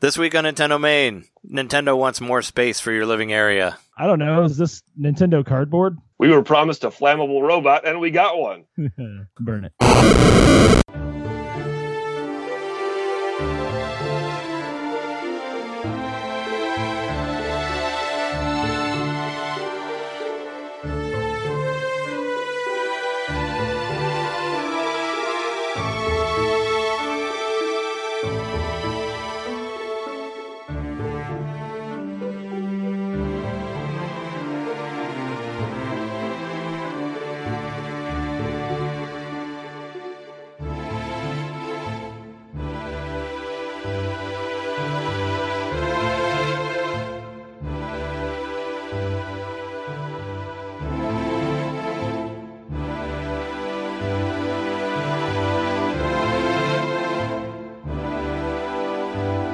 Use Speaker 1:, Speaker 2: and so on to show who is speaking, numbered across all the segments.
Speaker 1: This week on Nintendo Main, Nintendo wants more space for your living area.
Speaker 2: I don't know. Is this Nintendo cardboard?
Speaker 3: We were promised a flammable robot, and we got one.
Speaker 2: Burn it.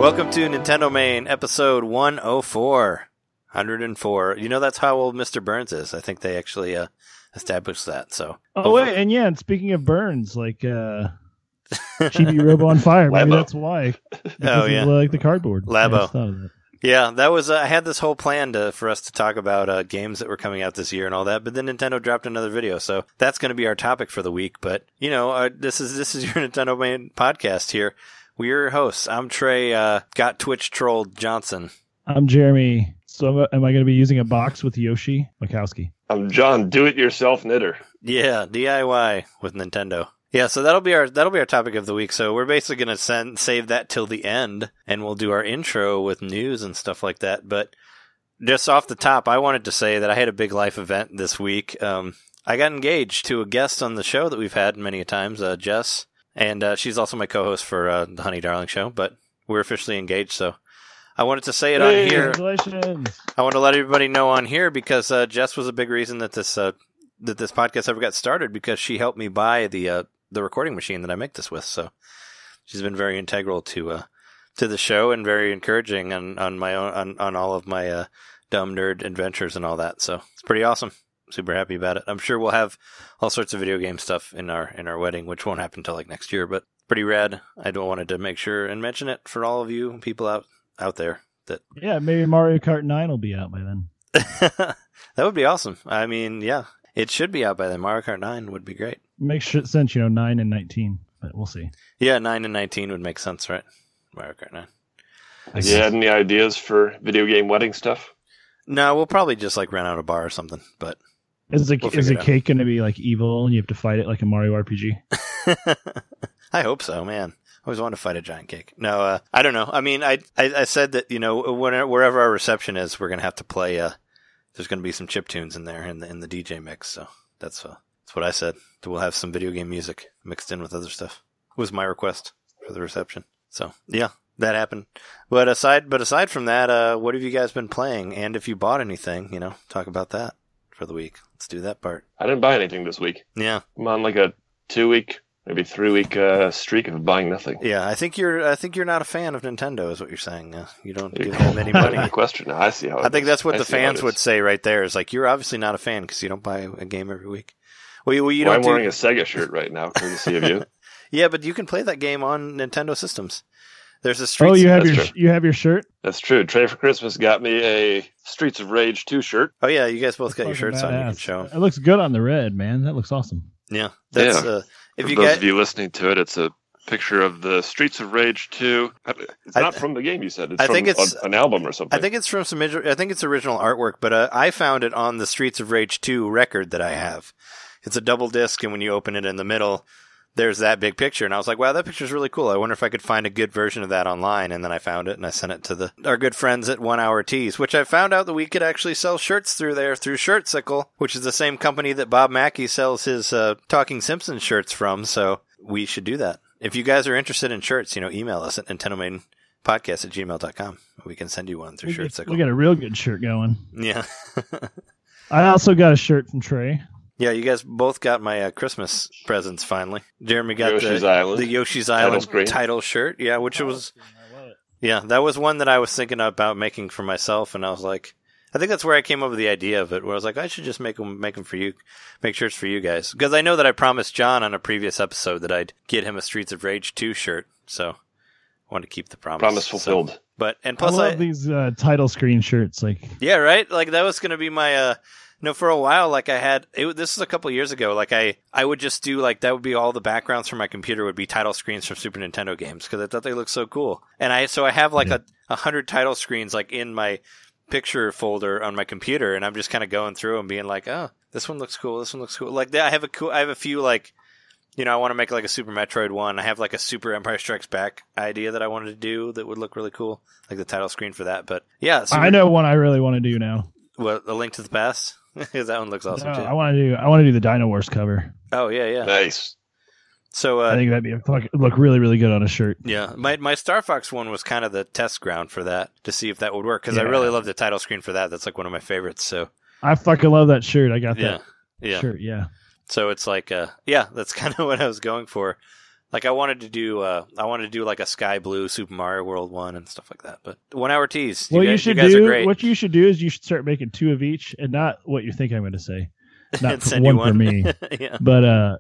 Speaker 1: Welcome to Nintendo Main, episode 104. 104. You know, that's how old Mr. Burns is. I think they actually uh, established that. So,
Speaker 2: Oh wait, and yeah, and speaking of burns, like uh Chibi Robo on fire. Maybe
Speaker 3: Labo.
Speaker 2: that's why.
Speaker 1: Oh,
Speaker 2: Because
Speaker 1: yeah.
Speaker 2: of, like the cardboard. I
Speaker 1: Labo.
Speaker 2: just thought of that.
Speaker 1: Yeah, that was. Uh, I had this whole plan to, for us to talk about uh, games that were coming out this year and all that, but then Nintendo dropped another video, so that's going to be our topic for the week. But you know, uh, this is this is your Nintendo main podcast here. We're your hosts. I'm Trey. Uh, got Twitch trolled Johnson.
Speaker 2: I'm Jeremy. So am I going to be using a box with Yoshi Mikowski?
Speaker 3: I'm Um, John, do-it-yourself knitter.
Speaker 1: Yeah, DIY with Nintendo. Yeah, so that'll be our that'll be our topic of the week. So we're basically gonna send save that till the end, and we'll do our intro with news and stuff like that. But just off the top, I wanted to say that I had a big life event this week. Um, I got engaged to a guest on the show that we've had many a times, uh, Jess, and uh, she's also my co-host for uh, the Honey Darling show. But we're officially engaged, so I wanted to say it
Speaker 3: Yay.
Speaker 1: on here.
Speaker 2: Congratulations.
Speaker 1: I want to let everybody know on here because uh, Jess was a big reason that this uh, that this podcast ever got started because she helped me buy the uh, the recording machine that I make this with. So she's been very integral to uh, to the show and very encouraging on, on my own on, on all of my uh, dumb nerd adventures and all that. So it's pretty awesome. Super happy about it. I'm sure we'll have all sorts of video game stuff in our in our wedding, which won't happen until like next year, but pretty rad. I don't wanted to make sure and mention it for all of you people out out there that
Speaker 2: Yeah, maybe Mario Kart 9 will be out by then.
Speaker 1: that would be awesome. I mean, yeah, it should be out by then. Mario Kart 9 would be great.
Speaker 2: Make sure sense, you know, 9 and 19, but we'll see.
Speaker 1: Yeah, 9 and 19 would make sense, right? Mario Kart 9.
Speaker 3: Have you had any ideas for video game wedding stuff?
Speaker 1: No, we'll probably just like rent out a bar or something, but
Speaker 2: Is the,
Speaker 1: We'll
Speaker 2: is
Speaker 1: figure
Speaker 2: the
Speaker 1: it out.
Speaker 2: cake going to be like evil and you have to fight it like a Mario RPG?
Speaker 1: I hope so, man. I always wanted to fight a giant cake. No, uh, I don't know. I mean, I, I I said that you know whenever, wherever our reception is, we're gonna have to play. Uh, there's gonna be some chip tunes in there in the in the DJ mix. So that's uh, that's what I said. We'll have some video game music mixed in with other stuff. was my request for the reception. So yeah, that happened. But aside but aside from that, uh, what have you guys been playing? And if you bought anything, you know, talk about that for the week. Let's do that part.
Speaker 3: I didn't buy anything this week.
Speaker 1: Yeah.
Speaker 3: I'm on like a two-week, maybe three-week uh, streak of buying nothing.
Speaker 1: Yeah, I think you're. I think you're not a fan of Nintendo, is what you're saying. Uh, you don't
Speaker 3: You're
Speaker 1: give them any
Speaker 3: calling the
Speaker 1: money.
Speaker 3: question. Now, I see how. it
Speaker 1: I think
Speaker 3: is.
Speaker 1: that's what
Speaker 3: I
Speaker 1: the
Speaker 3: see how it
Speaker 1: fans
Speaker 3: is.
Speaker 1: would say right there. Is like you're obviously not a fan because you don't buy a game every week. Well, you, well, you
Speaker 3: Well, I'm
Speaker 1: don't. do-
Speaker 3: wearing a Sega shirt right now, courtesy of you.
Speaker 1: yeah, but you can play that game on Nintendo systems. There's a street.
Speaker 2: Oh, you have
Speaker 3: that's
Speaker 2: your
Speaker 3: true.
Speaker 2: you have your shirt?
Speaker 3: That's true. Trey for Christmas got me a Streets of Rage 2 shirt.
Speaker 1: Oh yeah, you guys both got
Speaker 2: That's
Speaker 1: your shirts
Speaker 2: fucking
Speaker 1: on. You can
Speaker 2: badass.
Speaker 1: show 'em.
Speaker 2: It looks good on the red, man. That looks awesome.
Speaker 1: Yeah, that's.
Speaker 3: Yeah.
Speaker 1: Uh, if
Speaker 3: For
Speaker 1: you
Speaker 3: those
Speaker 1: guys,
Speaker 3: of you listening to it, it's a picture of the Streets of Rage 2. It's
Speaker 1: I-
Speaker 3: not from the game, you said. It's
Speaker 1: I
Speaker 3: from
Speaker 1: think it's-
Speaker 3: a- an album or something.
Speaker 1: I think it's from some. orig- I think it's original artwork, but uh, I found it on the Streets of Rage two record that I have. It's a double disc, and when you open it in the middle, there's that big picture, and I was like, "Wow, that picture's really cool." I wonder if I could find a good version of that online. And then I found it, and I sent it to the our good friends at One Hour Tees, which I found out that we could actually sell shirts through there through Shirtsicle, which is the same company that Bob Mackey sells his uh, Talking Simpsons shirts from. So we should do that. If you guys are interested in shirts, you know, email us at nintendomainpodcast at gmail.com. We can send you one through
Speaker 2: We get-
Speaker 1: Shirtsicle.
Speaker 2: we got a real good shirt going.
Speaker 1: Yeah.
Speaker 2: I also got a shirt from Trey.
Speaker 1: yeah, you guys both got my uh, Christmas presents finally. Jeremy got
Speaker 3: Yoshi's
Speaker 1: the,
Speaker 3: Island.
Speaker 1: the Yoshi's
Speaker 3: Title
Speaker 1: Island
Speaker 3: screen.
Speaker 1: title shirt. Yeah, which was yeah, that was one that I was thinking about making for myself and I was like I think that's where I came up with the idea of it where I was like I should just make them make 'em for you make shirts for you guys because I know that I promised John on a previous episode that I'd get him a Streets of Rage 2 shirt. So I wanted to keep the promise.
Speaker 3: Promise
Speaker 1: So-
Speaker 3: fulfilled.
Speaker 1: But and plus,
Speaker 2: I love
Speaker 1: I,
Speaker 2: these uh, title screen shirts. Like,
Speaker 1: Yeah, right. Like that was gonna be my. uh no, for a while, like I had it, this was a couple years ago. Like I, I would just do like that would be all the backgrounds for my computer would be title screens from Super Nintendo games because I thought they looked so cool. And I so I have like
Speaker 2: Yeah.
Speaker 1: a, a hundred title screens like in my picture folder on my computer, and I'm just kind of going through and being like, oh, this one looks cool. This one looks cool. Like I have a cool, I have a few like, you know, I want to make like a Super Metroid one. I have like a Super Empire Strikes Back idea that I wanted to do that would look really cool, like the title screen for that. But yeah, Super
Speaker 2: I know one I really want to do now.
Speaker 1: what a link to the past? that one looks awesome
Speaker 2: No,
Speaker 1: too.
Speaker 2: I want to do. I want to do the Dino Wars cover.
Speaker 1: oh yeah, yeah.
Speaker 3: Nice.
Speaker 1: So
Speaker 2: I
Speaker 1: uh,
Speaker 2: think that'd be a fuck, look really, really good on a shirt.
Speaker 1: yeah, my my Star Fox one was kind of the test ground for that to see if that would work because I
Speaker 2: Yeah.
Speaker 1: really love the title screen for that. That's like one of my favorites. So
Speaker 2: I fucking love that shirt. I got
Speaker 1: yeah,
Speaker 2: that
Speaker 1: yeah.
Speaker 2: shirt. Yeah,
Speaker 1: So it's like uh, yeah, that's kind of what I was going for. Like I wanted to do, uh, I wanted to do like a sky blue Super Mario World one and stuff like that. But one hour tease.
Speaker 2: well,
Speaker 1: you
Speaker 2: you,
Speaker 1: guys,
Speaker 2: should
Speaker 1: you guys
Speaker 2: do
Speaker 1: are great.
Speaker 2: what you should do is you should start making two of each, and not what you think I'm going to say. Not
Speaker 1: And send
Speaker 2: one,
Speaker 1: you
Speaker 2: for me,
Speaker 1: yeah,
Speaker 2: but uh,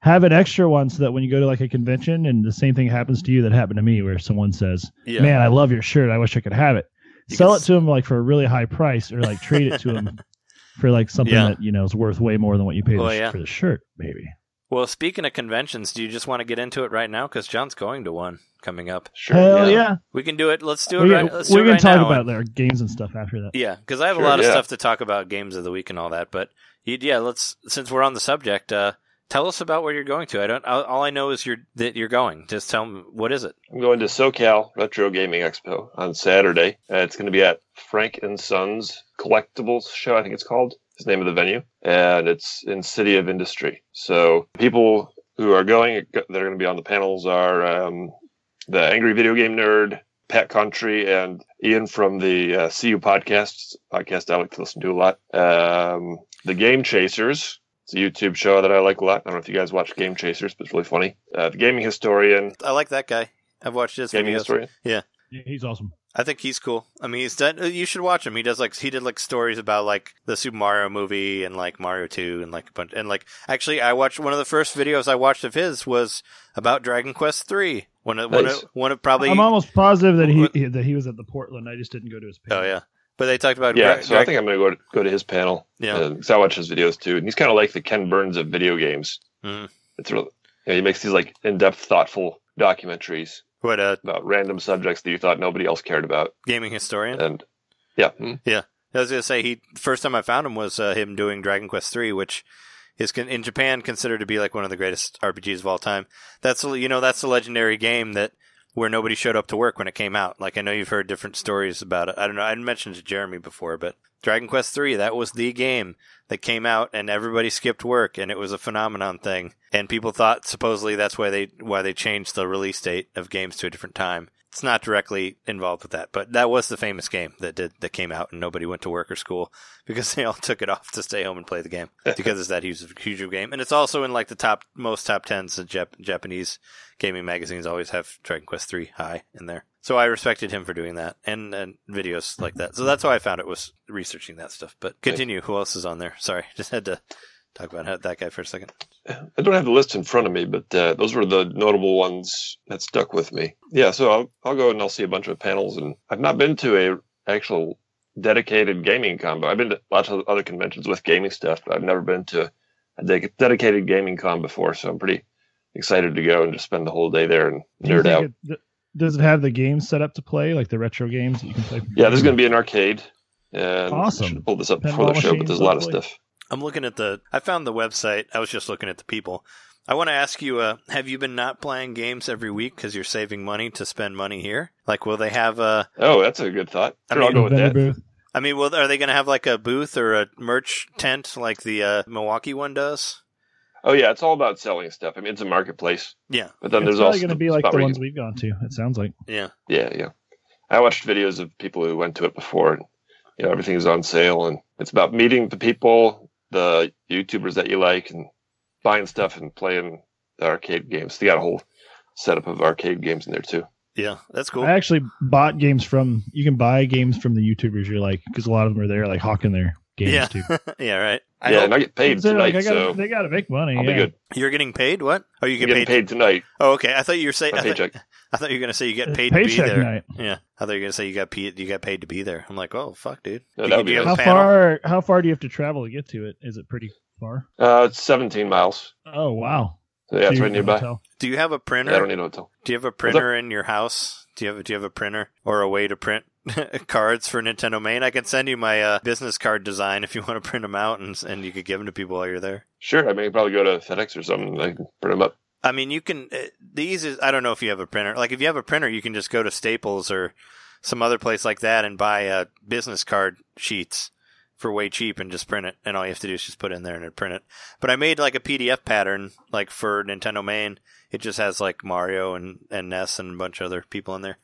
Speaker 2: have an extra one so that when you go to like a convention and the same thing happens to you that happened to me, where someone says,
Speaker 1: yeah.
Speaker 2: "Man, I love your shirt. I wish I could have it."
Speaker 1: You
Speaker 2: Sell
Speaker 1: can
Speaker 2: it to them like for a really high price, or like trade it to them for like something
Speaker 1: Yeah.
Speaker 2: that you know is worth way more than what you paid
Speaker 1: Well,
Speaker 2: the sh-
Speaker 1: yeah.
Speaker 2: for the shirt, maybe.
Speaker 1: Well, speaking of conventions, do you just want to get into it right now? Because John's going to one coming up.
Speaker 3: Sure.
Speaker 2: Hell yeah.
Speaker 1: We can do it. Let's do it
Speaker 2: We're,
Speaker 1: right.
Speaker 2: gonna,
Speaker 1: Let's do
Speaker 2: we're
Speaker 1: it
Speaker 2: gonna
Speaker 1: right
Speaker 2: talk
Speaker 1: now.
Speaker 2: about their games and stuff after that.
Speaker 1: Yeah, because I have a
Speaker 3: Sure,
Speaker 1: lot of
Speaker 3: yeah.
Speaker 1: stuff to talk about games of the week and all that. But y- yeah, let's since we're on the subject, uh, tell us about where you're going to. I don't. All all I know is you're that you're going. Just tell me what is it.
Speaker 3: I'm going to SoCal Retro Gaming Expo on Saturday. Uh, it's going to be at Frank and Sons Collectibles Show, I think it's called. It's the name of the venue, and it's in City of Industry. So people who are going that are going to be on the panels are um, the Angry Video Game Nerd, Pat Country, and Ian from the uh, CU podcast podcast I like to listen to a lot. Um, the Game Chasers. It's a YouTube show that I like a lot. I don't know if you guys watch Game Chasers, but it's really funny. Uh, the Gaming Historian,
Speaker 1: I like that guy. I've watched his
Speaker 3: Gaming
Speaker 1: videos.
Speaker 3: Historian.
Speaker 2: Yeah, he's awesome.
Speaker 1: I think he's cool. I mean, he's done. You should watch him. He does like he did like stories about like the Super Mario movie and like Mario Two and like a bunch and like actually I watched one of the first videos I watched of his was about Dragon Quest Three. One of one
Speaker 3: Nice.
Speaker 1: of, one of probably
Speaker 2: I'm almost positive that he,
Speaker 1: What-
Speaker 2: he- that he was at the Portland. I just didn't go to his.
Speaker 1: Oh yeah, but they talked about
Speaker 3: Yeah,
Speaker 1: Dra-
Speaker 3: so I
Speaker 1: Dra-
Speaker 3: think I'm going to go go to his panel.
Speaker 1: yeah,
Speaker 3: uh, 'cause I watch his videos too, and he's kind of like the Ken Burns of video games.
Speaker 1: Mhm.
Speaker 3: It's really you know, he makes these like in-depth, thoughtful documentaries
Speaker 1: what a
Speaker 3: about random subjects that you thought nobody else cared about,
Speaker 1: gaming historian.
Speaker 3: and yeah, mm,
Speaker 1: I was gonna say he first time I found him was uh, him doing Dragon Quest Three, which is con- in Japan considered to be like one of the greatest RPGs of all time. That's the- you know that's the legendary game that where nobody showed up to work when it came out. Like I know you've heard different stories about it. I don't know. I mentioned it to Jeremy before, but Dragon Quest Three that was the game that came out and everybody skipped work and it was a phenomenon thing. And people thought supposedly that's why they why they changed the release date of games to a different time it's not directly involved with that, but that was the famous game that did that came out and nobody went to work or school because they all took it off to stay home and play the game because it's that huge, huge of a game, and it's also in like the top most top tens of Jap- Japanese gaming magazines. Always have Dragon Quest three high in there, so I respected him for doing that and and videos like that. So that's how I found it was researching that stuff. But continue. Who else is on there? Sorry, just had to talk about how- that guy for a second.
Speaker 3: I don't have the list in front of me, but uh, those were the notable ones that stuck with me. Yeah, so I'll, I'll go and I'll see a bunch of panels, and I've not been to a actual dedicated gaming combo. I've been to lots of other conventions with gaming stuff, but I've never been to a de- dedicated gaming con before, so I'm pretty excited to go and just spend the whole day there and
Speaker 2: Do you
Speaker 3: nerd
Speaker 2: think
Speaker 3: out.
Speaker 2: it- th- does it have the games set up to play, like the retro games that you can play? From
Speaker 3: Yeah, there's going to be an arcade. And I
Speaker 2: Awesome.
Speaker 3: should Pull this up before
Speaker 2: Pinball
Speaker 3: the show, but
Speaker 2: machines,
Speaker 3: there's a lot of
Speaker 2: hopefully.
Speaker 3: stuff.
Speaker 1: I'm looking at the. I found the website. I was just looking at the people. I want to ask you: uh, Have you been not playing games every week because you're saving money to spend money here? Like, will they have a?
Speaker 3: Oh, that's a good thought.
Speaker 1: I
Speaker 3: Sure,
Speaker 1: mean-
Speaker 3: I'll go with
Speaker 2: Vendor
Speaker 3: that.
Speaker 2: booth.
Speaker 1: I mean, will are they going to have like a booth or a merch tent like the uh, Milwaukee one does?
Speaker 3: Oh yeah, it's all about selling stuff. I mean, it's a marketplace,
Speaker 1: Yeah,
Speaker 3: but then
Speaker 2: it's
Speaker 3: there's also
Speaker 2: probably going to
Speaker 3: the
Speaker 2: be like
Speaker 3: spot
Speaker 2: the
Speaker 3: where you
Speaker 2: ones we've gone to. It sounds like.
Speaker 1: yeah.
Speaker 3: Yeah, yeah. I watched videos of people who went to it before, and you know everything's on sale, and it's about meeting the people, the YouTubers that you like, and buying stuff and playing the arcade games. They got a whole setup of arcade games in there too.
Speaker 1: Yeah, that's cool.
Speaker 2: I actually bought games from. You can buy games from the YouTubers you like because a lot of them are there, like hawking their games
Speaker 1: Yeah.
Speaker 2: too.
Speaker 1: yeah, right. I
Speaker 3: yeah,
Speaker 1: hope-
Speaker 3: and I get paid
Speaker 2: So, like,
Speaker 3: tonight,
Speaker 2: I gotta-
Speaker 3: so
Speaker 2: they got to make money.
Speaker 3: I'll be
Speaker 2: yeah.
Speaker 3: good.
Speaker 1: you're getting paid. What? Oh, you
Speaker 3: You
Speaker 1: get
Speaker 3: getting
Speaker 1: paid.
Speaker 3: paid tonight?
Speaker 1: Oh, okay. I thought you were saying.
Speaker 3: My
Speaker 1: I, thought-
Speaker 3: paycheck.
Speaker 1: I thought you were gonna say you get
Speaker 2: It's
Speaker 1: paid to be
Speaker 2: Uh, paycheck
Speaker 1: there.
Speaker 2: night.
Speaker 1: Yeah, I thought you were gonna say you got paid. You got paid to be there. I'm like, oh fuck, dude.
Speaker 3: No,
Speaker 1: You-
Speaker 3: that would be
Speaker 1: you have a
Speaker 2: How
Speaker 1: panel?
Speaker 2: far? How far do you have to travel to get to it? Is it pretty far?
Speaker 3: Uh, it's 17 miles.
Speaker 2: Oh wow!
Speaker 3: So, yeah,
Speaker 2: To
Speaker 3: it's
Speaker 2: your
Speaker 3: right nearby.
Speaker 2: hotel.
Speaker 1: Do you have a printer?
Speaker 3: Yeah, I don't need a hotel.
Speaker 1: Do you have a printer in your house? Do you have Do you have a printer or a way to print cards for Nintendo Main? I can send you my uh, business card design if you want to print them out, and and you could give them to people while you're there.
Speaker 3: Sure, I mean, probably go to FedEx or something. I can print them up.
Speaker 1: I mean, you can. uh, These is I don't know if you have a printer. Like if you have a printer, you can just go to Staples or some other place like that and buy uh, business card sheets for way cheap and just print it. And all you have to do is just put it in there and it print it. But I made like a PDF pattern like for Nintendo Main. It just has like Mario and and Ness and a bunch of other people in there,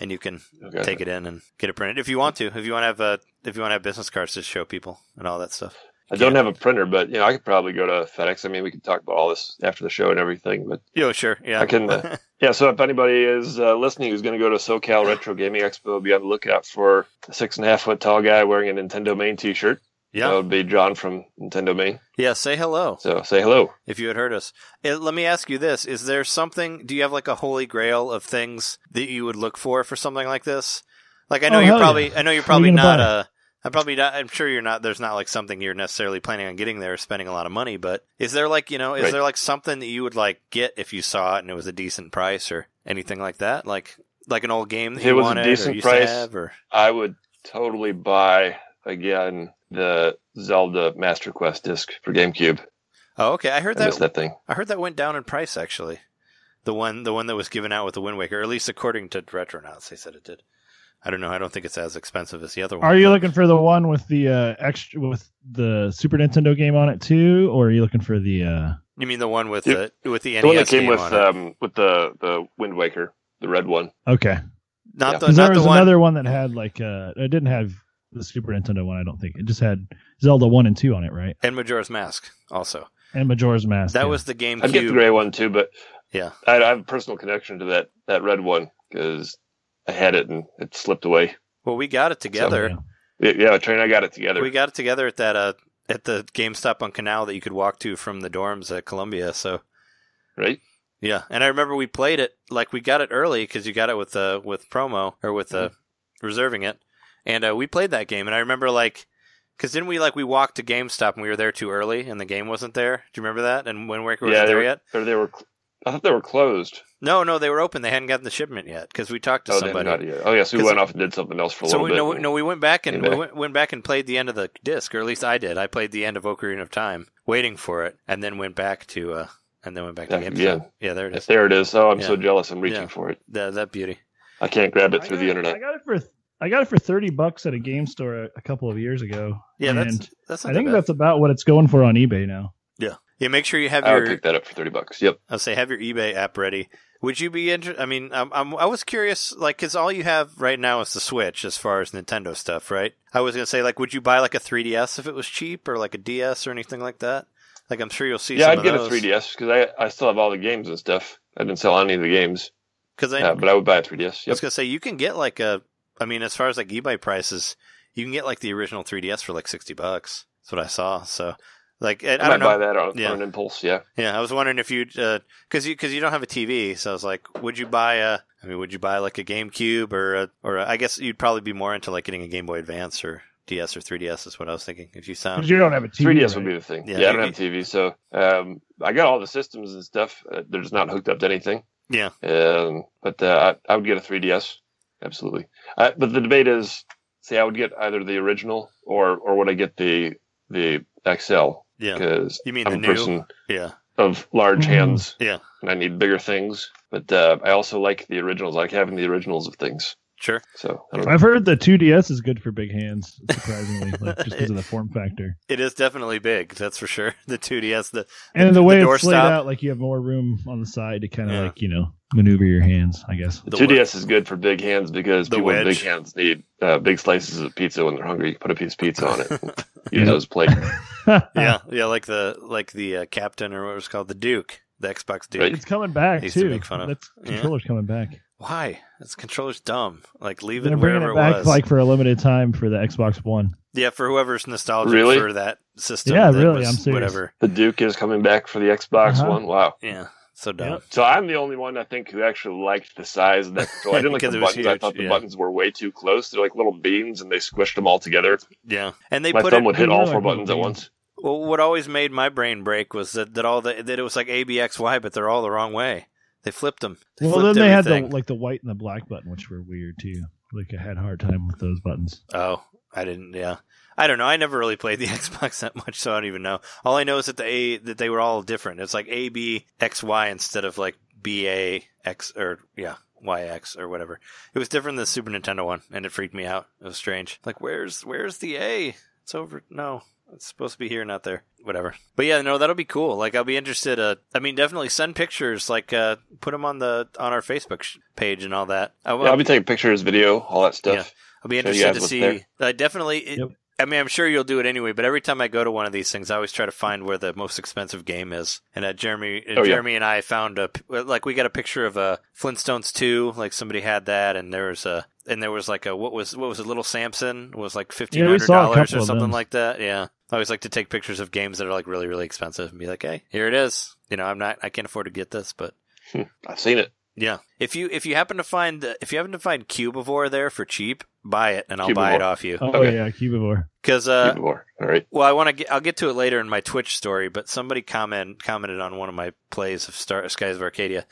Speaker 1: and you can
Speaker 3: Okay.
Speaker 1: take it in and get it printed if you want to. If you want to have uh, if you want to have business cards to show people and all that stuff.
Speaker 3: I don't have a printer, but you know, I could probably go to FedEx. I mean, we could talk about all this after the show and everything. But
Speaker 1: Yo, sure, yeah.
Speaker 3: I can, uh, yeah, so if anybody is uh, listening who's going to go to SoCal Retro Gaming Expo, be on the lookout for a six and a half foot tall guy wearing a Nintendo Main T-shirt.
Speaker 1: yeah,
Speaker 3: That would be John from Nintendo Main.
Speaker 1: yeah. Say hello.
Speaker 3: So say hello.
Speaker 1: if you had heard us. Eh, let me ask you this: Is there something? Do you have like a holy grail of things that you would look for for something like this? Like I know
Speaker 2: Oh,
Speaker 1: you're
Speaker 2: hell
Speaker 1: probably, I know you're
Speaker 2: What are
Speaker 1: probably
Speaker 2: you gonna
Speaker 1: not
Speaker 2: buy?
Speaker 1: a. I'm probably not. I'm sure you're not. There's not like something you're necessarily planning on getting there, or spending a lot of money. But is there like you know, is
Speaker 3: Right.
Speaker 1: there like something that you would like get if you saw it and it was a decent price or anything like that? Like like an old game that
Speaker 3: If
Speaker 1: you
Speaker 3: it was a
Speaker 1: wanted or
Speaker 3: decent
Speaker 1: used
Speaker 3: price-
Speaker 1: to have, or
Speaker 3: I would totally buy again the Zelda Master Quest disc for GameCube.
Speaker 1: oh okay, I heard
Speaker 3: I missed
Speaker 1: that.
Speaker 3: that thing.
Speaker 1: I heard that went down in price actually. The one the one that was given out with the Wind Waker, or at least according to Retronauts, they said it did. I don't know. I don't think it's as expensive as the other one.
Speaker 2: Are you looking for the one with the uh, extra with the Super Nintendo game on it too, or are you looking for the? Uh...
Speaker 1: You mean the one with
Speaker 3: Yep.
Speaker 1: the with the NES
Speaker 3: The one that came
Speaker 1: E game
Speaker 3: with
Speaker 1: on it?
Speaker 3: um, with the the Wind Waker, the red one.
Speaker 2: Okay,
Speaker 1: Not
Speaker 3: yeah.
Speaker 1: the
Speaker 2: 'Cause
Speaker 1: not
Speaker 2: there
Speaker 1: the
Speaker 2: was
Speaker 1: one.
Speaker 2: another one that had like uh, it didn't have the Super Nintendo one. I don't think it just had Zelda one and two on it, right?
Speaker 1: And Majora's Mask also.
Speaker 2: And Majora's Mask.
Speaker 1: That
Speaker 2: yeah.
Speaker 1: was the
Speaker 3: I'd get the
Speaker 1: GameCube.
Speaker 3: gray one too, but
Speaker 1: Yeah.
Speaker 3: I, I have a personal connection to that that red one because I had it and it slipped away.
Speaker 1: Well, we got it together.
Speaker 2: yeah.
Speaker 3: Yeah, Yeah, Trey and I got it together.
Speaker 1: We got it together at that uh at the GameStop on Canal that you could walk to from the dorms at Columbia. So
Speaker 3: right?
Speaker 1: Yeah, and I remember we played it like we got it early because you got it with uh with promo or with uh reserving it, and uh, we played that game. And I remember like because didn't we like we walked to GameStop and we were there too early and the game wasn't there. Do you remember that? And Wind Waker wasn't
Speaker 3: Yeah, they
Speaker 1: there
Speaker 3: were-
Speaker 1: yet.
Speaker 3: Or they were. cl- I thought they were closed.
Speaker 1: No, no, they were open. They hadn't gotten the shipment yet because we talked to
Speaker 3: oh, they
Speaker 1: somebody.
Speaker 3: not yet. Oh, yes, we
Speaker 1: 'Cause-
Speaker 3: went off and did something else for a
Speaker 1: So
Speaker 3: little
Speaker 1: we,
Speaker 3: bit.
Speaker 1: no, we- no, we went back and
Speaker 3: Came
Speaker 1: we
Speaker 3: back.
Speaker 1: went, went back and played the end of the disc, or at least I did. I played the end of Ocarina of Time, waiting for it, and then went back to uh, and then went back to
Speaker 3: Back
Speaker 1: GameStop.
Speaker 3: again.
Speaker 1: Yeah, there it
Speaker 3: Yes,
Speaker 1: is.
Speaker 3: there it is. Oh, I'm so
Speaker 1: Yeah.
Speaker 3: jealous. I'm reaching
Speaker 1: Yeah.
Speaker 3: for it.
Speaker 1: That, that beauty.
Speaker 3: I can't grab it
Speaker 2: I
Speaker 3: through
Speaker 2: got
Speaker 3: the
Speaker 2: it-
Speaker 3: internet.
Speaker 2: I got it for I got it for thirty bucks at a game store a, a couple of years ago.
Speaker 1: Yeah,
Speaker 2: And
Speaker 1: that's that's. Not
Speaker 2: I
Speaker 1: that
Speaker 2: think
Speaker 1: bad.
Speaker 2: that's about what it's going for on eBay now.
Speaker 1: Yeah, make sure you have
Speaker 3: I would
Speaker 1: your.
Speaker 3: pick that up for thirty bucks. Yep.
Speaker 1: I'll say have your eBay app ready. Would you be interested? I mean, I'm, I'm, I was curious, like, because all you have right now is the Switch as far as Nintendo stuff, right? I was gonna say, like, would you buy like a 3DS if it was cheap, or like a DS or anything like that? Like, I'm sure you'll see.
Speaker 3: Yeah,
Speaker 1: some
Speaker 3: I'd
Speaker 1: of
Speaker 3: get
Speaker 1: those.
Speaker 3: a 3ds because I I still have all the games and stuff. I didn't sell any of the games,
Speaker 1: Because I,
Speaker 3: uh, but I would buy a 3ds.
Speaker 1: I was
Speaker 3: Yep.
Speaker 1: gonna say you can get like a. I mean, as far as like eBay prices, you can get like the original 3DS for like 60 bucks. That's what I saw. So, like, I, I,
Speaker 3: I, might
Speaker 1: don't know.
Speaker 3: buy that on,
Speaker 1: Yeah.
Speaker 3: on an impulse. Yeah.
Speaker 1: Yeah, I was wondering if you'd because you because you don't have a TV, so I was like, would you buy a? I mean, would you buy like a GameCube or a, or a, I guess you'd probably be more into like getting a Game Boy Advance or DS or 3DS is what I was thinking. If you
Speaker 2: 'Cause
Speaker 1: sound
Speaker 2: you don't have a TV.
Speaker 3: 3ds
Speaker 2: right?
Speaker 3: would be the thing.
Speaker 1: Yeah.
Speaker 3: Yeah, I don't have TV, so um, I got all the systems and stuff. Uh, they're just not hooked up to anything.
Speaker 1: Yeah.
Speaker 3: Um, but uh, I, I would get a 3ds, absolutely. Uh, but the debate is, see, I would get either the original or or would I get the the XL
Speaker 1: yeah,
Speaker 3: because
Speaker 1: you mean
Speaker 3: I'm
Speaker 1: the
Speaker 3: a
Speaker 1: new
Speaker 3: person
Speaker 1: yeah
Speaker 3: of large
Speaker 2: Mm.
Speaker 3: hands.
Speaker 1: Yeah.
Speaker 3: and I need bigger things. But uh, I also like the originals. I like having the originals of things.
Speaker 1: sure
Speaker 3: So I don't know.
Speaker 2: I've heard the 2DS is good for big hands, surprisingly, like just because of the form factor
Speaker 1: it is definitely big that's for sure the 2DS the
Speaker 2: and the way
Speaker 1: The
Speaker 2: it's laid
Speaker 1: doorstop.
Speaker 2: out. Like you have more room on the side to kind of
Speaker 1: Yeah.
Speaker 2: like you know maneuver your hands. I guess.
Speaker 1: the
Speaker 3: 2DS is good for big hands because
Speaker 1: The
Speaker 3: people with
Speaker 1: wedge.
Speaker 3: big hands need uh, big slices of pizza when they're hungry. You put a piece of pizza on it. and
Speaker 2: Yeah.
Speaker 3: Use those plates.
Speaker 1: yeah yeah like the like the uh, captain or what it was called the Duke the Xbox Duke.
Speaker 2: It's coming back
Speaker 1: I used to
Speaker 2: too.
Speaker 1: make fun of-
Speaker 2: That's
Speaker 1: Yeah.
Speaker 2: controller's coming back.
Speaker 1: Why? This controller's dumb. Like leave it
Speaker 2: They're bringing
Speaker 1: wherever
Speaker 2: it
Speaker 1: it,
Speaker 2: back
Speaker 1: was.
Speaker 2: like for a limited time for the Xbox One.
Speaker 1: yeah, for whoever's nostalgic
Speaker 3: Really?
Speaker 1: for that system.
Speaker 2: Yeah,
Speaker 1: that
Speaker 2: really,
Speaker 1: was
Speaker 2: I'm serious.
Speaker 1: Whatever.
Speaker 3: The Duke is coming back for the Xbox
Speaker 2: Uh-huh.
Speaker 3: One. Wow.
Speaker 1: Yeah. So dumb.
Speaker 4: Yep.
Speaker 3: So I'm the only one I think who actually liked the size of that control. I didn't like
Speaker 1: Because
Speaker 3: the
Speaker 1: it was
Speaker 3: buttons. I
Speaker 1: huge,
Speaker 3: thought the
Speaker 1: yeah.
Speaker 3: buttons were way too close. They're like little beams, and they squished them all together.
Speaker 1: Yeah. And they
Speaker 3: My
Speaker 1: put
Speaker 3: thumb
Speaker 1: it,
Speaker 3: would hit
Speaker 2: Yeah,
Speaker 3: all
Speaker 2: like
Speaker 3: four
Speaker 2: little
Speaker 3: buttons at
Speaker 2: beams.
Speaker 3: once.
Speaker 1: Well, what always made my brain break was that, that all the that it was like A B X Y, but they're all the wrong way. They flipped them. They
Speaker 2: Well, then
Speaker 1: flipped
Speaker 2: they
Speaker 1: everything.
Speaker 2: had the like the white and the black button, which were weird too. Like I had a hard time with those buttons.
Speaker 1: oh, I didn't. Yeah, I don't know. I never really played the Xbox that much, so I don't even know. All I know is that the A that they were all different. It's like A B X Y instead of like B A X or yeah Y X or whatever. It was different than the Super Nintendo one, and it freaked me out. It was strange. Like, where's where's the A? It's over. No, It's supposed to be here, not there. Whatever. But yeah, no, that'll be cool. Like, I'll be interested. Uh, I mean, definitely send pictures. Like, uh, put them on the on our Facebook sh- page and all that. I, will
Speaker 3: yeah, I'll be taking pictures, video, all that stuff.
Speaker 1: Yeah. I'll be
Speaker 3: show
Speaker 1: interested
Speaker 3: you guys
Speaker 1: to
Speaker 3: what's
Speaker 1: see.
Speaker 3: there.
Speaker 1: I definitely. It,
Speaker 2: Yep.
Speaker 1: I mean, I'm sure you'll do it anyway. But every time I go to one of these things, I always try to find where the most expensive game is. And uh, Jeremy, uh,
Speaker 3: Oh, yeah.
Speaker 1: Jeremy and I found a p- uh, like we got a picture of a Flintstones two. Like somebody had that, and there was a and there was like a what was what was it? Little Samson was like fifteen
Speaker 2: Yeah, we
Speaker 1: hundred
Speaker 2: saw a
Speaker 1: dollars
Speaker 2: couple
Speaker 1: or
Speaker 2: of
Speaker 1: something
Speaker 2: them.
Speaker 1: like that. Yeah. I always like to take pictures of games that are like really, really expensive and be like, "Hey, here it is." You know, I'm not, I can't afford to get this, but
Speaker 3: I've seen it.
Speaker 1: yeah. If you if you happen to find if you happen to find Cubivore there for cheap, buy it and I'll buy it
Speaker 3: Cubivore.
Speaker 1: off you.
Speaker 2: Oh
Speaker 3: Okay.
Speaker 2: yeah, Cubivore.
Speaker 1: Cuz uh
Speaker 3: Even more. All right.
Speaker 1: well, I want to get I'll get to it later in my Twitch story, but somebody comment commented on one of my plays of Star Skies of Arcadia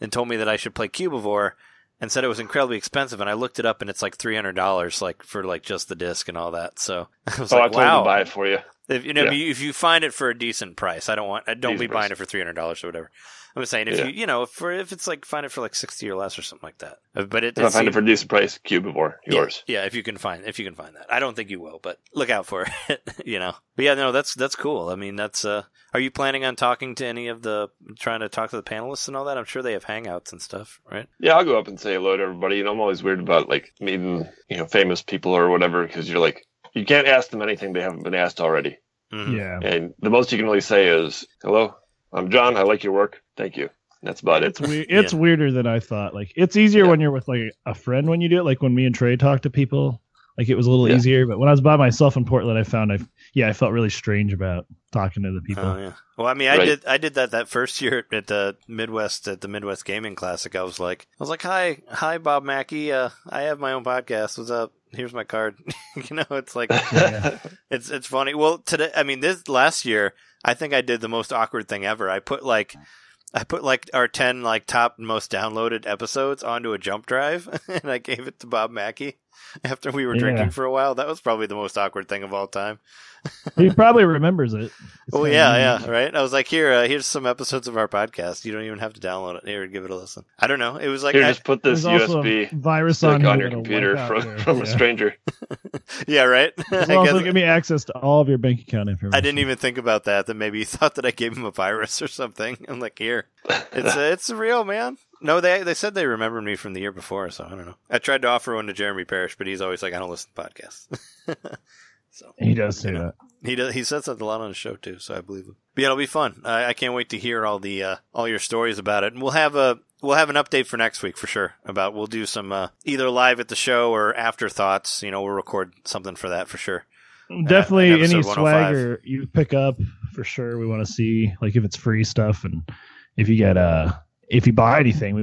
Speaker 1: and told me that I should play Cubivore and said it was incredibly expensive and I looked it up and it's like $300 like for like just the disc and all that. So I was
Speaker 3: Oh, I
Speaker 1: like,
Speaker 3: told him
Speaker 1: "Wow."
Speaker 3: to buy it for you.
Speaker 1: If you know,
Speaker 3: Yeah.
Speaker 1: if you find it for a decent price, I don't want. I don't
Speaker 3: Decent
Speaker 1: be buying
Speaker 3: price.
Speaker 1: it for three hundred dollars or whatever. I'm just saying if
Speaker 3: Yeah.
Speaker 1: you you know for if it's like find it for like sixty or less or something like that. Uh, But it,
Speaker 3: If I
Speaker 1: it's
Speaker 3: find it for a decent price, Cubivore, yours.
Speaker 1: Yeah, if you can find if you can find that, I don't think you will, but look out for it. you know. But yeah, no, that's that's cool. I mean, that's. uh Are you planning on talking to any of the trying to talk to the panelists and all that? I'm sure they have hangouts and stuff, right?
Speaker 3: Yeah, I'll go up and say hello to everybody. You know, I'm always weird about like meeting you know famous people or whatever because you're like you can't ask them anything they haven't been asked already.
Speaker 1: Mhm.
Speaker 2: Yeah.
Speaker 3: And the most you can really say is hello. I'm John. I like your work. Thank you. And that's about it.
Speaker 2: It's weird. It's weirder than I thought. Like it's easier
Speaker 3: Yeah.
Speaker 2: when you're with like a friend when you do it. Like when me and Trey talk to people, like it was a little
Speaker 3: Yeah.
Speaker 2: easier. But when I was by myself in Portland, I found I yeah I felt really strange about talking to the people.
Speaker 1: Oh yeah. Well, I mean, I
Speaker 3: Right.
Speaker 1: did I did that that first year at the Midwest at the Midwest Gaming Classic. I was like, I was like, hi, hi, Bob Mackey. Uh, I have my own podcast. What's up? Here's my card. you know, it's like
Speaker 2: Yeah.
Speaker 1: it's it's funny. Well, today, I mean, this last year, I think I did the most awkward thing ever. I put like. I put like our ten like top most downloaded episodes onto a jump drive, and I gave it to Bob Mackey after we were
Speaker 2: Yeah.
Speaker 1: drinking for a while. That was probably the most awkward thing of all time.
Speaker 2: he probably remembers it.
Speaker 1: Oh yeah, yeah, right. I was like, here, uh, here's some episodes of our podcast. You don't even have to download it. Here, give it a listen. I don't know. It was like,
Speaker 3: Here,
Speaker 1: I-
Speaker 3: just put this USB
Speaker 2: virus
Speaker 3: stick
Speaker 2: on,
Speaker 3: on,
Speaker 2: here that'll
Speaker 3: your
Speaker 2: wipe
Speaker 3: computer
Speaker 2: out
Speaker 3: from,
Speaker 2: your-
Speaker 3: from a
Speaker 2: yeah.
Speaker 3: stranger.
Speaker 1: yeah, right. I,
Speaker 2: It's also
Speaker 1: guess-
Speaker 2: give me access to all of your bank account information.
Speaker 1: I didn't even think about that. That maybe you thought that I gave him a virus or something. I'm like, here, it's uh, it's real, man. No, they they said they remembered me from the year before, so I don't know. I tried to offer one to Jeremy Parrish, but he's always like, I don't listen to podcasts. so
Speaker 2: He does say
Speaker 1: You know.
Speaker 2: that.
Speaker 1: He does, he says that a lot on the show too, so I believe him. But yeah, it'll be fun. I, I can't wait to hear all the uh, all your stories about it, and we'll have a we'll have an update for next week for sure. About we'll do some uh, either live at the show or afterthoughts. You know, we'll record something for that for sure.
Speaker 2: Definitely
Speaker 1: and
Speaker 2: any
Speaker 1: episode 105.
Speaker 2: swagger you pick up for sure. We want to see like if it's free stuff and if you get uh if you buy anything, we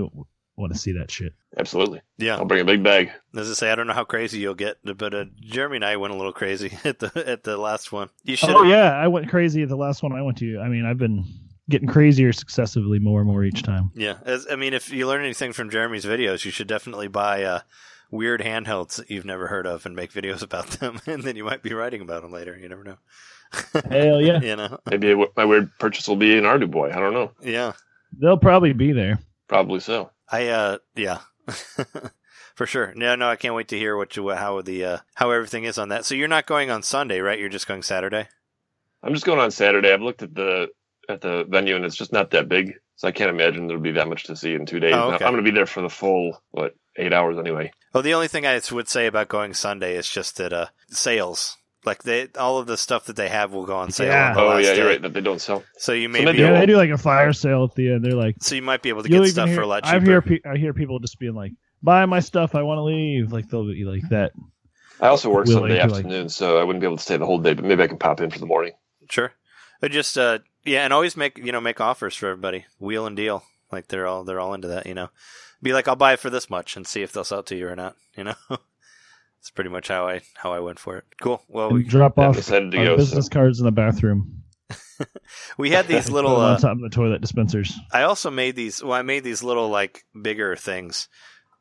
Speaker 2: want to see that shit.
Speaker 3: Absolutely.
Speaker 1: Yeah,
Speaker 3: I'll bring a big bag.
Speaker 1: as I say, I don't know how crazy you'll get, but uh, Jeremy and I went a little crazy at the at the last one. You should.
Speaker 2: Oh yeah, I went crazy at the last one I went to. I mean, I've been getting crazier successively more and more each time.
Speaker 1: Yeah, as, I mean, if you learn anything from Jeremy's videos, you should definitely buy uh, weird handhelds that you've never heard of and make videos about them, and then you might be writing about them later. You never know.
Speaker 2: Hell yeah.
Speaker 1: you know,
Speaker 3: Maybe w- my weird purchase will be an Ardu boy. I don't know.
Speaker 1: yeah,
Speaker 2: They'll probably be there.
Speaker 3: Probably so.
Speaker 1: I, uh, yeah, for sure. No, no, I can't wait to hear what you, how the, uh, how everything is on that. So you're not going on Sunday, right? You're just going Saturday.
Speaker 3: I'm just going on Saturday. I've looked at the at the venue and it's just not that big, so I can't imagine there'll be that much to see in two days.
Speaker 1: Oh, okay.
Speaker 3: I'm going to be there for the full what eight hours anyway.
Speaker 1: Well, Oh, the only thing I would say about going Sunday is just that uh, sales, like they, all of the stuff that they have will go on sale.
Speaker 2: Yeah.
Speaker 1: On the
Speaker 3: Oh
Speaker 1: last
Speaker 3: yeah, you're
Speaker 1: day.
Speaker 3: right. That they don't sell.
Speaker 1: So you may
Speaker 3: So
Speaker 1: be,
Speaker 3: maybe-
Speaker 2: Yeah,
Speaker 3: Yeah.
Speaker 2: they do like a fire sale at the end. They're like
Speaker 1: so you might be able to
Speaker 2: You'll
Speaker 1: get
Speaker 2: even
Speaker 1: stuff
Speaker 2: hear-
Speaker 1: for a lot
Speaker 2: I
Speaker 1: cheaper.
Speaker 2: hear pe- I hear people just being like, "Buy my stuff. I want to leave." Like they'll be like that.
Speaker 3: I also work
Speaker 2: Will
Speaker 3: Sunday
Speaker 2: they do, like-
Speaker 3: afternoon, so I wouldn't be able to stay the whole day. But maybe I can pop in for the morning.
Speaker 1: Sure. But just uh Yeah, and always make you know make offers for everybody, wheel and deal. Like they're all they're all into that, you know. Be like, I'll buy it for this much and see if they'll sell it to you or not. You know, that's pretty much how I how I went for it. Cool. Well,
Speaker 2: And
Speaker 1: Oh, we
Speaker 2: drop
Speaker 3: Yeah,
Speaker 2: off
Speaker 3: decided to
Speaker 2: our
Speaker 3: go.
Speaker 2: business
Speaker 3: So.
Speaker 2: cards in the bathroom.
Speaker 1: we had these
Speaker 2: Put 'em
Speaker 1: little.
Speaker 2: on
Speaker 1: Uh,
Speaker 2: top of the toilet dispensers.
Speaker 1: I also made these. Well, I made these little like bigger things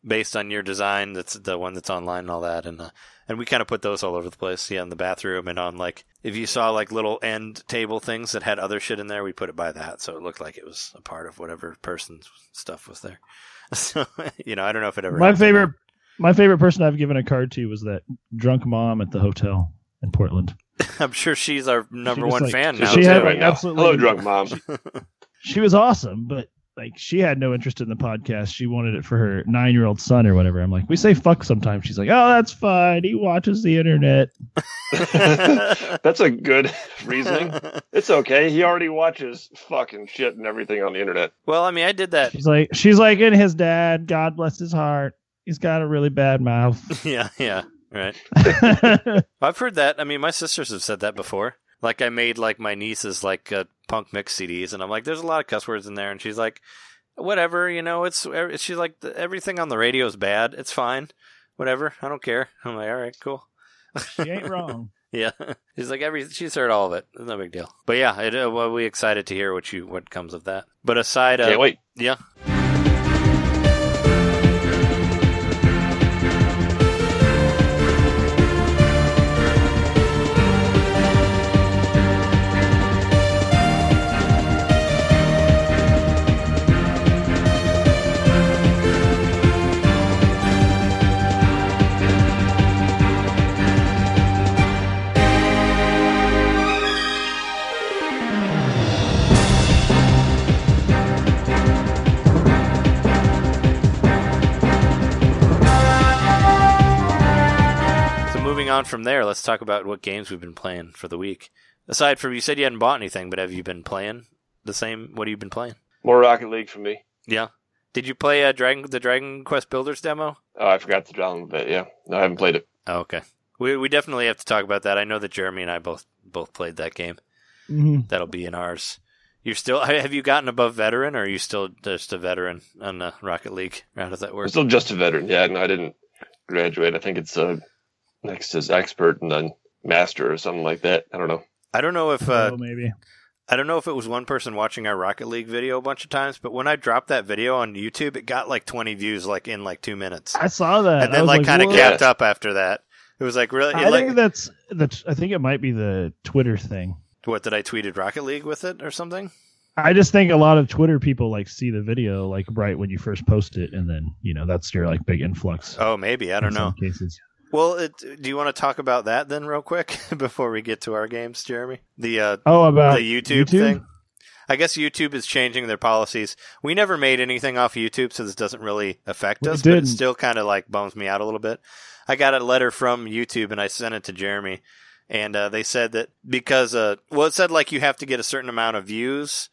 Speaker 1: based on your design. That's the one that's online and all that, and uh, and we kind of put those all over the place. Yeah, in the bathroom and on like if you saw like little end table things that had other shit in there, we put it by that, so it looked like it was a part of whatever person's stuff was there. So you know, I don't know if it ever.
Speaker 2: My
Speaker 1: happened.
Speaker 2: favorite, my favorite person I've given a card to was that drunk mom at the hotel in Portland.
Speaker 1: I'm sure she's our number
Speaker 2: just,
Speaker 1: one
Speaker 2: like-
Speaker 1: fan now.
Speaker 2: she
Speaker 1: too,
Speaker 2: had,
Speaker 1: right
Speaker 2: like,
Speaker 1: now.
Speaker 2: absolutely-
Speaker 3: Hello, drunk mom.
Speaker 2: She was awesome, but like she had no interest in the podcast. She wanted it for her nine-year-old son or whatever. I'm like, we say fuck sometimes. She's like, oh, that's fine. He watches the internet.
Speaker 3: That's a good reasoning. It's okay. He already watches fucking shit and everything on the internet.
Speaker 1: well, I mean, I did that.
Speaker 2: She's like, she's like, and his dad, God bless his heart, he's got a really bad mouth.
Speaker 1: Yeah, yeah, right.
Speaker 2: I
Speaker 1: I've heard that. I mean, my sisters have said that before. Like, I made like my nieces like uh, punk mix CDs, and I'm like, "There's a lot of cuss words in there," and she's like, "Whatever, you know." It's er- she's like, "The- "Everything on the radio is bad. It's fine, whatever. I don't care." I'm like, "All right, cool."
Speaker 2: she ain't wrong.
Speaker 1: Yeah, she's like every. She's heard all of it. It's no big deal. But yeah, it, uh, well, we excited to hear what you what comes of that. But aside, uh,
Speaker 3: Can't wait.
Speaker 1: yeah, So moving on from there, let's talk about what games we've been playing for the week. Aside from you said you hadn't bought anything, but have you been playing the same? What have you been playing?
Speaker 3: More Rocket League for me.
Speaker 1: Yeah. Did you play uh, Dragon the Dragon Quest Builders demo?
Speaker 3: Oh, I forgot to download that. Yeah, no, I haven't played it.
Speaker 1: Oh, okay. We we definitely have to talk about that. I know that Jeremy and I both both played that game.
Speaker 2: Mhm.
Speaker 1: That'll be in ours. You're still have you gotten above veteran, or are you still just a veteran on uh, Rocket League? How does that
Speaker 3: I'm
Speaker 1: work?
Speaker 3: still just a veteran. Yeah, no, I didn't graduate. I think it's uh, next is expert and then master or something like that. I don't know.
Speaker 1: I don't know if uh,
Speaker 2: oh, maybe.
Speaker 1: I don't know if it was one person watching our Rocket League video a bunch of times, but when I dropped that video on YouTube, it got like 20 views like in like 2 minutes.
Speaker 2: I saw that.
Speaker 1: and
Speaker 2: I
Speaker 1: then
Speaker 2: was
Speaker 1: like, kind of
Speaker 2: "What?"
Speaker 3: Yeah.
Speaker 1: gapped up after that. It was like really
Speaker 2: I
Speaker 1: like,
Speaker 2: think that's the. I think it might be the Twitter thing.
Speaker 1: what did I tweeted Rocket League with it or something?
Speaker 2: I just think a lot of Twitter people like see the video like right when you first post it, and then you know that's your like big influx.
Speaker 1: Oh, maybe, I
Speaker 2: in
Speaker 1: don't
Speaker 2: some
Speaker 1: know.
Speaker 2: Cases.
Speaker 1: Well, it, do you want to talk about that then real quick before we get to our games, Jeremy? The uh
Speaker 2: Oh, about
Speaker 1: the YouTube,
Speaker 2: YouTube?
Speaker 1: thing. I guess YouTube is changing their policies. We never made anything off YouTube, so this doesn't really affect
Speaker 2: We
Speaker 1: us, but it
Speaker 2: didn't.
Speaker 1: still kind of like bums me out a little bit. I got a letter from YouTube and I sent it to Jeremy, and uh, they said that because, uh, well, it said like you have to get a certain amount of views.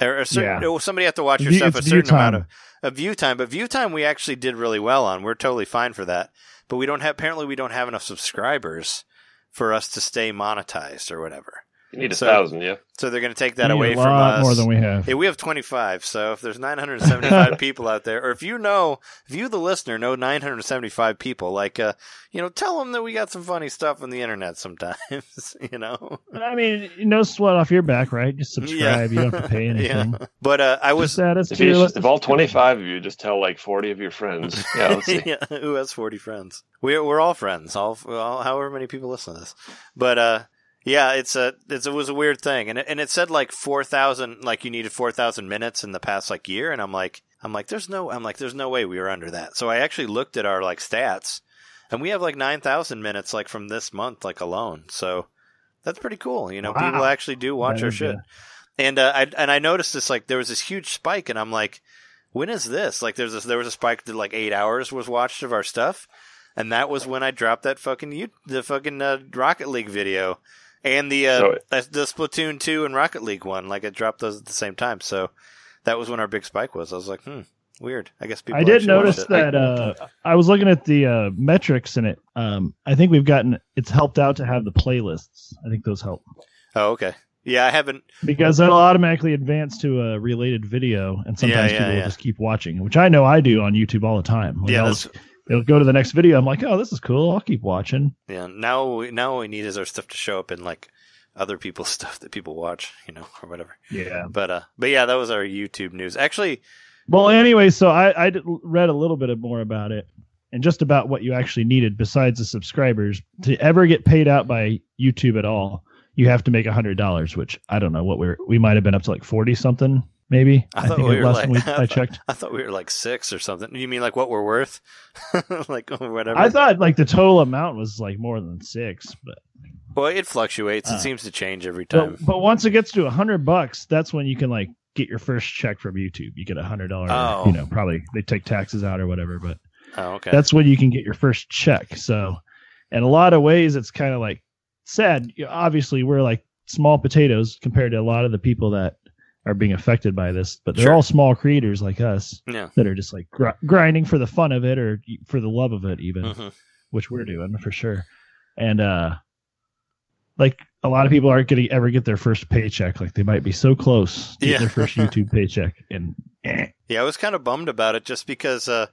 Speaker 1: Or a certain,
Speaker 2: Yeah.
Speaker 1: well, somebody have to watch your
Speaker 2: View-
Speaker 1: stuff a
Speaker 2: it's view
Speaker 1: certain amount of,
Speaker 2: time.
Speaker 1: of view time, but view time we actually did really well on. We're totally fine for that, but we don't have apparently we don't have enough subscribers for us to stay monetized or whatever.
Speaker 3: You need a
Speaker 1: So-
Speaker 3: thousand. Yeah,
Speaker 1: So they're going to take that
Speaker 2: We need
Speaker 1: away
Speaker 2: a
Speaker 1: from
Speaker 2: lot
Speaker 1: us.
Speaker 2: more than we have.
Speaker 1: Hey, we have 25. So if there's 975 people out there, or if you know, if you, the listener, know 975 people, like, uh, you know, tell them that we got some funny stuff on the internet sometimes, you know?
Speaker 2: But I mean, no sweat off your back, right? Just subscribe. You don't have to pay anything.
Speaker 1: yeah. But uh, I was.
Speaker 2: Just add us
Speaker 3: if,
Speaker 2: to your
Speaker 3: you,
Speaker 2: list.
Speaker 3: if all twenty-five of you just tell like forty of your friends. Yeah, let's see.
Speaker 1: yeah, who has 40 friends? We're, we're all friends, all, all however many people listen to this. But uh, yeah, it's a it's, it was a weird thing, and it, and it said like 4,000, like you needed 4,000 minutes in the past like year, and I'm like, I'm like, there's no, I'm like, there's no way we were under that. So I actually looked at our like stats, and we have like 9,000 minutes like from this month like alone. So that's pretty cool, you know.
Speaker 2: Wow.
Speaker 1: People actually do watch
Speaker 2: That
Speaker 1: our
Speaker 2: is
Speaker 1: shit
Speaker 2: good.
Speaker 1: and uh, I and I noticed this like there was this huge spike, and I'm like, when is this? Like, there's this, there was a spike that like eight hours was watched of our stuff, and that was when I dropped that fucking you the fucking uh, Rocket League video and the uh,
Speaker 3: So-
Speaker 1: the the Splatoon two and Rocket League one. Like, I dropped those at the same time, so that was when our big spike was. I was like, hmm, weird. I guess people.
Speaker 2: I did
Speaker 1: actually watch
Speaker 2: notice
Speaker 1: it.
Speaker 2: that uh, I was looking at the uh, metrics in it. Um, I think we've gotten it's helped out to have the playlists. I think those help.
Speaker 1: oh, okay. Yeah, I haven't.
Speaker 2: because that'll automatically advance to a related video, and sometimes
Speaker 1: yeah,
Speaker 2: people will
Speaker 1: yeah.
Speaker 2: just keep watching, which I know I do on YouTube all the time. Like,
Speaker 1: Yeah,
Speaker 2: I'll-
Speaker 1: that's,
Speaker 2: it'll go to the next video. I'm like, oh, this is cool. I'll keep watching.
Speaker 1: yeah. Now, we- now all we need is our stuff to show up in like other people's stuff that people watch, you know, or whatever.
Speaker 2: Yeah.
Speaker 1: But uh, but yeah, that was our YouTube news. Actually,
Speaker 2: Well, anyway, so I, I did- read a little bit more about it and just about what you actually needed besides the subscribers to ever get paid out by YouTube at all. You have to make a hundred dollars, which I don't know what we're we might have been up to like forty something maybe.
Speaker 1: I thought we were
Speaker 2: last time
Speaker 1: like-
Speaker 2: we, I checked.
Speaker 1: I thought we were like six or something. You mean like what we're worth? like or whatever.
Speaker 2: I thought like the total amount was like more than six, but
Speaker 1: well, it fluctuates.
Speaker 2: Uh,
Speaker 1: it seems to change every time.
Speaker 2: but, but once it gets to a hundred bucks, that's when you can like get your first check from YouTube. You get a hundred dollar,
Speaker 1: Oh.
Speaker 2: you know, probably they take taxes out or whatever, but
Speaker 1: oh, okay.
Speaker 2: that's when you can get your first check. So, in a lot of ways, it's kind of like sad. You know, Obviously, we're like small potatoes compared to a lot of the people that are being affected by this, but they're
Speaker 1: Sure.
Speaker 2: all small creators like us
Speaker 1: yeah.
Speaker 2: that are just like gr- grinding for the fun of it or for the love of it, even
Speaker 1: hmm
Speaker 2: which we're doing for sure. And uh like a lot of people aren't gonna ever get their first paycheck. Like they might be so close to get
Speaker 1: Yeah.
Speaker 2: their first YouTube paycheck and eh.
Speaker 1: Yeah, I was kind of bummed about it just because, uh,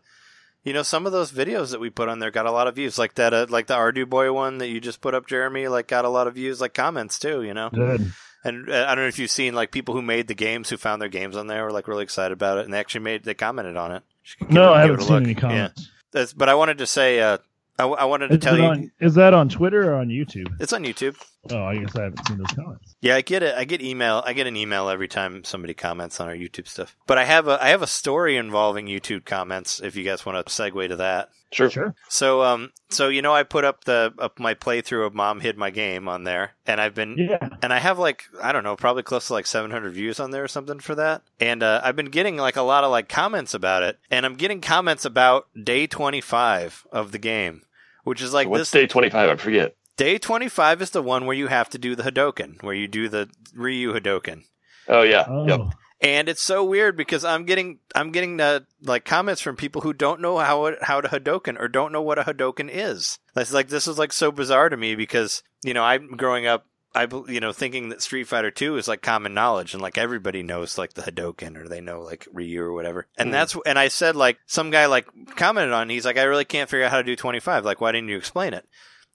Speaker 1: you know, some of those videos that we put on there got a lot of views. Like that, uh, like the Ardu Boy one that you just put up, Jeremy, like got a lot of views, like comments too. You know,
Speaker 2: good.
Speaker 1: and uh, I don't know if you've seen like people who made the games who found their games on there were like really excited about it and they actually made they commented on it. You should give it-
Speaker 2: No, I
Speaker 1: give
Speaker 2: haven't
Speaker 1: it a
Speaker 2: seen
Speaker 1: look.
Speaker 2: any
Speaker 1: Yeah.
Speaker 2: comments.
Speaker 1: That's, but I wanted to say, uh, I, I wanted to
Speaker 2: Is,
Speaker 1: tell
Speaker 2: it
Speaker 1: you,
Speaker 2: on, is that on Twitter or on YouTube?
Speaker 1: it's on YouTube.
Speaker 2: Oh, I guess I haven't seen those comments.
Speaker 1: Yeah, I get it. I get email. I get an email every time somebody comments on our YouTube stuff. But I have a I have a story involving YouTube comments. If you guys want to segue to that,
Speaker 3: Sure.
Speaker 2: Sure.
Speaker 1: so um, so you know, I put up the up my playthrough of Mom Hid My Game on there, and I've been
Speaker 2: Yeah.
Speaker 1: and I have like I don't know, probably close to like 700 views on there or something for that. And uh, I've been getting like a lot of like comments about it, and I'm getting comments about day 25 of the game, which is like
Speaker 3: What's
Speaker 1: this
Speaker 3: day 25? I forget.
Speaker 1: Day 25 is the one where you have to do the Hadoken, where you do the Ryu Hadoken.
Speaker 3: Oh, yeah.
Speaker 2: Oh.
Speaker 3: Yep.
Speaker 1: And it's so weird because I'm getting I'm getting uh, like comments from people who don't know how it, how to Hadoken or don't know what a Hadoken is. That's like this is like so bizarre to me because you know I'm growing up I bel- you know thinking that Street Fighter 2 is like common knowledge and like everybody knows like the Hadoken or they know like Ryu or whatever. And
Speaker 3: Hmm.
Speaker 1: that's and I said like some guy like commented on it, he's like I really can't figure out how to do 25 like why didn't you explain it?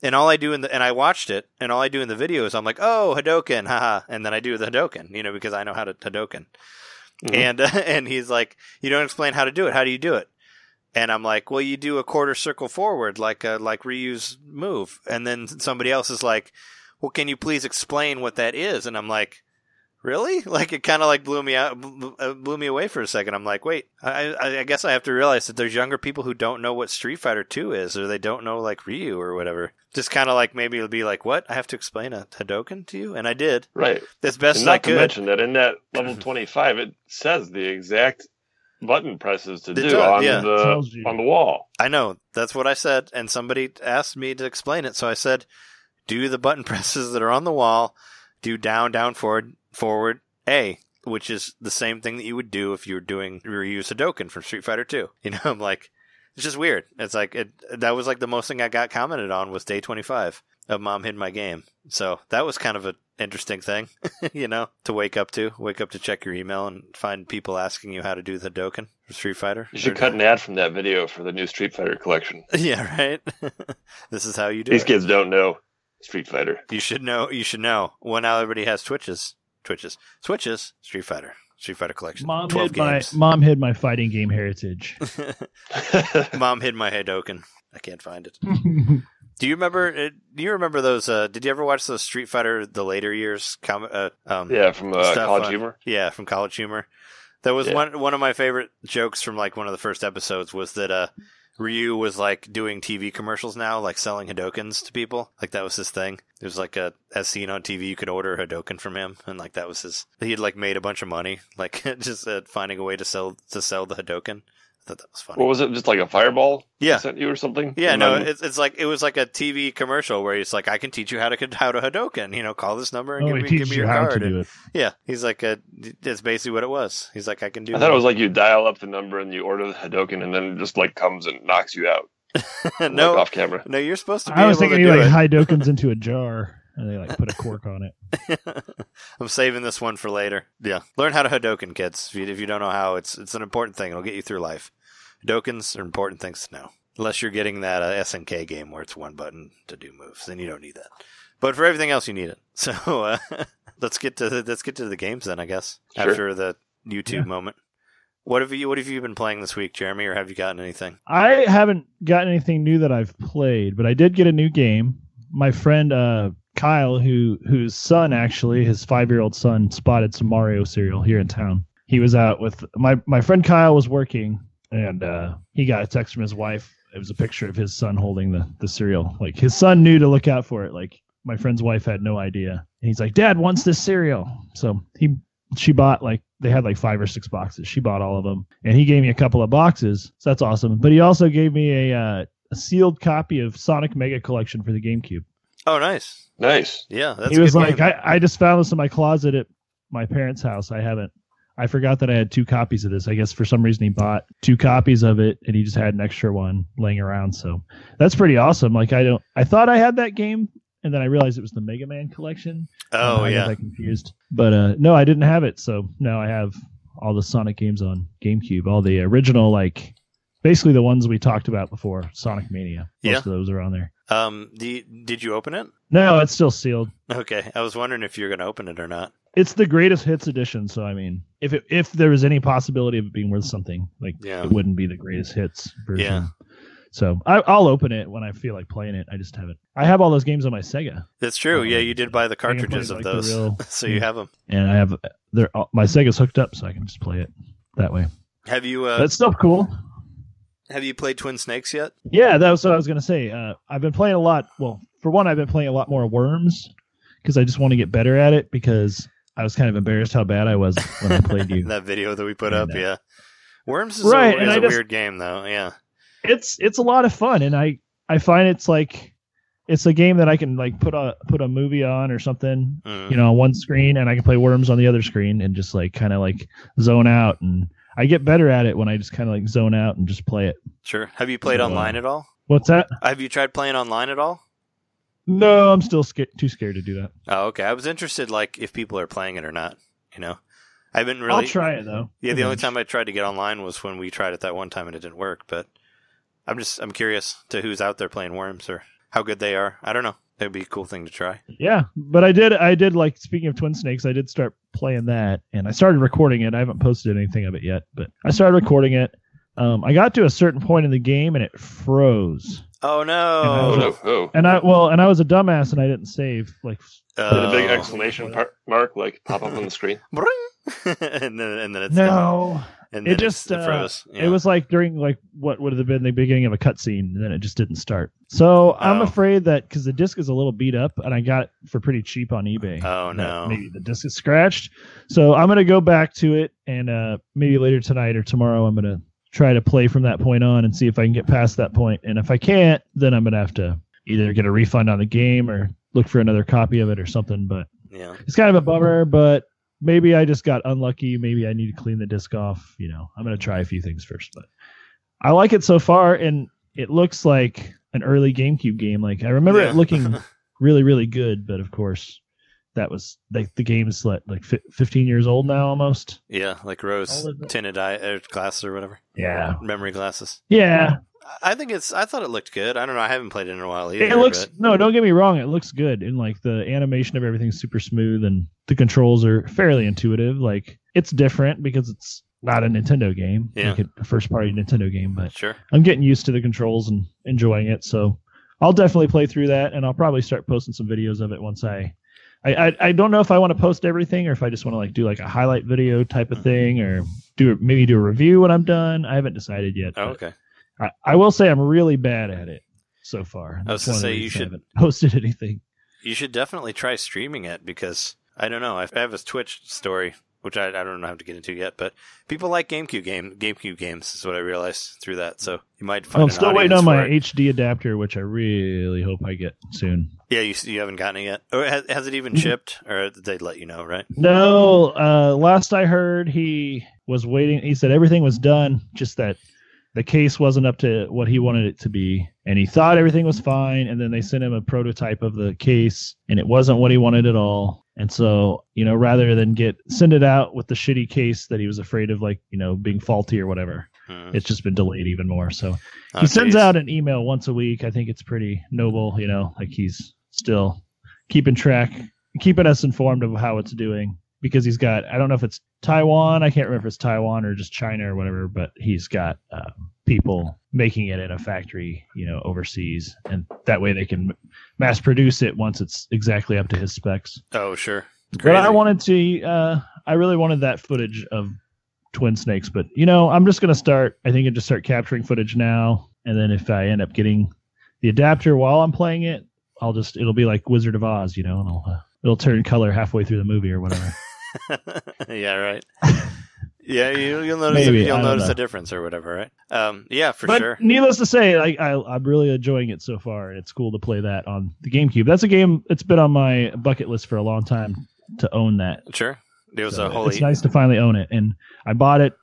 Speaker 1: And all I do in the and I watched it, and all I do in the video is I'm like, oh Hadoken, haha, and then I do the Hadoken, you know, because I know how to Hadoken.
Speaker 3: Mhm.
Speaker 1: And uh, and he's like, you don't explain how to do it. How do you do it? And I'm like, well, you do a quarter circle forward, like uh, like Ryu's move. And then somebody else is like, well, can you please explain what that is? And I'm like, really? Like it kind of like blew me out, bl- bl- uh, blew me away for a second. I'm like, wait, I, I, I guess I have to realize that there's younger people who don't know what Street Fighter Two is, or they don't know like Ryu or whatever. Just kind of like maybe it'll be like, what? I have to explain a Hadoken to you, and I did
Speaker 3: Right.
Speaker 1: as best
Speaker 3: And
Speaker 1: as I
Speaker 3: not to
Speaker 1: could.
Speaker 3: mention that in that level 25, it says the exact button presses to
Speaker 1: It
Speaker 3: do
Speaker 1: does,
Speaker 3: on
Speaker 1: yeah.
Speaker 3: the
Speaker 2: Tells you.
Speaker 3: on the wall.
Speaker 1: I know. That's what I said. And somebody asked me to explain it. So I said, do the button presses that are on the wall, do down, down, forward, forward, A, which is the same thing that you would do if you were doing Ryu Sudoken from Street Fighter 2. You know, I'm like, it's just weird. It's like, it, that was like the most thing I got commented on was day 25 of Mom Hid My Game. So that was kind of an interesting thing, you know, to wake up to. Wake up to check your email and find people asking you how to do the Hadoken from Street Fighter.
Speaker 3: You should cut an ad from that video for the new Street Fighter collection.
Speaker 1: Yeah, right. this is how you do
Speaker 3: These
Speaker 1: it.
Speaker 3: kids don't know Street Fighter.
Speaker 1: You should know. You should know. Well, now everybody has Twitches, Twitches, Switches, Street Fighter, Street Fighter Collection.
Speaker 2: Mom
Speaker 1: Twelve
Speaker 2: hid my
Speaker 1: games.
Speaker 2: mom hid my fighting game heritage.
Speaker 1: Mom hid my Hadoken. I can't find it.
Speaker 2: Oh,
Speaker 1: Do you remember? uh, Do you remember those? Uh, did you ever watch those Street Fighter the later years? Com- uh, um,
Speaker 3: yeah, from uh,
Speaker 1: Stuff
Speaker 3: College
Speaker 1: on-
Speaker 3: Humor.
Speaker 1: Yeah, from College Humor. That was
Speaker 3: Yeah.
Speaker 1: one one of my favorite jokes from like one of the first episodes was that uh Ryu was like doing TV commercials now, like selling Hadokens to people. Like that was his thing. It was like a as seen on TV, you could order a Hadoken from him, and like that was his. He had like made a bunch of money, like just uh, finding a way to sell to sell the Hadoken. I thought that was funny.
Speaker 3: What was it? Just like a fireball?
Speaker 1: Yeah.
Speaker 3: Sent you or something?
Speaker 1: Yeah,
Speaker 3: And
Speaker 1: no,
Speaker 3: then-
Speaker 1: it's, it's like it was like a TV commercial where he's like, "I can teach you how to how to Hadoken." You know, call this number and
Speaker 2: oh,
Speaker 1: give,
Speaker 2: it
Speaker 1: me, give
Speaker 2: teaches
Speaker 1: me
Speaker 2: you
Speaker 1: your
Speaker 2: how
Speaker 1: card.
Speaker 2: to
Speaker 1: And-
Speaker 2: do it.
Speaker 1: yeah, he's like, uh that's basically what it was. He's like, I can do.
Speaker 3: I thought it was like you dial up the number and you order the Hadoken and then it just like comes and knocks you out.
Speaker 1: no,
Speaker 3: Like off camera.
Speaker 1: no, you're supposed to be
Speaker 2: I was
Speaker 1: able to
Speaker 2: thinking you
Speaker 1: do
Speaker 2: like
Speaker 1: it.
Speaker 2: hide Dokens into a jar. and they like put a cork on it.
Speaker 1: I'm saving this one for later. Yeah, learn how to Hadoken, kids. If you, if you don't know how, it's it's an important thing. It'll get you through life. Hadokens are important things to know. Unless you're getting that uh, SNK game where it's one button to do moves, then you don't need that. But for everything else, you need it. So uh, let's get to the, let's get to the games then, I guess.
Speaker 3: Sure.
Speaker 1: After the YouTube
Speaker 2: Yeah.
Speaker 1: moment, what have you what have you been playing this week, Jeremy? Or have you gotten anything?
Speaker 2: I haven't gotten anything new that I've played, but I did get a new game. My friend uh, Kyle, who whose son actually, his five year old son, spotted some Mario cereal here in town. He was out with my my friend Kyle was working, and uh, he got a text from his wife. It was a picture of his son holding the the cereal. Like his son knew to look out for it. Like my friend's wife had no idea, and he's like, "Dad wants this cereal," so he she bought like they had like five or six boxes. She bought all of them, and he gave me a couple of boxes. So that's awesome. But he also gave me a, uh, a sealed copy of Sonic Mega Collection for the GameCube.
Speaker 1: Oh, nice.
Speaker 3: Nice.
Speaker 1: Yeah, that's
Speaker 2: he
Speaker 1: a
Speaker 2: was
Speaker 1: good
Speaker 2: like,
Speaker 1: game.
Speaker 2: I, I just found this in my closet at my parents' house. I haven't. I forgot that I had two copies of this. I guess for some reason he bought two copies of it, and he just had an extra one laying around. So that's pretty awesome. Like I don't. I thought I had that game. And then I realized it was the Mega Man collection.
Speaker 1: oh
Speaker 2: Uh, I
Speaker 1: yeah,
Speaker 2: got that confused. But uh, no, I didn't have it, so now I have all the Sonic games on GameCube, all the original, like basically the ones we talked about before, Sonic Mania. Most
Speaker 1: Yeah.
Speaker 2: of those are on there.
Speaker 1: Um, the, did you open it?
Speaker 2: No, it's still sealed.
Speaker 1: Okay, I was wondering if you were going to open it or not.
Speaker 2: It's the greatest hits edition, so I mean, if it, if there was any possibility of it being worth something, like
Speaker 1: Yeah.
Speaker 2: it wouldn't be the greatest hits version.
Speaker 1: Yeah.
Speaker 2: So I, I'll open it when I feel like playing it. I just haven't. I have all those games on my Sega,
Speaker 1: That's true.
Speaker 2: Um,
Speaker 1: yeah, you did buy the
Speaker 2: can play,
Speaker 1: cartridges of
Speaker 2: like, the
Speaker 1: those,
Speaker 2: real-
Speaker 1: so you
Speaker 2: yeah.
Speaker 1: have them.
Speaker 2: and I have they're all, my Sega's hooked up, so I can just play it that way.
Speaker 1: Have you uh,
Speaker 2: But it's still cool.
Speaker 1: have you played Twin Snakes yet?
Speaker 2: Yeah, that was what I was gonna say. Uh, I've been playing a lot. Well, for one, I've been playing a lot more Worms because I just want to get better at it. Because I was kind of embarrassed how bad I was when I played you.
Speaker 1: That video that we put
Speaker 2: Yeah,
Speaker 1: up,
Speaker 2: no.
Speaker 1: yeah. Worms is
Speaker 2: Right,
Speaker 1: a, is
Speaker 2: and I
Speaker 1: a
Speaker 2: just-
Speaker 1: weird game though. Yeah,
Speaker 2: it's it's a lot of fun, and I I find it's like it's a game that I can like put a put a movie on or something,
Speaker 1: Mm.
Speaker 2: you know, on one screen, and I can play Worms on the other screen, and just like kind of like zone out. And I get better at it when I just kind of like zone out and just play it.
Speaker 1: sure. Have you played
Speaker 2: So, uh,
Speaker 1: online at all?
Speaker 2: What's that?
Speaker 1: Have you tried playing online at all?
Speaker 2: No, I'm still sca- too scared to do that.
Speaker 1: Oh, okay. I was interested, like if people are playing it or not. You know, I haven't really.
Speaker 2: I'll try it though.
Speaker 1: Yeah, the only
Speaker 2: Eventually.
Speaker 1: time I tried to get online was when we tried it that one time and it didn't work. But I'm just I'm curious to who's out there playing Worms or how good they are. I don't know. It'd be a cool thing to try.
Speaker 2: Yeah, but I did. I did like speaking of Twin Snakes. I did start playing that, and I started recording it. I haven't posted anything of it yet, but I started recording it. Um, I got to a certain point in the game, and it froze.
Speaker 1: Oh
Speaker 3: Oh,
Speaker 2: Oh.
Speaker 1: no!
Speaker 3: no. Oh.
Speaker 2: And I well, and I was a dumbass, and I didn't save. Like,
Speaker 3: Did
Speaker 1: Uh,
Speaker 3: a big
Speaker 2: Oh.
Speaker 3: exclamation par- mark like pop up on the screen?
Speaker 1: Bring. and then and then it's gone.
Speaker 2: no,
Speaker 1: And
Speaker 2: It
Speaker 1: then
Speaker 2: just,
Speaker 1: it's, it
Speaker 2: uh,
Speaker 1: froze. Yeah.
Speaker 2: it was like during like what would have been the beginning of a cutscene, and then it just didn't start. So I'm
Speaker 1: Oh.
Speaker 2: afraid that because the disc is a little beat up, and I got it for pretty cheap on eBay.
Speaker 1: Oh
Speaker 2: that
Speaker 1: no!
Speaker 2: maybe the disc is scratched so i'm gonna go back to it and uh maybe later tonight or tomorrow i'm gonna try to play from that point on and see if i can get past that point and if i can't then i'm gonna have to either get a refund on the game or look for another copy of it or something but
Speaker 1: Yeah.
Speaker 2: it's kind of a bummer but maybe i just got unlucky maybe i need to clean the disc off you know i'm gonna try a few things first but i like it so far and it looks like an early gamecube game like i remember
Speaker 1: Yeah.
Speaker 2: it looking really really good but of course that was like the game's like like fi- 15 years old now almost
Speaker 1: Yeah, like rose
Speaker 2: All of it.
Speaker 1: tinted eye or glasses or whatever.
Speaker 2: yeah
Speaker 1: Memory glasses.
Speaker 2: yeah
Speaker 1: I I think it's. I thought it looked good. I don't know. I haven't played it in a while either.
Speaker 2: it looks
Speaker 1: but-
Speaker 2: no don't get me wrong it looks good and like the animation of everything's super smooth and the controls are fairly intuitive like it's different because it's not a nintendo game
Speaker 1: Yeah.
Speaker 2: like a first party nintendo game but
Speaker 1: sure.
Speaker 2: i'm getting used to the controls and enjoying it so i'll definitely play through that and i'll probably start posting some videos of it once i I, I, I don't know if I want to post everything or if I just want to like do like a highlight video type
Speaker 1: Mm-hmm.
Speaker 2: of thing or do maybe do a review when I'm done. I haven't decided yet.
Speaker 1: Oh,
Speaker 2: but-
Speaker 1: okay.
Speaker 2: I, I will say I'm really bad at it so far.
Speaker 1: I was
Speaker 2: That's
Speaker 1: gonna
Speaker 2: one of
Speaker 1: say
Speaker 2: the
Speaker 1: you
Speaker 2: reasons I
Speaker 1: should-
Speaker 2: haven't posted anything.
Speaker 1: You should definitely try streaming it because I don't know. I have a Twitch story, which I, I don't know how to get into yet, but people like GameCube game GameCube games is what I realized through that. So you might find.
Speaker 2: I'm
Speaker 1: an
Speaker 2: still waiting
Speaker 1: audience
Speaker 2: on
Speaker 1: for
Speaker 2: my
Speaker 1: it.
Speaker 2: HD adapter, which I really hope I get soon.
Speaker 1: Yeah, you you haven't gotten it yet, or has, has it even
Speaker 2: Mhm.
Speaker 1: shipped? Or they'd let you know, right?
Speaker 2: No, uh, last I heard, he was waiting. He said everything was done, just that the case wasn't up to what he wanted it to be and he thought everything was fine and then they sent him a prototype of the case and it wasn't what he wanted at all and so you know rather than get send it out with the shitty case that he was afraid of like you know being faulty or whatever
Speaker 1: Hmm.
Speaker 2: it's just been delayed even more so
Speaker 1: Oh,
Speaker 2: he sends
Speaker 1: geez.
Speaker 2: out an email once a week i think it's pretty noble you know like he's still keeping track keeping us informed of how it's doing because he's got i don't know if it's taiwan i can't remember if it's taiwan or just china or whatever but he's got um, people making it in a factory you know overseas and that way they can mass produce it once it's exactly up to his specs
Speaker 1: Oh, sure.
Speaker 2: but I
Speaker 1: Crazy.
Speaker 2: wanted to. Uh, I really wanted that footage of twin snakes. But you know, I'm just gonna start. I think I just start capturing footage now, and then if I end up getting the adapter while I'm playing it, I'll just it'll be like Wizard of Oz, you know, and I'll, uh, it'll turn color halfway through the movie or whatever.
Speaker 1: yeah, right. Yeah, you, you'll notice
Speaker 2: Maybe, I
Speaker 1: you'll
Speaker 2: don't
Speaker 1: notice
Speaker 2: know.
Speaker 1: a difference or whatever, right? Um, yeah, for
Speaker 2: but
Speaker 1: sure.
Speaker 2: needless to say, like I, I'm really enjoying it so far, and it's cool to play that on the GameCube. That's a game. It's been on my bucket list for a long time to own that.
Speaker 1: Sure. It was
Speaker 2: So
Speaker 1: a holy
Speaker 2: It's nice to finally own it, and I bought it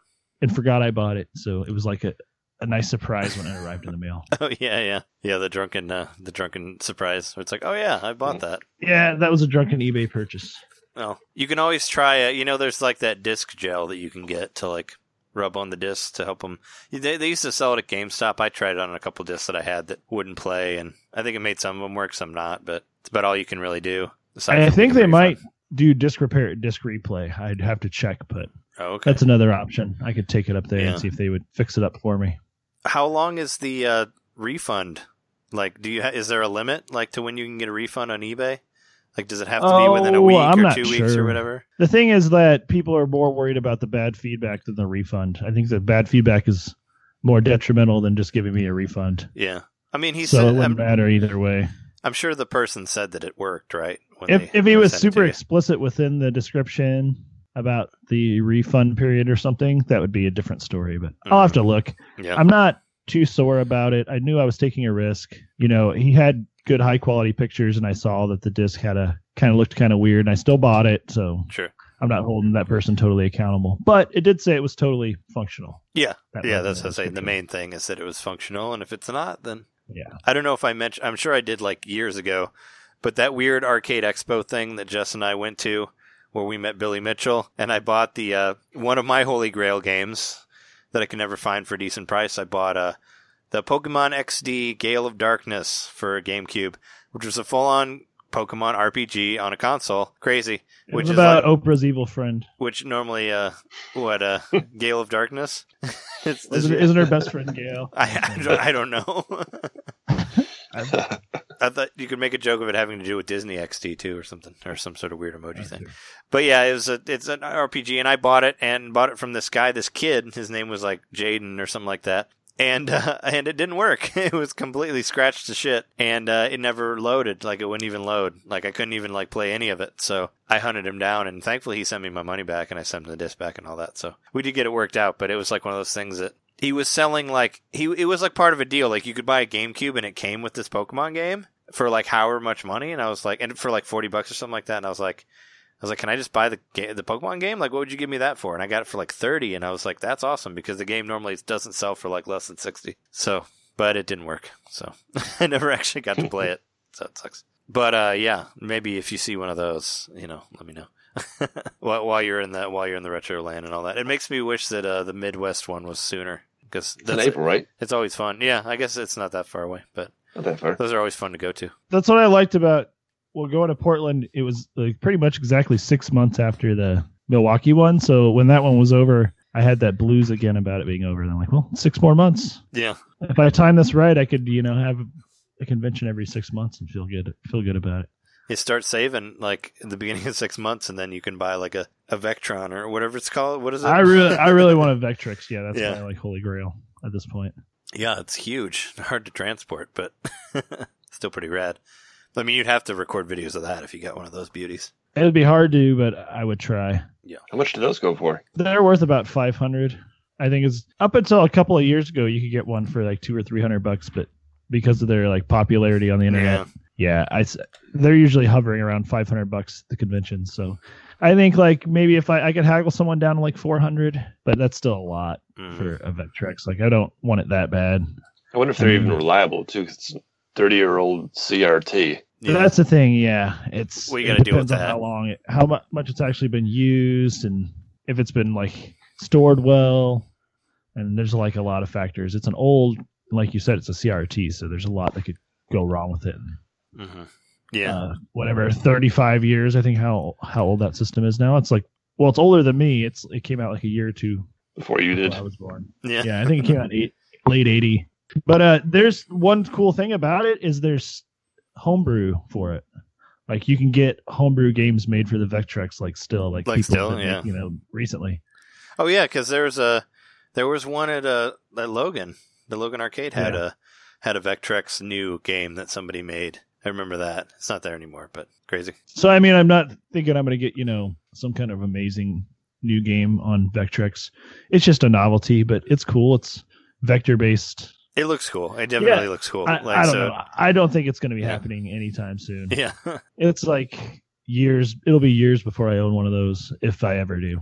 Speaker 2: and forgot I bought it, so it was like a, a nice surprise when it arrived in the mail.
Speaker 1: Oh yeah, yeah, yeah. The drunken, uh, the drunken surprise. It's like, oh yeah, I bought that.
Speaker 2: Yeah, that was a drunken eBay purchase.
Speaker 1: Oh, you can always try. Uh, you know, there's like that disc gel that you can get to like rub on the discs to help them. They, they used to sell it at GameStop. I tried it on a couple discs that I had that wouldn't play, and I think it made some of them work, some not. But it's about all you can really do. aside
Speaker 2: I
Speaker 1: from
Speaker 2: think
Speaker 1: looking
Speaker 2: they
Speaker 1: pretty
Speaker 2: might
Speaker 1: fun.
Speaker 2: do disc repair, disc replay. I'd have to check, but
Speaker 1: Oh, okay.
Speaker 2: that's another option. I could take it up there
Speaker 1: Yeah.
Speaker 2: and see if they would fix it up for me.
Speaker 1: How long is the uh, refund? Like, do you ha- is there a limit like to when you can get a refund on eBay? Like, does it have to be within a
Speaker 2: Oh,
Speaker 1: week
Speaker 2: I'm
Speaker 1: or
Speaker 2: not
Speaker 1: two weeks or
Speaker 2: sure.
Speaker 1: whatever?
Speaker 2: The thing is that people are more worried about the bad feedback than the refund. I think the bad feedback is more detrimental than just giving me a refund.
Speaker 1: Yeah. I mean, he
Speaker 2: so
Speaker 1: said,
Speaker 2: it
Speaker 1: um,
Speaker 2: wouldn't
Speaker 1: I'm,
Speaker 2: matter either way.
Speaker 1: I'm sure the person said that it worked, right? When they-
Speaker 2: if if
Speaker 1: when
Speaker 2: he
Speaker 1: they
Speaker 2: was
Speaker 1: sent it to
Speaker 2: super
Speaker 1: you.
Speaker 2: explicit within the description about the refund period or something, that would be a different story. But I'll have to look.
Speaker 1: Mm-hmm. yeah,
Speaker 2: I'm not too sore about it. I knew I was taking a risk. You know, he had good high quality pictures, and I saw that the disc had a kind of looked kind of weird, and I still bought it. So
Speaker 1: sure.
Speaker 2: I'm not holding that person totally accountable. But it did say it was totally functional.
Speaker 1: Yeah.
Speaker 2: That
Speaker 1: Yeah,
Speaker 2: was
Speaker 1: that's
Speaker 2: in
Speaker 1: what I'm saying. The
Speaker 2: description.
Speaker 1: main thing is that it was functional, and if it's not, then
Speaker 2: Yeah.
Speaker 1: I don't know if I mentioned. I'm sure I did like years ago, but that weird arcade expo thing that Jess and I went to, where we met Billy Mitchell, and I bought the uh, one of my holy grail games that I can never find for a decent price. I bought uh, the Pokemon XD Gale of Darkness for GameCube, which was a full-on Pokemon RPG on a console. Crazy,
Speaker 2: It
Speaker 1: Which
Speaker 2: was
Speaker 1: is
Speaker 2: about Oprah's evil friend.
Speaker 1: which normally uh, what uh, Gale of Darkness. It's-
Speaker 2: Isn't, isn't her best friend Gail?
Speaker 1: I, I, don't, I don't know.
Speaker 3: I
Speaker 1: I thought you could make a joke of it having to do with Disney XD too, or something, or some sort of weird emoji thing. But yeah, it was a it's an RPG, and I bought it and bought it from this guy, this kid. His name was like Jaden or something like that, and uh, and it didn't work. It was completely scratched to shit, and uh, it never loaded. Like it wouldn't even load. Like I couldn't even like play any of it. So I hunted him down, and thankfully he sent me my money back, and I sent him the disc back and all that. So we did get it worked out, but it was like one of those things that. He was selling like he it was like part of a deal like you could buy a GameCube and it came with this Pokemon game for like however much money and I was like and for like 40 bucks or something like that and I was like I was like, "Can I just buy the ga- the Pokemon game? Like, what would you give me that for?" And I got it for like thirty, and I was like, "That's awesome!" Because the game normally doesn't sell for like less than sixty. So, but it didn't work. So I never actually got to play it. So it sucks. But uh, yeah, maybe if you see one of those, you know, let me know. while, while you're in that, while you're in the retro land and all that, it makes me wish that uh, the Midwest one was sooner because
Speaker 3: it's in April, right?
Speaker 1: it's always fun. Yeah, I guess it's not that far away, but
Speaker 3: Not that far.
Speaker 1: those are always fun to go to.
Speaker 2: that's what I liked about well going to Portland. It was like pretty much exactly six months after the Milwaukee one. So when that one was over, I had that blues again about it being over, and I'm like, well, six more months.
Speaker 1: Yeah,
Speaker 2: If I time this right, I could you know have a convention every six months and feel good feel good about it.
Speaker 1: You start saving like at the beginning of six months, and then you can buy like a, a Vectron or whatever it's called. What is it?
Speaker 2: I really I really want a Vectrix. Yeah, that's
Speaker 1: Yeah.
Speaker 2: my like holy grail at this point.
Speaker 1: yeah, it's huge, hard to transport, but still pretty rad. I mean, you'd have to record videos of that if you got one of those beauties.
Speaker 2: It would be hard to, but I would try.
Speaker 3: How much do those go for?
Speaker 2: They're worth about five hundred. I think it's up until a couple of years ago, you could get one for like two or three hundred bucks, but because of their like popularity on the internet,
Speaker 1: Yeah,
Speaker 2: Yeah, I s- they're usually hovering around 500 bucks at the convention, so I think like maybe if I, I could haggle someone down to like 400, but that's still a lot
Speaker 1: Mm.
Speaker 2: for a Vectrex. Like I don't want it that bad.
Speaker 3: I wonder if they're even
Speaker 1: Hmm.
Speaker 2: Mm.
Speaker 3: reliable too. 'cause it's thirty year old CRT.
Speaker 1: Yeah.
Speaker 2: That's the thing. Yeah, it's
Speaker 1: We
Speaker 2: it
Speaker 1: gotta deal with
Speaker 2: depends on
Speaker 1: that.
Speaker 2: How long? It, how mu- much it's actually been used, and if it's been like stored well. And there's like a lot of factors. It's an old, like you said, it's a CRT, so there's a lot that could go wrong with it.
Speaker 1: Mhm. Yeah.
Speaker 2: uh, whatever 35 years i think how how old that system is now it's like well it's older than me it's it came out like a year or two
Speaker 3: Before you did,
Speaker 2: before i was born
Speaker 1: yeah.
Speaker 2: yeah i think it came out in eight, late 80 but uh there's one cool thing about it is there's homebrew for it like you can get homebrew games made for the vectrex like still like,
Speaker 1: Like
Speaker 2: people
Speaker 1: still,
Speaker 2: have been
Speaker 1: yeah.
Speaker 2: making them recently
Speaker 1: Oh yeah, because there's a there was one at uh at Logan. The Logan Arcade had
Speaker 2: Yeah.
Speaker 1: a had a Vectrex new game that somebody made. I remember that. It's not there anymore, but crazy.
Speaker 2: so i mean i'm not thinking i'm gonna get you know some kind of amazing new game on vectrex it's just a novelty but it's cool it's vector based
Speaker 1: It looks cool. It definitely looks cool.
Speaker 2: I, I don't
Speaker 1: so,
Speaker 2: know. I don't think it's going to be
Speaker 3: Yeah.
Speaker 2: happening anytime soon.
Speaker 1: Yeah.
Speaker 2: It's like years. It'll be years before I own one of those, if I ever do.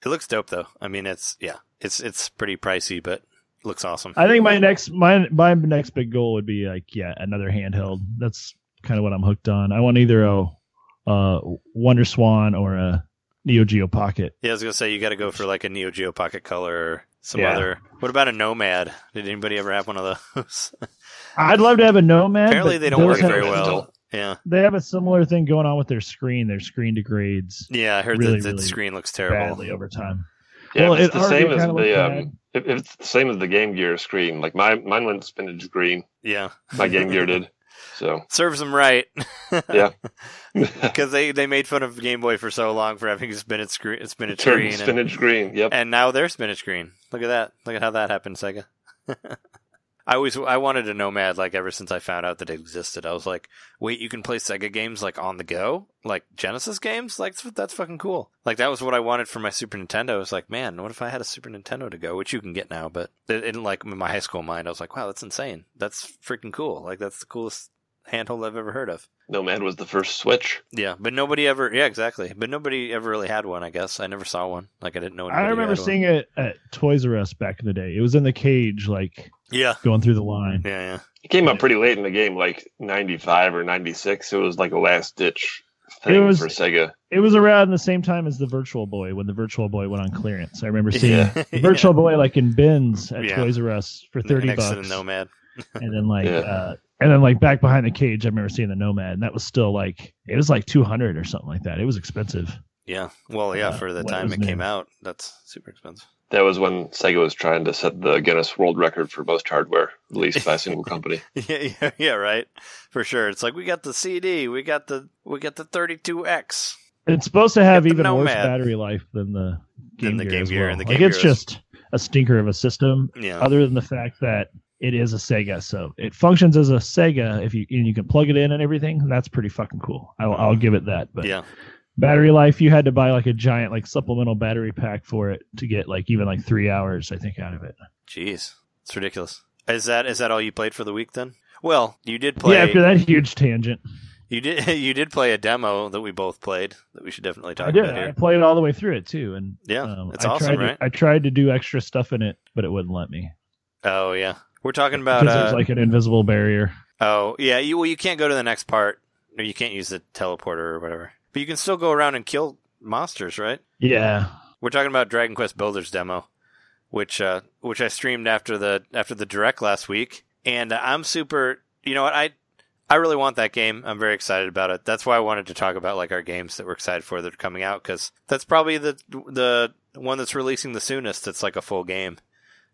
Speaker 1: it looks dope though. I mean, it's yeah. It's it's pretty pricey, but it looks awesome.
Speaker 2: I think my next my my next big goal would be like yeah, another handheld. That's kind of what I'm hooked on. I want either a, uh Wonder Swan or a Neo Geo Pocket.
Speaker 1: yeah, I was gonna say you got to go for like a Neo Geo Pocket Color or some
Speaker 2: Yeah.
Speaker 1: other. What about a Nomad? Did anybody ever have one of those?
Speaker 2: I'd love to have a Nomad.
Speaker 1: Apparently,
Speaker 2: but
Speaker 1: they don't
Speaker 2: those
Speaker 1: work
Speaker 2: have-
Speaker 1: very well. Yeah.
Speaker 2: They have a similar thing going on with their screen. Their screen degrades
Speaker 1: Yeah, I heard
Speaker 2: Really,
Speaker 1: that the
Speaker 2: really
Speaker 1: screen looks terrible.
Speaker 2: badly over time.
Speaker 3: yeah,
Speaker 2: Well,
Speaker 3: if it's
Speaker 2: it
Speaker 3: the
Speaker 2: already
Speaker 3: same as
Speaker 2: kinda looked
Speaker 3: the
Speaker 2: bad.
Speaker 3: um, if, if it's the same as the Game Gear screen. Like my mine went spinach green.
Speaker 1: Yeah.
Speaker 3: My Game Gear did. So
Speaker 1: Serves them right.
Speaker 3: Yeah.
Speaker 1: Because they, they made fun of Game Boy for so long for having spinach screen, spinach
Speaker 3: turned
Speaker 1: green, and,
Speaker 3: spinach green. Yep.
Speaker 1: and now they're spinach green. Look at that! Look at how that happened, Sega. I always I wanted a Nomad like ever since I found out that it existed. I was like, wait, you can play Sega games like on the go, like Genesis games, like that's, that's fucking cool. Like that was what I wanted for my Super Nintendo. I was like, man, what if I had a Super Nintendo to go, which you can get now, but it, it, like in my high school mind, I was like, wow, that's insane. That's freaking cool. Like that's the coolest handheld I've ever heard of.
Speaker 3: Nomad was the first Switch.
Speaker 1: Yeah, but nobody ever. Yeah, exactly. But nobody ever really had one. I guess I never saw one. Like I didn't know. anybody
Speaker 2: I
Speaker 1: who
Speaker 2: remember
Speaker 1: had one.
Speaker 2: seeing it at Toys R Us back in the day. It was in the cage, like
Speaker 1: Yeah,
Speaker 2: going through the line.
Speaker 1: yeah, yeah.
Speaker 3: It came out pretty late in the game, like ninety five or ninety six. It was like a last ditch
Speaker 2: It
Speaker 3: thing
Speaker 2: was-
Speaker 3: for Sega.
Speaker 2: It was around the same time as the Virtual Boy when the Virtual Boy went on clearance. I remember seeing
Speaker 3: Yeah.
Speaker 2: the Virtual Boy like in bins at
Speaker 1: Yeah.
Speaker 2: Toys R Us for thirty
Speaker 1: Next to
Speaker 2: bucks,
Speaker 1: the Nomad.
Speaker 2: and then like
Speaker 3: Yeah.
Speaker 2: uh, and then like back behind the cage. I remember seeing the Nomad, and that was still like it was like two hundred or something like that. It was expensive.
Speaker 1: Yeah. Well, yeah.
Speaker 2: Uh,
Speaker 1: For the
Speaker 2: what
Speaker 1: time
Speaker 2: was
Speaker 1: it came
Speaker 2: new?
Speaker 1: out, that's super expensive.
Speaker 3: That was when Sega was trying to set the Guinness World Record for most hardware released by a single company.
Speaker 1: yeah, yeah, yeah. Right. For sure. It's like we got the CD. We got the we got the 32X.
Speaker 2: It's supposed to have
Speaker 1: Get the
Speaker 2: even worse
Speaker 1: Nomad.
Speaker 2: battery life than the
Speaker 1: Than
Speaker 2: Game
Speaker 1: the
Speaker 2: Gear
Speaker 1: Game
Speaker 2: as
Speaker 1: Gear
Speaker 2: well.
Speaker 1: and the
Speaker 2: like
Speaker 1: Game
Speaker 2: it's
Speaker 1: Gear is-
Speaker 2: just a stinker of a system.
Speaker 1: Yeah.
Speaker 2: other than the fact that it is a Sega. So it functions as a Sega if you and you can plug it in and everything. and That's pretty fucking cool. I'll, I'll give it that. But
Speaker 1: yeah.
Speaker 2: battery life, you had to buy like a giant like supplemental battery pack for it to get like even like three hours, I think, out of it.
Speaker 1: Jeez, it's ridiculous. Is that is that all you played for the week then? Well, you did play.
Speaker 2: Yeah, after that huge tangent,
Speaker 1: you did you did play a demo that we both played that we should definitely talk
Speaker 2: I did.
Speaker 1: about
Speaker 2: I
Speaker 1: here.
Speaker 2: played all the way through it too, and
Speaker 1: Yeah,
Speaker 2: um,
Speaker 1: it's
Speaker 2: I
Speaker 1: awesome,
Speaker 2: tried to-
Speaker 1: right?
Speaker 2: I tried to do extra stuff in it, but it wouldn't let me
Speaker 1: Oh yeah, we're talking about
Speaker 2: because there's
Speaker 1: uh,
Speaker 2: like an invisible barrier.
Speaker 1: Oh yeah, you well you can't go to the next part, or you can't use the teleporter or whatever. But you can still go around and kill monsters, right?
Speaker 2: Yeah,
Speaker 1: We're talking about Dragon Quest Builders demo, which uh, which I streamed after the after the direct last week, and I'm super. You know what I. I really want that game. I'm very excited about it. That's why I wanted to talk about like our games that we're excited for that are coming out because that's probably the the one that's releasing the soonest. That's like a full game,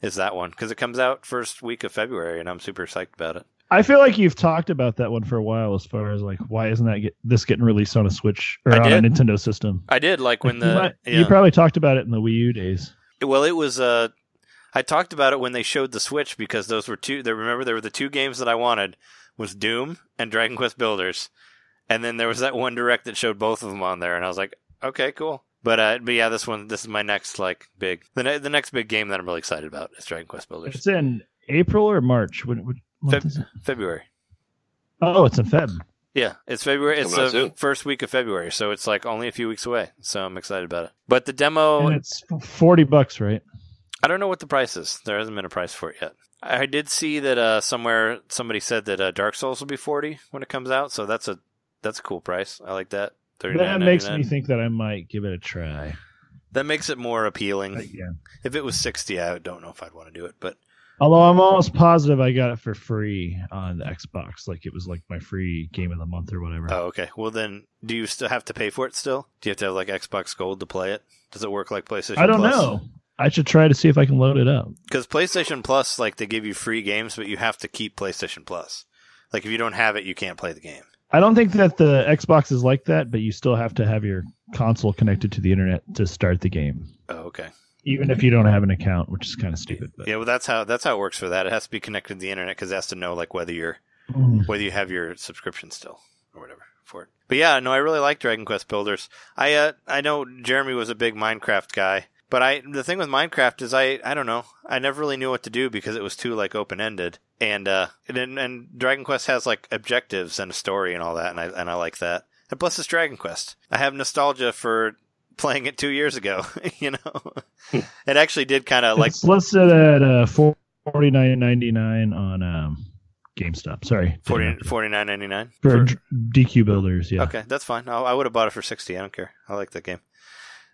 Speaker 1: is that one because it comes out first week of February, and I'm super psyched about it.
Speaker 2: I feel like you've talked about that one for a while, as far as like why isn't that get, this getting released on a Switch or
Speaker 1: I
Speaker 2: on
Speaker 1: did.
Speaker 2: a Nintendo system?
Speaker 1: I did like when
Speaker 2: You
Speaker 1: the
Speaker 2: might- you,
Speaker 1: yeah.
Speaker 2: probably talked about it in the Wii U days.
Speaker 1: Well, it was. Uh, I talked about it when they showed the Switch because those were two. There, remember, there were the two games that I wanted was Doom and Dragon Quest Builders, and then there was that one direct that showed both of them on there, and I was like, okay, cool. But uh, but yeah, this one, this is my next like big the ne- the next big game that I'm really excited about is Dragon Quest Builders.
Speaker 2: It's in April or March. When, when, what
Speaker 1: Feb-
Speaker 2: is it?
Speaker 1: February.
Speaker 2: Oh, it's in Feb.
Speaker 1: Yeah, it's February. It's
Speaker 3: Coming
Speaker 1: the
Speaker 3: out soon.
Speaker 1: first week of February, so it's like only a few weeks away. So I'm excited about it. But the demo,
Speaker 2: and it's forty bucks, right?
Speaker 1: I don't know what the price is. There hasn't been a price for it yet. I did see that uh, somewhere somebody said that uh, Dark Souls will be forty when it comes out. So that's a that's a cool price. I like that.
Speaker 2: That makes me
Speaker 1: $39.99.
Speaker 2: think that I might give it a try.
Speaker 1: That makes it more appealing.
Speaker 2: But yeah.
Speaker 1: If it was sixty, I don't know if I'd want to do it. But
Speaker 2: Although I'm almost positive I got it for free on the Xbox, like it was like my free game of the month or whatever.
Speaker 1: oh, okay. Well, then, do you still have to pay for it? Still, do you have to have like Xbox Gold to play it? Does it work like PlayStation?
Speaker 2: I don't
Speaker 1: Plus?
Speaker 2: know. I should try to see if I can load it up.
Speaker 1: Because PlayStation Plus, like they give you free games, but you have to keep PlayStation Plus. Like if you don't have it, you can't play the game.
Speaker 2: I don't think that the Xbox is like that, but you still have to have your console connected to the internet to start the game,
Speaker 1: Oh, okay.
Speaker 2: even if you don't have an account, which is kind of stupid. But
Speaker 1: Yeah, well, that's how that's how it works for that. It has to be connected to the internet because it has to know like whether you're
Speaker 2: Mm.
Speaker 1: whether you have your subscription still or whatever for it. But yeah, no, I really like Dragon Quest Builders. I uh, I know Jeremy was a big Minecraft guy, but I the thing with Minecraft is I I don't know. I never really knew what to do because it was too like open ended. And uh and and Dragon Quest has like objectives and a story and all that, and I and I like that. And plus, it's Dragon Quest. I have nostalgia for playing it two years ago. you know, it actually did kind of like
Speaker 2: it's listed at uh, forty nine ninety nine on um, GameStop. Sorry,
Speaker 1: 40, 49.99
Speaker 2: for,
Speaker 1: For-
Speaker 2: d- DQ builders. Yeah,
Speaker 1: Okay, that's fine. I, I would have bought it for sixty. I don't care. I like that game,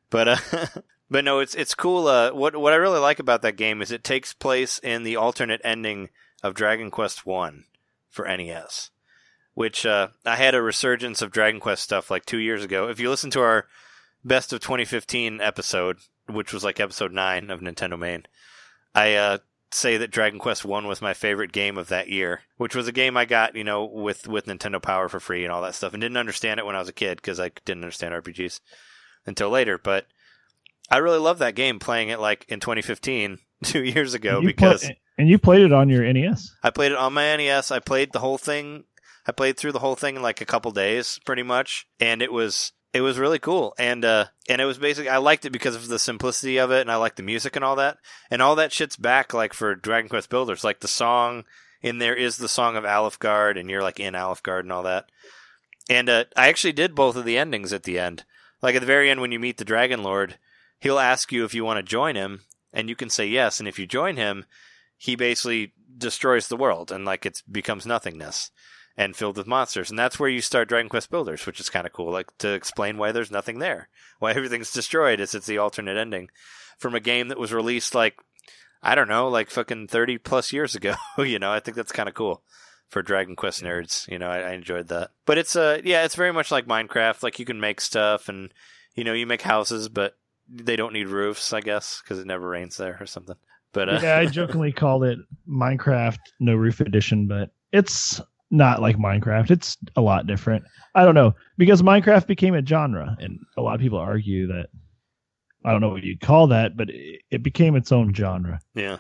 Speaker 1: but uh, but no, it's it's cool. Uh, what what I really like about that game is it takes place in the alternate ending of Dragon Quest One for NES, which uh, I had a resurgence of Dragon Quest stuff like two years ago. If you listen to our best of 2015 episode, which was like episode nine of Nintendo Main, I uh, say that Dragon Quest One was my favorite game of that year, which was a game I got, you know, with with Nintendo Power for free and all that stuff, and didn't understand it when I was a kid because I didn't understand RPGs until later. But I really love that game, playing it like in 2015, two years ago,
Speaker 2: You
Speaker 1: because
Speaker 2: play- and you played it on your E NES.
Speaker 1: I played it on my NES. I played the whole thing. I played through the whole thing in like a couple days, pretty much, and it was it was really cool. And uh, and it was basically I liked it because of the simplicity of it, and I liked the music and all that, and all that shit's back like for Dragon Quest Builders. Like the song in there is the song of Alfgard, and you're like in Alfgard and all that. And uh, I actually did both of the endings at the end. Like at the very end, when you meet the Dragon Lord, he'll ask you if you want to join him, and you can say yes. And if you join him, he basically destroys the world and like it becomes nothingness and filled with monsters. And that's where you start Dragon Quest Builders, which is kind of cool, like to explain why there's nothing there, why everything's destroyed. Is it's the alternate ending from a game that was released like I don't know, like fucking thirty plus years ago. you know, I think that's kind of cool for Dragon Quest nerds. You know, I, I enjoyed that. But it's uh, yeah, it's very much like Minecraft. Like you can make stuff and you know you make houses, but they don't need roofs, I guess, because it never rains there or something. But uh,
Speaker 2: yeah, I jokingly called it Minecraft No Roof Edition, but it's not like Minecraft. It's a lot different. I don't know because Minecraft became a genre, and a lot of people argue that I don't know what you'd call that, but it, it became its own genre.
Speaker 1: yeah.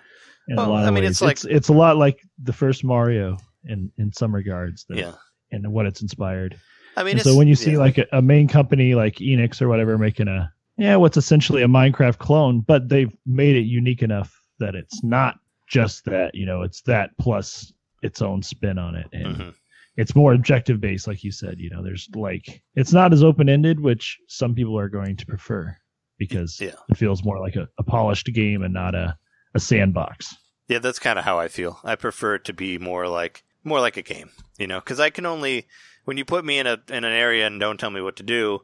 Speaker 2: In
Speaker 1: Well,
Speaker 2: a lot
Speaker 1: I
Speaker 2: of
Speaker 1: mean,
Speaker 2: ways.
Speaker 1: it's like-
Speaker 2: it's, it's a lot like the first Mario in in some regards, that,
Speaker 1: Yeah.
Speaker 2: and what it's inspired.
Speaker 1: I mean,
Speaker 2: And
Speaker 1: it's,
Speaker 2: so when you see
Speaker 1: yeah.
Speaker 2: like a, a main company like Enix or whatever making a yeah, what's essentially a Minecraft clone, but they've made it unique enough that it's not just that, you know, it's that plus its own spin on it, and
Speaker 1: Mhm.
Speaker 2: it's more objective based, like you said. You know, there's like it's not as open ended, which some people are going to prefer because
Speaker 1: Yeah.
Speaker 2: it feels more like a, a polished game and not a a sandbox.
Speaker 1: yeah, that's kind of how I feel. I prefer it to be more like more like a game, you know, because I can only when you put me in a in an area and don't tell me what to do,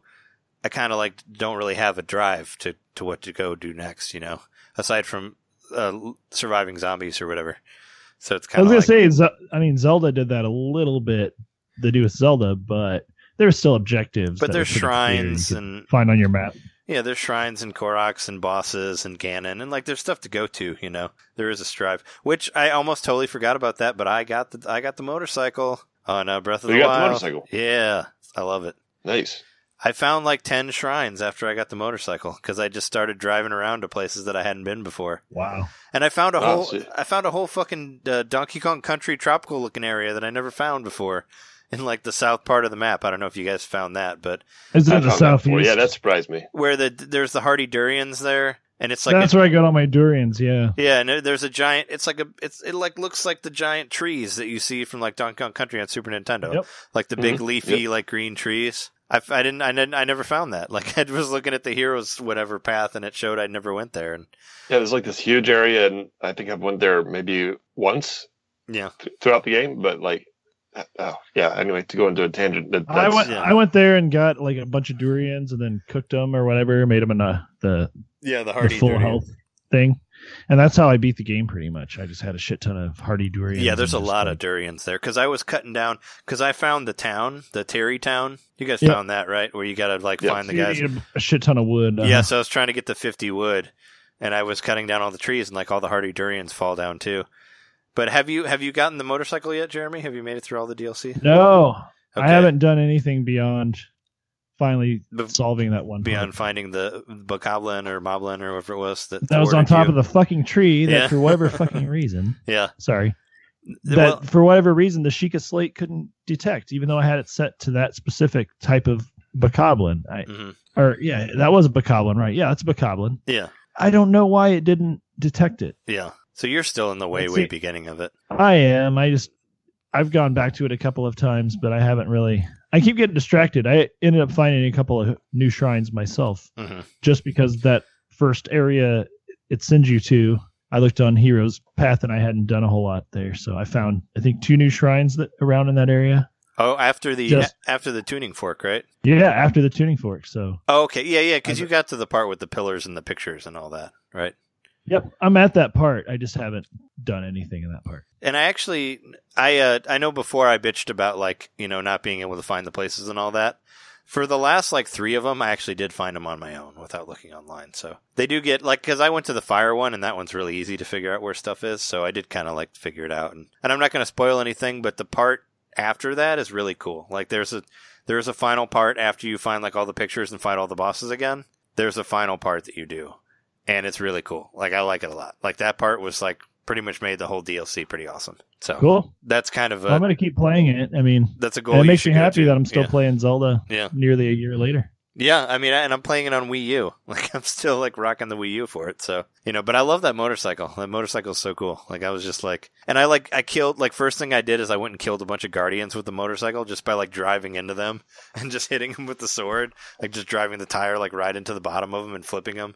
Speaker 1: I kind of like don't really have a drive to to what to go do next, you know, aside from uh, l- surviving zombies or whatever. So it's
Speaker 2: I
Speaker 1: kind
Speaker 2: was
Speaker 1: of
Speaker 2: gonna
Speaker 1: like,
Speaker 2: say, Ze- I mean, Zelda did that a little bit. They do with Zelda, but there's still objectives.
Speaker 1: but
Speaker 2: that
Speaker 1: there's
Speaker 2: are pretty clear and you
Speaker 1: shrines
Speaker 2: can
Speaker 1: and
Speaker 2: find on your map.
Speaker 1: Yeah, there's shrines and Koroks and bosses and Ganon and like there's stuff to go to, you know. There is a strive, which I almost totally forgot about that, but I got the I got the motorcycle on uh, Breath of
Speaker 3: You
Speaker 1: the
Speaker 3: got the
Speaker 1: Wild.
Speaker 3: motorcycle.
Speaker 1: Yeah, I love it.
Speaker 3: Nice.
Speaker 1: I found like 10 shrines after I got the motorcycle cuz I just started driving around to places that I hadn't been before.
Speaker 2: Wow.
Speaker 1: And I found a
Speaker 3: Wow,
Speaker 1: whole
Speaker 3: shit.
Speaker 1: I found a whole fucking uh, Donkey Kong Country tropical looking area that I never found before in like the south part of the map. I don't know if you guys found that, but
Speaker 2: Is
Speaker 3: I
Speaker 2: that the
Speaker 3: found that
Speaker 2: southeast?
Speaker 3: before. Yeah, that surprised me.
Speaker 1: where the there's the hardy durians there and it's like
Speaker 2: That's
Speaker 1: a,
Speaker 2: where I got all my durians. Yeah.
Speaker 1: yeah, and there- there's a giant. It's like a it's it like looks like the giant trees that you see from like Donkey Kong Country on Super Nintendo,
Speaker 2: Yep.
Speaker 1: like the big leafy like green trees. I, I didn't I didn't I never found that. Like I was looking at the heroes whatever path, and it showed I never went there. And
Speaker 3: Yeah, there's like this huge area, and I think I've went there maybe once.
Speaker 1: Yeah.
Speaker 3: th- throughout the game, but like, oh yeah. Anyway, to go into a tangent, that,
Speaker 2: I
Speaker 3: that's,
Speaker 2: went.
Speaker 1: yeah.
Speaker 2: I went there and got like a bunch of durians and then cooked them or whatever, made them in a, the
Speaker 1: yeah, the
Speaker 2: the
Speaker 1: hardy
Speaker 2: full
Speaker 1: durian.
Speaker 2: health thing, and that's how I beat the game pretty much. I just had a shit ton of hardy durians.
Speaker 1: Yeah, there's a
Speaker 2: and just,
Speaker 1: lot
Speaker 2: like-
Speaker 1: of durians there because I was cutting down because I found the town, the Terry town. You guys
Speaker 2: Yep.
Speaker 1: found that right, where you gotta like
Speaker 3: Yep.
Speaker 1: find the
Speaker 2: You
Speaker 1: guys.
Speaker 2: need a shit ton of wood. uh,
Speaker 1: Yeah, so I was trying to get the 50 wood, and I was cutting down all the trees, and like all the hardy durians fall down too. But have you have you gotten the motorcycle yet, Jeremy? Have you made it through all the DLC?
Speaker 2: No, I
Speaker 1: Okay.
Speaker 2: haven't done anything beyond finally
Speaker 1: Be-
Speaker 2: solving that one.
Speaker 1: beyond
Speaker 2: part.
Speaker 1: finding the bokoblin or moblin or whatever it was that
Speaker 2: that was on top
Speaker 1: you.
Speaker 2: of the fucking tree that,
Speaker 1: Yeah.
Speaker 2: for whatever fucking reason,
Speaker 1: yeah.
Speaker 2: sorry, that
Speaker 1: well,
Speaker 2: for whatever reason the Sheikah Slate couldn't detect, even though I had it set to that specific type of bokoblin. I,
Speaker 1: mhm.
Speaker 2: or yeah, that was a bokoblin, right? Yeah, it's a bokoblin.
Speaker 1: yeah,
Speaker 2: I don't know why it didn't detect it.
Speaker 1: yeah. So you're still in the way
Speaker 2: Let's
Speaker 1: way
Speaker 2: see.
Speaker 1: beginning of it.
Speaker 2: I am. I just I've gone back to it a couple of times, but I haven't really. I keep getting distracted. I ended up finding a couple of new shrines myself,
Speaker 1: hmm
Speaker 2: just because that first area it sends you to. I looked on Heroes Path and I hadn't done a whole lot there, so I found I think two new shrines that around in that area.
Speaker 1: Oh, after the
Speaker 2: Just-
Speaker 1: after the tuning fork, right?
Speaker 2: Yeah, after the tuning fork. So
Speaker 1: Oh, okay, yeah, yeah. Because
Speaker 2: I've-
Speaker 1: you got to the part with the pillars and the pictures and all that, right?
Speaker 2: yep, I'm at that part. I just haven't done anything in that part.
Speaker 1: And I actually, I uh, I know before I bitched about like you know not being able to find the places and all that. For the last like three of them, I actually did find them on my own without looking online. So they do get like because I went to the fire one and that one's really easy to figure out where stuff is. So I did kind of like figure it out. And and I'm not going to spoil anything, but the part after that is really cool. Like there's a there's a final part after you find like all the pictures and fight all the bosses again. There's a final part that you do, and it's really cool. Like I like it a lot. Like that part was like pretty much made the whole DLC pretty awesome. So
Speaker 2: Cool.
Speaker 1: that's kind of
Speaker 2: I'm
Speaker 1: a
Speaker 2: gonna keep playing it. I mean,
Speaker 1: that's a Oh, goal.
Speaker 2: and it
Speaker 1: you
Speaker 2: makes
Speaker 1: should
Speaker 2: me
Speaker 1: go
Speaker 2: happy
Speaker 1: to.
Speaker 2: that I'm still
Speaker 1: yeah.
Speaker 2: playing Zelda.
Speaker 1: Yeah.
Speaker 2: nearly a year later.
Speaker 1: Yeah, I mean, and I'm playing it on Wii U. Like I'm still like rocking the Wii U for it. So you know, but I love that motorcycle. That motorcycle's so cool. Like I was just like, and I like I killed like first thing I did is I went and killed a bunch of guardians with the motorcycle just by like driving into them and just hitting them with the sword, like just driving the tire like right into the bottom of them and flipping them.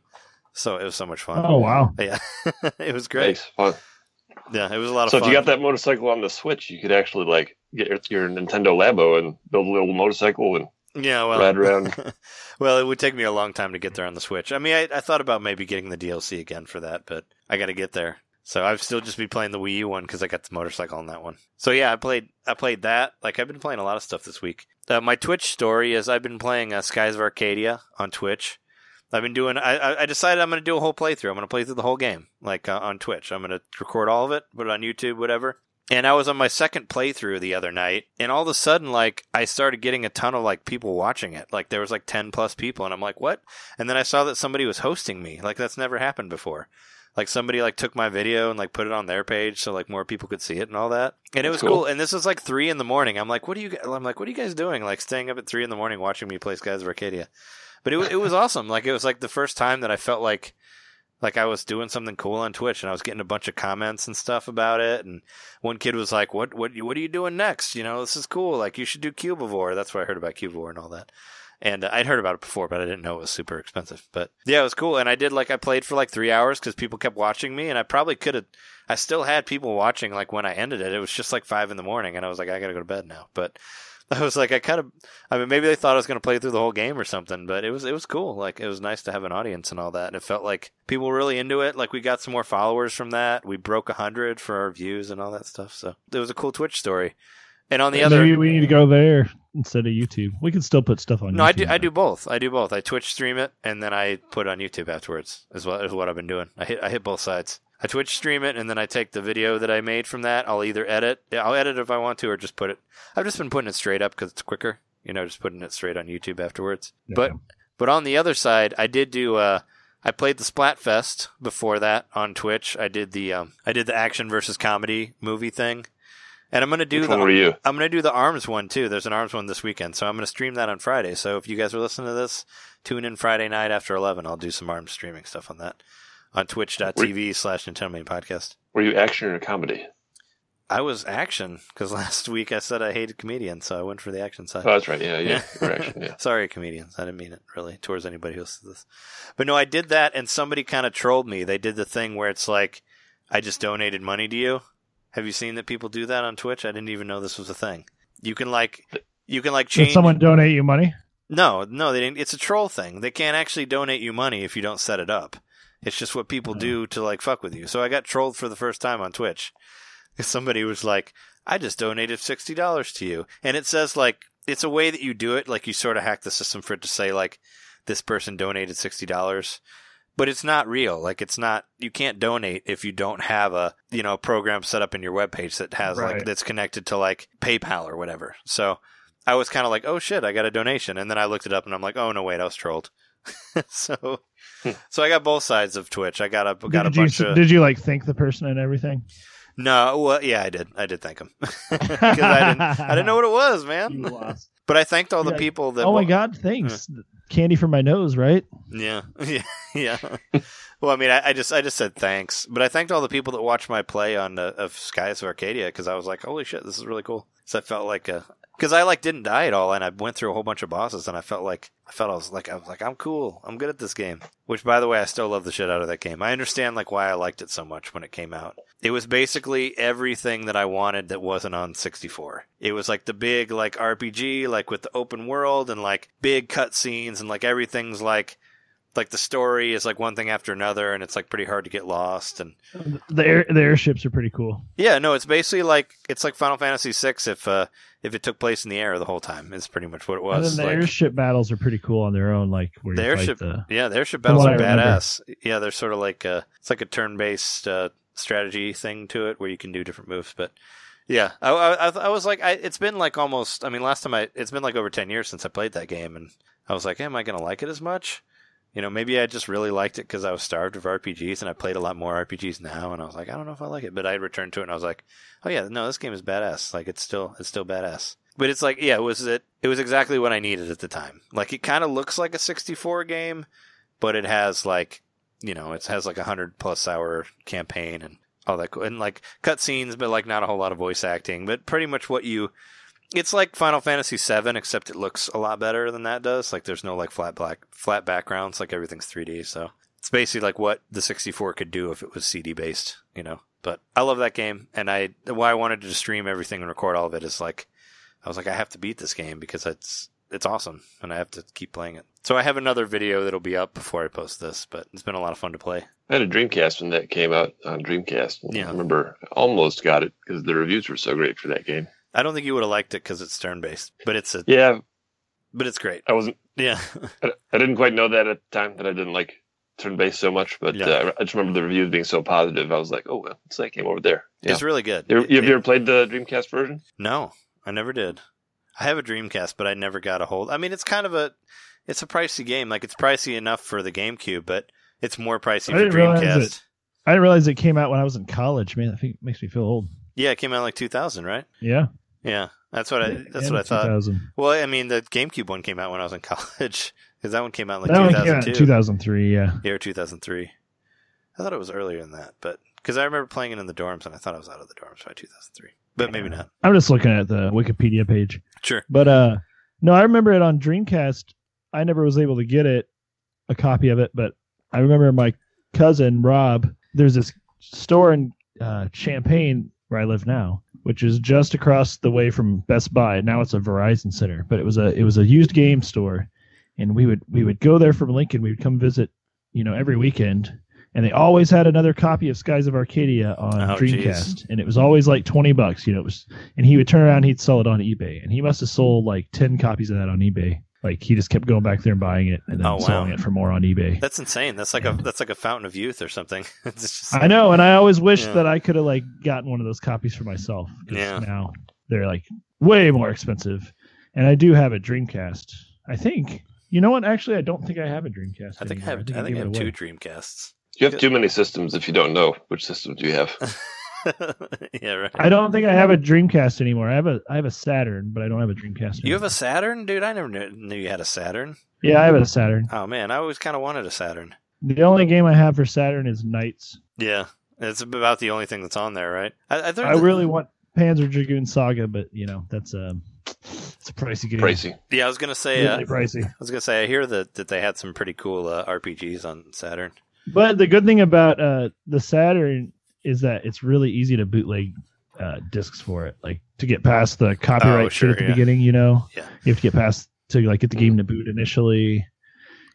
Speaker 1: So it was so much fun.
Speaker 2: Oh wow!
Speaker 1: Yeah, it was great.
Speaker 3: nice, fun.
Speaker 1: Yeah, it was a lot of
Speaker 3: So if
Speaker 1: fun.
Speaker 3: you got that motorcycle on the Switch, you could actually like get your, your Nintendo Labo and build a little motorcycle and
Speaker 1: yeah, well,
Speaker 3: ride around.
Speaker 1: well, it would take me a long time to get there on the Switch. I mean, I, I thought about maybe getting the DLC again for that, but I got to get there. So I've still just be playing the Wii U one because I got the motorcycle on that one. So yeah, I played I played that. Like I've been playing a lot of stuff this week. Uh, my Twitch story is I've been playing uh, Skies of Arcadia on Twitch. I've been doing. I, I- I decided I'm going to do a whole playthrough. I'm going to play through the whole game, like uh, on Twitch. I'm going to record all of it, put it on YouTube, whatever. And I was on my second playthrough the other night, and all of a sudden, like, I started getting a ton of like people watching it. Like, there was like ten plus people, and I'm like, what? And then I saw that somebody was hosting me. Like, that's never happened before. Like, somebody like took my video and like put it on their page so like more people could see it and all that. And it was
Speaker 3: That's
Speaker 1: cool.
Speaker 3: cool.
Speaker 1: And this was like three in the morning. I'm like, what are you? gu- I'm like, what are you guys doing? Like, staying up at three in the morning watching me play Skies of Arcadia. But it wa- it was awesome. Like, it was like the first time that I felt like like I was doing something cool on Twitch and I was getting a bunch of comments and stuff about it and one kid was like what what what are you doing next you know this is cool like you should do Cubivore that's what I heard about Cubivore and all that and I'd heard about it before but I didn't know it was super expensive but yeah it was cool and I did like I played for like 3 hours cuz people kept watching me and I probably could have I still had people watching like when I ended it it was just like 5 in the morning and I was like I got to go to bed now but I was like I kind of I mean maybe they thought I was going to play through the whole game or something, but it was it was cool. Like it was nice to have an audience and all that, and it felt like people were really into it. Like we got some more followers from that. We broke hundred for our views and all that stuff. So it was a cool Twitch story. And on the other,
Speaker 2: Maybe we need to go there instead of YouTube. We can still put stuff on.
Speaker 1: no,
Speaker 2: YouTube,
Speaker 1: I do I
Speaker 2: though.
Speaker 1: do both. I do both. I Twitch stream it and then I put it on YouTube afterwards. Is what is what I've been doing. I hit I hit both sides. I Twitch stream it and then I take the video that I made from that. I'll either edit, I'll edit if I want to, or just put it. I've just been putting it straight up because it's quicker. You know, just putting it straight on YouTube afterwards.
Speaker 2: Yeah.
Speaker 1: But but on the other side, I did do. Uh, I played the Splatfest before that on Twitch. I did the um, I did the action versus comedy movie thing, And I'm gonna do
Speaker 3: Which
Speaker 1: the
Speaker 3: one were you?
Speaker 1: I'm gonna do the arms one too. There's an arms one this weekend, so I'm gonna stream that on Friday. So if you guys are listening to this, tune in Friday night after eleven. I'll do some arms streaming stuff on that on twitch.tv slash Nintendo Main Podcast.
Speaker 3: Were you action or comedy?
Speaker 1: I was action because last week I said I hated comedians, so I went for the action side.
Speaker 3: Oh, that's right. Yeah, yeah. you were action, yeah.
Speaker 1: Sorry, comedians. I didn't mean it really towards anybody who listens to this. But no, I did that, and somebody kind of trolled me. They did the thing where it's like, I just donated money to you. Have you seen that people do that on Twitch? I didn't even know this was a thing. You can like, you can like
Speaker 2: Did
Speaker 1: change.
Speaker 2: someone donate you money?
Speaker 1: No, no, they didn't. It's a troll thing. They can't actually donate you money if you don't set it up. It's just what people do to like fuck with you. So I got trolled for the first time on Twitch. Somebody was like, "I just donated sixty dollars to you," and it says like it's a way that you do it. Like you sort of hack the system for it to say like this person donated sixty dollars, but it's not real. Like it's not. You can't donate if you don't have a you know program set up in your webpage that has like
Speaker 2: Right.
Speaker 1: that's connected to like PayPal or whatever. So I was kind of like, oh shit, I got a donation, and then I looked it up and I'm like, oh no, wait, I was trolled. so,
Speaker 3: Hmm.
Speaker 1: so I got both sides of Twitch. I got a got
Speaker 2: did
Speaker 1: a bunch
Speaker 2: you
Speaker 1: of
Speaker 2: did you like thank the person and everything?
Speaker 1: no, well, yeah, I did, I did thank him because I didn't, I didn't know what it was,
Speaker 2: You
Speaker 1: man.
Speaker 2: lost.
Speaker 1: But I thanked all the
Speaker 2: Yeah.
Speaker 1: people that.
Speaker 2: Oh my
Speaker 1: wa-
Speaker 2: god, thanks. Candy for my nose, right?
Speaker 1: Yeah, yeah, yeah. well, I mean, I, I just I just said thanks, but I thanked all the people that watched my play on uh, of Skies of Arcadia because I was like, holy shit, this is really cool. So I felt like a because I like didn't die at all, and I went through a whole bunch of bosses, and I felt like I felt I was like I was like I'm cool, I'm good at this game. Which, by the way, I still love the shit out of that game. I understand like why I liked it so much when it came out. It was basically everything that I wanted that wasn't on 64. It was like the big like RPG, like with the open world and like big cutscenes and like everything's like like the story is like one thing after another and it's like pretty hard to get lost and
Speaker 2: The air, the airships are pretty cool.
Speaker 1: yeah no it's basically like it's like final fantasy VI if uh if it took place in the air the whole time is pretty much what it
Speaker 2: and
Speaker 1: was
Speaker 2: then the
Speaker 1: like,
Speaker 2: airship battles are pretty cool on their own, like where
Speaker 1: The
Speaker 2: you
Speaker 1: airship-
Speaker 2: fight the
Speaker 1: yeah the airship
Speaker 2: From
Speaker 1: battles
Speaker 2: what
Speaker 1: are
Speaker 2: I remember.
Speaker 1: badass yeah they're sort of like uh it's like a turn-based uh strategy thing to it where you can do different moves but yeah i i, I- I was like I, it's been like almost i mean last time i it's been like over 10 years since i played that game and i was like am i gonna like it as much you know, maybe I just really liked it because I was starved of RPGs and I played a lot more RPGs now. And I was like, I don't know if I like it, but I returned to it and I was like, oh yeah, no, this game is badass. Like it's still, it's still badass. But it's like, yeah, it was it, it was exactly what I needed at the time. Like it kind of looks like a 64 game, but it has like, you know, it has like a hundred plus hour campaign and all that, cool and like cutscenes, but like not a whole lot of voice acting, but pretty much what you. It's like Final Fantasy VII, except it looks a lot better than that does. Like there's no like flat black flat backgrounds. Like everything's 3D, so it's basically like what the 64 could do if it was CD based, you know. But I love that game, and I why I wanted to stream everything and record all of it is like I was like I have to beat this game because it's it's awesome, and I have to keep playing it. So I have another video that'll be up before I post this, but it's been a lot of fun to play.
Speaker 3: I had a Dreamcast when that came out on Dreamcast.
Speaker 1: Yeah.
Speaker 3: I remember I almost got it because the reviews were so great for that game.
Speaker 1: I don't think you would have liked it because it's turn based, but it's a
Speaker 3: Yeah,
Speaker 1: but it's great.
Speaker 3: I wasn't.
Speaker 1: Yeah,
Speaker 3: I I didn't quite know that at the time that I didn't like turn based so much, but
Speaker 1: Yeah.
Speaker 3: uh, I just remember the reviews being so positive. I was like, oh well, it's that game over there. Yeah.
Speaker 1: it's really good.
Speaker 3: You ever- you have
Speaker 1: It-
Speaker 3: you ever played the Dreamcast version?
Speaker 1: No, I never did. I have a Dreamcast, but I never got a hold. I mean, it's kind of a it's a pricey game. Like it's pricey enough for the GameCube, but it's more pricey
Speaker 2: I
Speaker 1: for
Speaker 2: didn't realize
Speaker 1: Dreamcast.
Speaker 2: it. I didn't realize it came out when I was in college. Man, that thing makes me feel old.
Speaker 1: Yeah, it came out in, like 2000, right?
Speaker 2: Yeah,
Speaker 1: Yeah, that's what I that's
Speaker 2: And
Speaker 1: what I thought.
Speaker 2: 2000.
Speaker 1: Well, I mean, the GameCube one came out when I was in college because that one came out in, like
Speaker 2: that one came out in
Speaker 1: 2002
Speaker 2: 2003. Yeah,
Speaker 1: yeah, or 2003. I thought it was earlier than that, but because I remember playing it in the dorms and I thought I was out of the dorms by 2003, but maybe not.
Speaker 2: I'm just looking at the Wikipedia page.
Speaker 1: Sure.
Speaker 2: But uh no, I remember it on Dreamcast. I never was able to get it a copy of it, but I remember my cousin Rob, there's this store in uh Champaign where I live now, which is just across the way from Best Buy. Now it's a Verizon Center, but it was a it was a used game store and we would we would go there from Lincoln, we would come visit, you know, every weekend. And they always had another copy of Skies of Arcadia on
Speaker 1: Oh, geez.
Speaker 2: Dreamcast, and it was always like twenty bucks. You know, it was and he would turn around, he'd sell it on eBay, and he must have sold like ten copies of that on eBay. Like he just kept going back there and buying it, and then
Speaker 1: Oh, wow.
Speaker 2: selling it for more on eBay.
Speaker 1: That's insane. That's like a that's like a fountain of youth or something. it's just
Speaker 2: I know, and I always wished
Speaker 1: Yeah.
Speaker 2: that I could have like gotten one of those copies for myself. 'cause
Speaker 1: Yeah.
Speaker 2: Now they're like way more expensive, and I do have a Dreamcast. I think you know what? Actually, I don't think I have a Dreamcast.
Speaker 1: I think I
Speaker 2: anymore.
Speaker 1: have I think I
Speaker 2: gave
Speaker 1: have
Speaker 2: it
Speaker 1: two
Speaker 2: away.
Speaker 1: Dreamcasts.
Speaker 3: You have too many systems if you don't know which systems you have.
Speaker 1: yeah, right.
Speaker 2: I don't think I have a Dreamcast anymore. I have a I have a Saturn, but I don't have a Dreamcast.
Speaker 1: You have
Speaker 2: anymore.
Speaker 1: a Saturn, dude. I never knew, knew you had a Saturn.
Speaker 2: yeah, I have a Saturn.
Speaker 1: Oh man, I always kind of wanted a Saturn.
Speaker 2: The only game I have for Saturn is Knights.
Speaker 1: Yeah, it's about the only thing that's on there, right? I, I, thought
Speaker 2: I
Speaker 1: that-
Speaker 2: really want Panzer Dragoon Saga, but you know that's a it's a pricey game.
Speaker 3: Pricey.
Speaker 1: Yeah, I was gonna say. Uh,
Speaker 2: Really pricey.
Speaker 1: I was gonna say. I hear that that they had some pretty cool uh, RPGs on Saturn.
Speaker 2: But the good thing about uh, the Saturn is that it's really easy to bootleg uh, discs for it. Like to get past the copyright
Speaker 1: Oh,
Speaker 2: shit
Speaker 1: sure,
Speaker 2: at the
Speaker 1: yeah.
Speaker 2: beginning, you know,
Speaker 1: Yeah. Mm.
Speaker 2: you have to get past to like get the game to boot initially.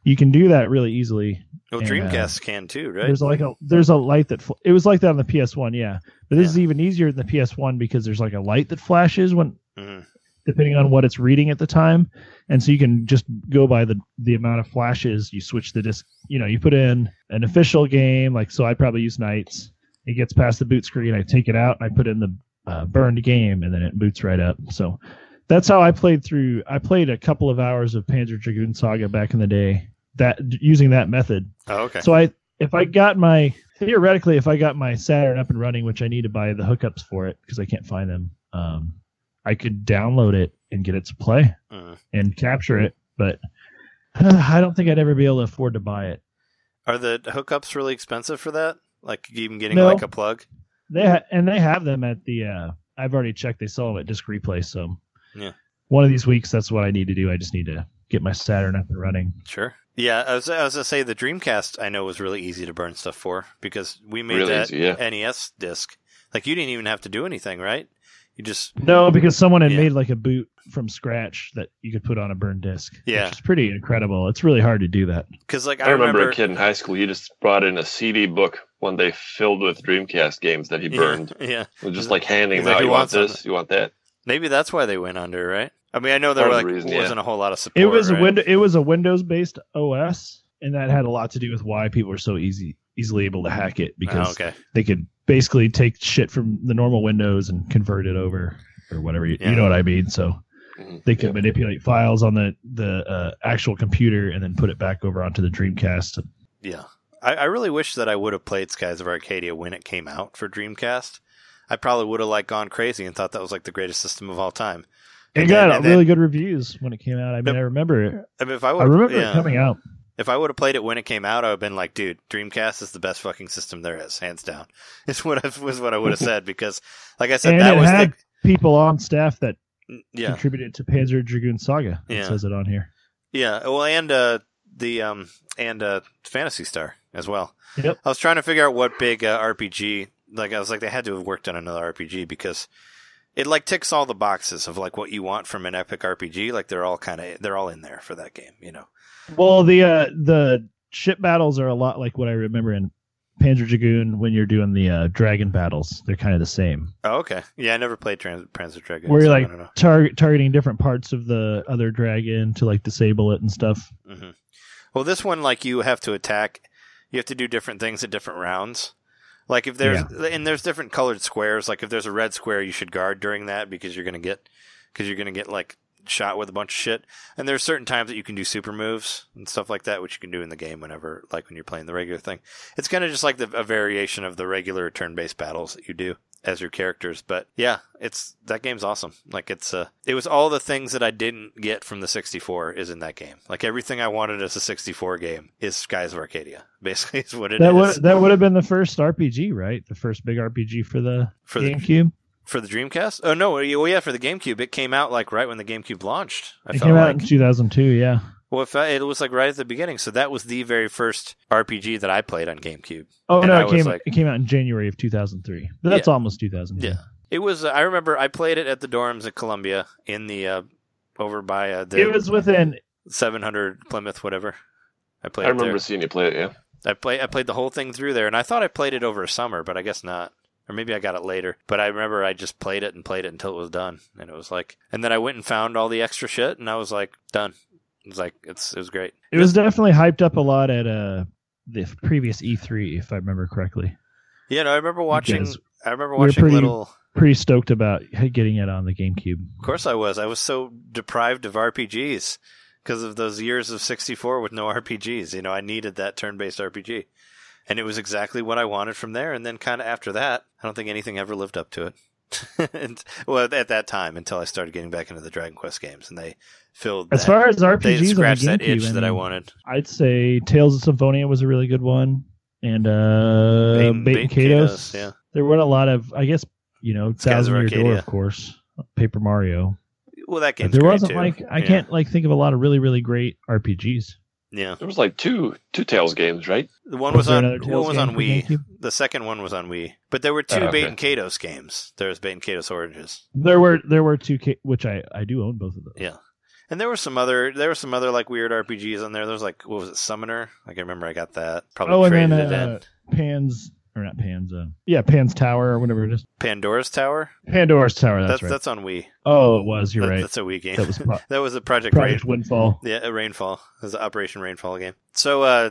Speaker 2: You can do that really easily.
Speaker 1: Well,
Speaker 2: Yeah.
Speaker 1: Dreamcast can too, right?
Speaker 2: There's like a there's a light that fl- it was like that on the PS1, yeah. But this is even easier than the PS1 because there's like a light that flashes when
Speaker 1: Mhm.
Speaker 2: depending on what it's reading at the time, and so you can just go by the the amount of flashes. You switch the disc, you know, you put in an official game like so. I probably use Knights. It gets past the boot screen. I take it out. I put in the uh, burned game, and then it boots right up. So that's how I played through. I played a couple of hours of Panzer Dragoon Saga back in the day. That using that method.
Speaker 1: Oh, okay.
Speaker 2: So I, if I got my theoretically, if I got my Saturn up and running, which I need to buy the hookups for it because I can't find them, um, I could download it and get it to play
Speaker 1: Mhm.
Speaker 2: and capture it. But I don't think I'd ever be able to afford to buy it.
Speaker 1: Are the hookups really expensive for that? Like even getting
Speaker 2: No.
Speaker 1: like a plug?
Speaker 2: They ha- and they have them at the. Uh, I've already checked. They sell them at Disc Replay. So
Speaker 1: Yeah.
Speaker 2: one of these weeks, that's what I need to do. I just need to get my Saturn up and running.
Speaker 1: Sure. Yeah, I was, I was gonna say the Dreamcast. I know was really easy to burn stuff for because we made
Speaker 3: Really
Speaker 1: that
Speaker 3: easy, yeah.
Speaker 1: NES disc. Like you didn't even have to do anything, right? You just
Speaker 2: No, because someone had
Speaker 1: Yeah.
Speaker 2: made like a boot from scratch that you could put on a burned disc.
Speaker 1: Yeah.
Speaker 2: which is pretty incredible. It's really hard to do that.
Speaker 1: because like
Speaker 3: I remember a kid in high school. He just brought in a CD book one day filled with Dreamcast games that he
Speaker 1: Yeah,
Speaker 3: burned.
Speaker 1: yeah.
Speaker 3: It was just like handing
Speaker 1: He's
Speaker 3: them
Speaker 1: like,
Speaker 3: out.
Speaker 1: "Who
Speaker 3: You want
Speaker 1: wants some?"
Speaker 3: this? You want that?
Speaker 1: Maybe that's why they went under, right? I mean, I know there
Speaker 3: Part
Speaker 1: were,
Speaker 3: of
Speaker 1: like
Speaker 3: the reason, yeah.
Speaker 1: wasn't a whole lot of support.
Speaker 2: It was a
Speaker 1: right?
Speaker 2: window. It was a Windows based OS, and that had a lot to do with why people were so easy easily able to hack it because
Speaker 1: Oh, okay.
Speaker 2: they could basically take shit from the normal Windows and convert it over or whatever. You, you
Speaker 1: Yeah.
Speaker 2: know what I mean? So
Speaker 3: Mhm.
Speaker 2: they could
Speaker 3: Yeah.
Speaker 2: manipulate files on the the uh, actual computer and then put it back over onto the Dreamcast.
Speaker 1: Yeah. I, I really wish that I would have played Skies of Arcadia when it came out for Dreamcast. I probably would have like gone crazy and thought that was like the greatest system of all time.
Speaker 2: It
Speaker 1: And
Speaker 2: got
Speaker 1: then- and
Speaker 2: really good reviews when it came out. I
Speaker 1: Yep.
Speaker 2: mean, I remember it.
Speaker 1: I mean, if I would,
Speaker 2: I remember
Speaker 1: yeah.
Speaker 2: it coming out.
Speaker 1: If I would have played it when it came out, I would have been like, "Dude, Dreamcast is the best fucking system there is, hands down." Is what I, was what I would have said because, like I said,
Speaker 2: And
Speaker 1: that
Speaker 2: it
Speaker 1: was
Speaker 2: had people on staff that
Speaker 1: the yeah,
Speaker 2: contributed to Panzer Dragoon Saga. It
Speaker 1: Yeah.
Speaker 2: says it on here.
Speaker 1: yeah. Well, and uh, the um and uh, Fantasy Star as well.
Speaker 2: Yep.
Speaker 1: I was trying to figure out what big uh, RPG. Like I was like, they had to have worked on another RPG because it like ticks all the boxes of like what you want from an epic RPG. Like they're all kind of they're all in there for that game, you know.
Speaker 2: Well, the uh, the ship battles are a lot like what I remember in Panzer Dragoon when you're doing the uh, dragon battles. They're kind of the same.
Speaker 1: Oh, okay. Yeah, I never played Trans- Panzer Dragoon.
Speaker 2: Where you're
Speaker 1: so I
Speaker 2: like-
Speaker 1: don't know.
Speaker 2: Tar- targeting different parts of the other dragon to like disable it and stuff.
Speaker 1: hmm Well, this one, like, you have to attack. You have to do different things at different rounds. Like, if there's and there's different colored squares. Like, if there's a red square, you should guard during that because you're gonna get because you're gonna get like shot with a bunch of shit. And there's certain times that you can do super moves and stuff like that, which you can do in the game whenever, like, when you're playing the regular thing. It's kind of just like the, a variation of the regular turn-based battles that you do as your characters. But yeah, it's that game's awesome. Like it's uh it was all the things that I didn't get from the 64 is in that game. Like everything I wanted as a 64 game is Skies of Arcadia. Basically, is what it is
Speaker 2: that would that would have been the first RPG, right? The first big RPG for the
Speaker 1: for the
Speaker 2: GameCube.
Speaker 1: for the Dreamcast. Oh no, yeah, well yeah, for the GameCube, it came out like right when the GameCube launched. I
Speaker 2: it
Speaker 1: felt
Speaker 2: came out
Speaker 1: like
Speaker 2: in 2002. Yeah,
Speaker 1: well, if I, it was like right at the beginning. So that was the very first RPG that I played on GameCube.
Speaker 2: Oh
Speaker 1: And
Speaker 2: no,
Speaker 1: I
Speaker 2: it
Speaker 1: was
Speaker 2: came
Speaker 1: like-
Speaker 2: it came out in January of 2003. But that's almost 2000.
Speaker 1: Yeah. It was. uh, I remember I played it at the dorms at Columbia in the uh, over by uh, the
Speaker 2: it was within.
Speaker 1: 700 Plymouth, whatever. I played.
Speaker 3: I
Speaker 1: it
Speaker 3: remember
Speaker 1: there.
Speaker 3: seeing you play it. Yeah,
Speaker 1: I play I played the whole thing through there, and I thought I played it over a summer, but I guess not. Or maybe I got it later. But I remember I just played it and played it until it was done, and it was like, and then I went and found all the extra shit, and I was like, done. It was like it's it was great.
Speaker 2: It was definitely hyped up a lot at uh the previous E3, if I remember correctly.
Speaker 1: Yeah, no, I remember watching.
Speaker 2: Because
Speaker 1: I remember
Speaker 2: we were
Speaker 1: watching
Speaker 2: pretty-
Speaker 1: little.
Speaker 2: Pretty stoked about getting it on the GameCube.
Speaker 1: Of course, I was. I was so deprived of RPGs because of those years of 64 with no RPGs. You know, I needed that turn-based RPG. and it was exactly what I wanted from there. And then kind of after that, I don't think anything ever lived up to it. and, well, at that time, until I started getting back into the Dragon Quest games, and they filled
Speaker 2: As
Speaker 1: that-
Speaker 2: far as
Speaker 1: they
Speaker 2: RPGs on
Speaker 1: scratched
Speaker 2: the
Speaker 1: that itch
Speaker 2: GameCube,
Speaker 1: that I
Speaker 2: mean,
Speaker 1: wanted.
Speaker 2: I'd say Tales of Symphonia was a really good one, and uh,
Speaker 1: Bait and-
Speaker 2: Bait, and Kados.
Speaker 1: yeah.
Speaker 2: There weren't a lot of, I guess, you know,
Speaker 1: Skies of
Speaker 2: Thousand Year Door,
Speaker 1: Arcadia.
Speaker 2: of course, Paper Mario.
Speaker 1: Well, that
Speaker 2: But
Speaker 1: game's
Speaker 2: there
Speaker 1: great,
Speaker 2: wasn't
Speaker 1: too.
Speaker 2: like I
Speaker 1: Yeah.
Speaker 2: can't like think of a lot of really really great RPGs.
Speaker 1: Yeah,
Speaker 3: There was like two two Tails games, right?
Speaker 1: the one
Speaker 2: Was
Speaker 1: was,
Speaker 2: there
Speaker 1: on
Speaker 2: another
Speaker 1: one
Speaker 2: Tales
Speaker 1: was
Speaker 2: game
Speaker 1: on
Speaker 2: for
Speaker 1: Wii.
Speaker 2: GameCube?
Speaker 1: The second one was on Wii, but there were two
Speaker 3: Oh,
Speaker 1: Bait
Speaker 3: okay.
Speaker 1: and Kados games. There was Bait and Kados Oranges.
Speaker 2: There were there were two K, which I I do own both of those.
Speaker 1: Yeah. And there were some other there were some other like weird RPGs on there. There was like what was it, Summoner? Like I remember I got that. Probably
Speaker 2: Oh, and
Speaker 1: traded
Speaker 2: then,
Speaker 1: it
Speaker 2: uh,
Speaker 1: in.
Speaker 2: Pan's or not Pan's, uh, yeah, Pan's Tower or whatever it is.
Speaker 1: Pandora's Tower.
Speaker 2: Pandora's Tower. That's,
Speaker 1: that's
Speaker 2: right.
Speaker 1: that's on Wii.
Speaker 2: oh, it was. You're
Speaker 1: That-
Speaker 2: right.
Speaker 1: That's a Wii game.
Speaker 2: that was pro-
Speaker 1: that was a Project,
Speaker 2: Project
Speaker 1: Rain.
Speaker 2: Windfall.
Speaker 1: Yeah, a Rainfall. It was an Operation Rainfall game. So uh,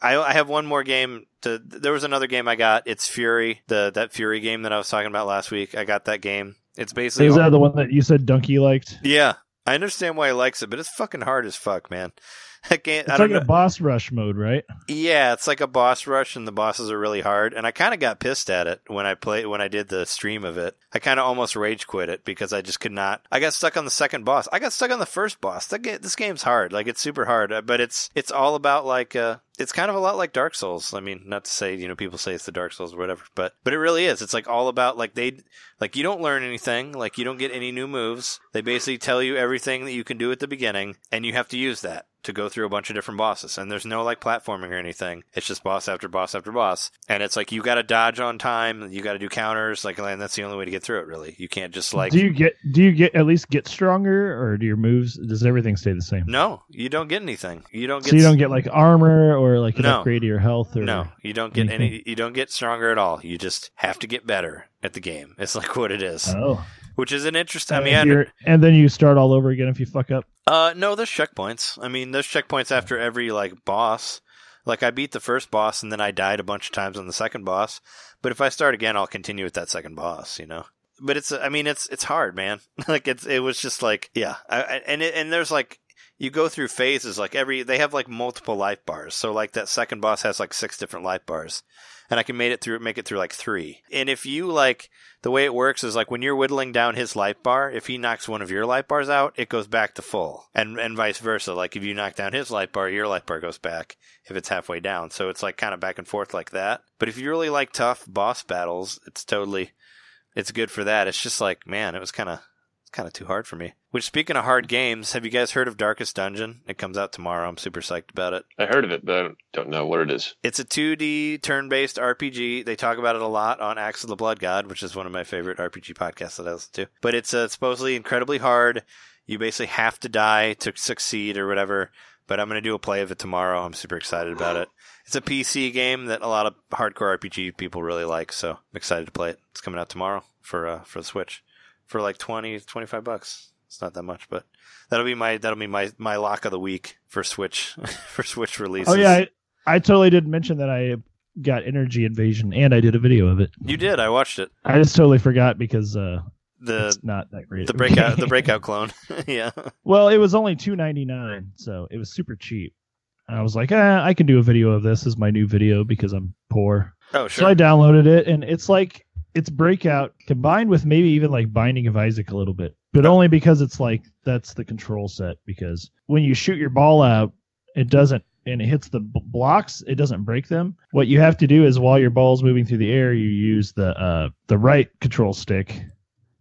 Speaker 1: I I have one more game. To there was another game I got. It's Fury. The that Fury game that I was talking about last week. I got that game. It's basically
Speaker 2: Is that the one that you said Donkey liked?
Speaker 1: yeah. I understand why he likes it, but it's fucking hard as fuck, man. That game.
Speaker 2: It's
Speaker 1: I
Speaker 2: like
Speaker 1: don't know.
Speaker 2: a boss rush mode, right?
Speaker 1: Yeah, it's like a boss rush, and the bosses are really hard. And I kind of got pissed at it when I play when I did the stream of it. I kind of almost rage quit it because I just could not. I got stuck on the second boss. I got stuck on the first boss. That ga- this game's hard. Like it's super hard, uh, but it's it's all about like uh, it's kind of a lot like Dark Souls. I mean, not to say you know people say it's the Dark Souls or whatever, but but it really is. It's like all about like they like you don't learn anything. Like you don't get any new moves. They basically tell you everything that you can do at the beginning, and you have to use that to go through a bunch of different bosses. And there's no like platforming or anything. It's just boss after boss after boss. And it's like you got to dodge on time. You got to do counters. Like and that's the only way to get through it. Really, you can't just like
Speaker 2: do you get do you get at least get stronger, or do your moves does everything stay the same?
Speaker 1: no, you don't get anything. You don't get
Speaker 2: so you don't get like armor or like an
Speaker 1: No.
Speaker 2: upgrade to your health or
Speaker 1: No, you don't get any.
Speaker 2: anything?
Speaker 1: You don't get stronger at all. You just have to get better at the game. It's like what it is,
Speaker 2: Oh,
Speaker 1: which is an interesting. I
Speaker 2: And
Speaker 1: mean, I-
Speaker 2: Uh, you're- and then you start all over again if you fuck up.
Speaker 1: Uh, no, there's checkpoints. I mean, there's checkpoints after every like boss. Like I beat the first boss and then I died a bunch of times on the second boss. But if I start again, I'll continue with that second boss. You know. But it's, I mean, it's it's hard, man. like it's it was just like yeah, I, I- and it, and there's like you go through phases. Like every they have like multiple life bars. So like that second boss has like six different life bars, and I can make it through make it through like three. And if you like the way it works is like when you're whittling down his life bar, if he knocks one of your life bars out, it goes back to full, and and vice versa. Like if you knock down his life bar, your life bar goes back if it's halfway down. So it's like kind of back and forth like that. But if you really like tough boss battles, it's totally it's good for that. It's just like man, it was kind of it's kind of too hard for me. Which speaking of hard games, have you guys heard of Darkest Dungeon? It comes out tomorrow. I'm super psyched about it.
Speaker 3: I heard of it, but I don't- don't know what it is.
Speaker 1: It's a 2D turn-based RPG. They talk about it a lot on Axe of the Blood God, which is one of my favorite RPG podcasts that I listen to. But it's uh, supposedly incredibly hard. You basically have to die to succeed or whatever. But I'm going to do a play of it tomorrow. I'm super excited about it. It's a PC game that a lot of hardcore RPG people really like, so I'm excited to play it. It's coming out tomorrow for uh, for the Switch for like 20 25 bucks. It's not that much, but that'll be my that'll be my my lock of the week for Switch for Switch releases.
Speaker 2: Oh yeah, I, I totally didn't mention that I got Energy Invasion and I did a video of it.
Speaker 1: you did. I watched it.
Speaker 2: I just totally forgot because uh,
Speaker 1: the
Speaker 2: it's not that great.
Speaker 1: the breakout the breakout clone. yeah.
Speaker 2: Well, it was only two ninety nine, so it was super cheap. And I was like, ah, I can do a video of this as my new video because I'm poor.
Speaker 1: Oh
Speaker 2: So I
Speaker 1: sure.
Speaker 2: downloaded it, and it's like it's breakout combined with maybe even like Binding of Isaac a little bit, but only because it's like that's the control set. Because when you shoot your ball out, it doesn't and it hits the b- blocks, it doesn't break them. What you have to do is while your ball's moving through the air, you use the uh, the right control stick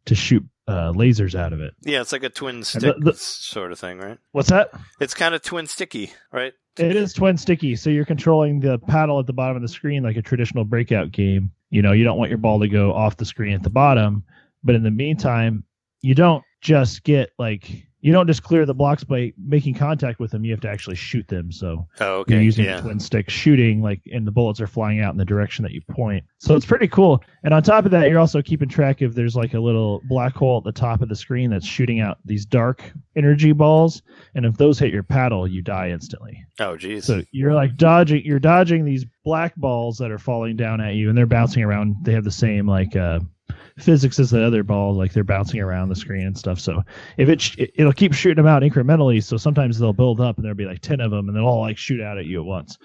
Speaker 2: to shoot uh, lasers out of it.
Speaker 1: yeah, it's like a twin stick
Speaker 2: the-
Speaker 1: sort of thing, right?
Speaker 2: What's that?
Speaker 1: It's kind of twin sticky, right?
Speaker 2: It is twin sticky, so you're controlling the paddle at the bottom of the screen like a traditional breakout game. You know, you don't want your ball to go off the screen at the bottom, but in the meantime, you don't just get like you don't just clear the blocks by making contact with them. You have to actually shoot them. So
Speaker 1: Oh okay.
Speaker 2: you're using
Speaker 1: yeah.
Speaker 2: twin stick shooting, like, and the bullets are flying out in the direction that you point. So it's pretty cool. And on top of that, you're also keeping track of there's like a little black hole at the top of the screen that's shooting out these dark energy balls, and if those hit your paddle, you die instantly.
Speaker 1: oh jeez.
Speaker 2: So you're like dodging, you're dodging these black balls that are falling down at you, and they're bouncing around. They have the same like uh, physics as the other ball, like they're bouncing around the screen and stuff. So if it sh- it- it'll keep shooting them out incrementally, so sometimes they'll build up and there'll be like ten of them, and they'll all like shoot out at you at once.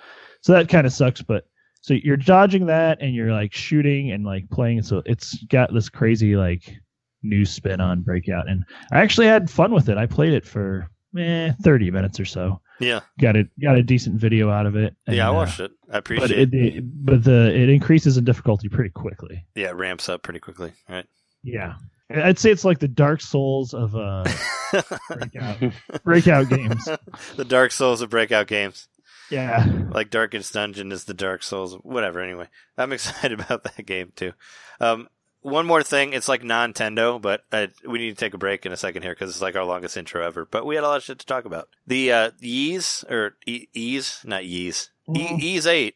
Speaker 2: So that kind of sucks, but So you're dodging that and you're like shooting and like playing. So it's got this crazy like new spin on Breakout. And I actually had fun with it. I played it for eh, 30 minutes or so.
Speaker 1: Yeah.
Speaker 2: Got it. Got a decent video out of it. and,
Speaker 1: yeah, I
Speaker 2: uh,
Speaker 1: watched it. I
Speaker 2: but
Speaker 1: appreciate it.
Speaker 2: it, it but the it increases in difficulty pretty quickly.
Speaker 1: Yeah, it ramps up pretty quickly. All right.
Speaker 2: Yeah. I'd say it's like the Dark Souls of uh, breakout, breakout games.
Speaker 1: the Dark Souls of breakout games.
Speaker 2: Yeah.
Speaker 1: Like Darkest Dungeon is the Dark Souls, of- whatever. Anyway, I'm excited about that game too. Um, one more thing, it's like Nintendo, but uh, we need to take a break in a second here because it's like our longest intro ever. But we had a lot of shit to talk about. The uh, Yeez or e- Ease, not Yeez,
Speaker 2: Mhm.
Speaker 1: e- Ease Eight.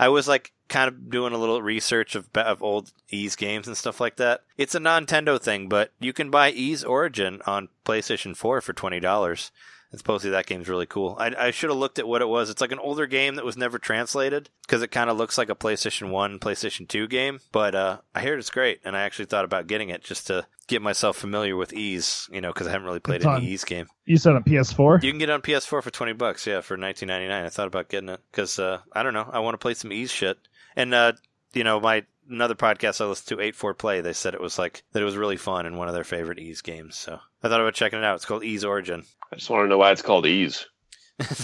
Speaker 1: I was like kind of doing a little research of of old Ease games and stuff like that. It's a Nintendo thing, but you can buy Ease Origin on PlayStation Four for twenty dollars. It's supposedly that game's really cool. I, I should have looked at what it was. It's like an older game that was never translated because it kind of looks like a PlayStation 1, PlayStation 2 game. But uh, I heard it's great, and I actually thought about getting it just to get myself familiar with Ease, you know, because I haven't really played
Speaker 2: It's
Speaker 1: any
Speaker 2: on-
Speaker 1: Ease game.
Speaker 2: You said on PS4?
Speaker 1: You can get it on PS4 for 20 bucks, yeah, for 19.99. I thought about getting it cuz uh I don't know, I want to play some Ease shit. And uh you know, my another podcast I listened to 84 Play, they said it was like that it was really fun and one of their favorite Ease games. So, I thought about checking it out. It's called Ease Origin.
Speaker 3: I just want to know why it's called Ease.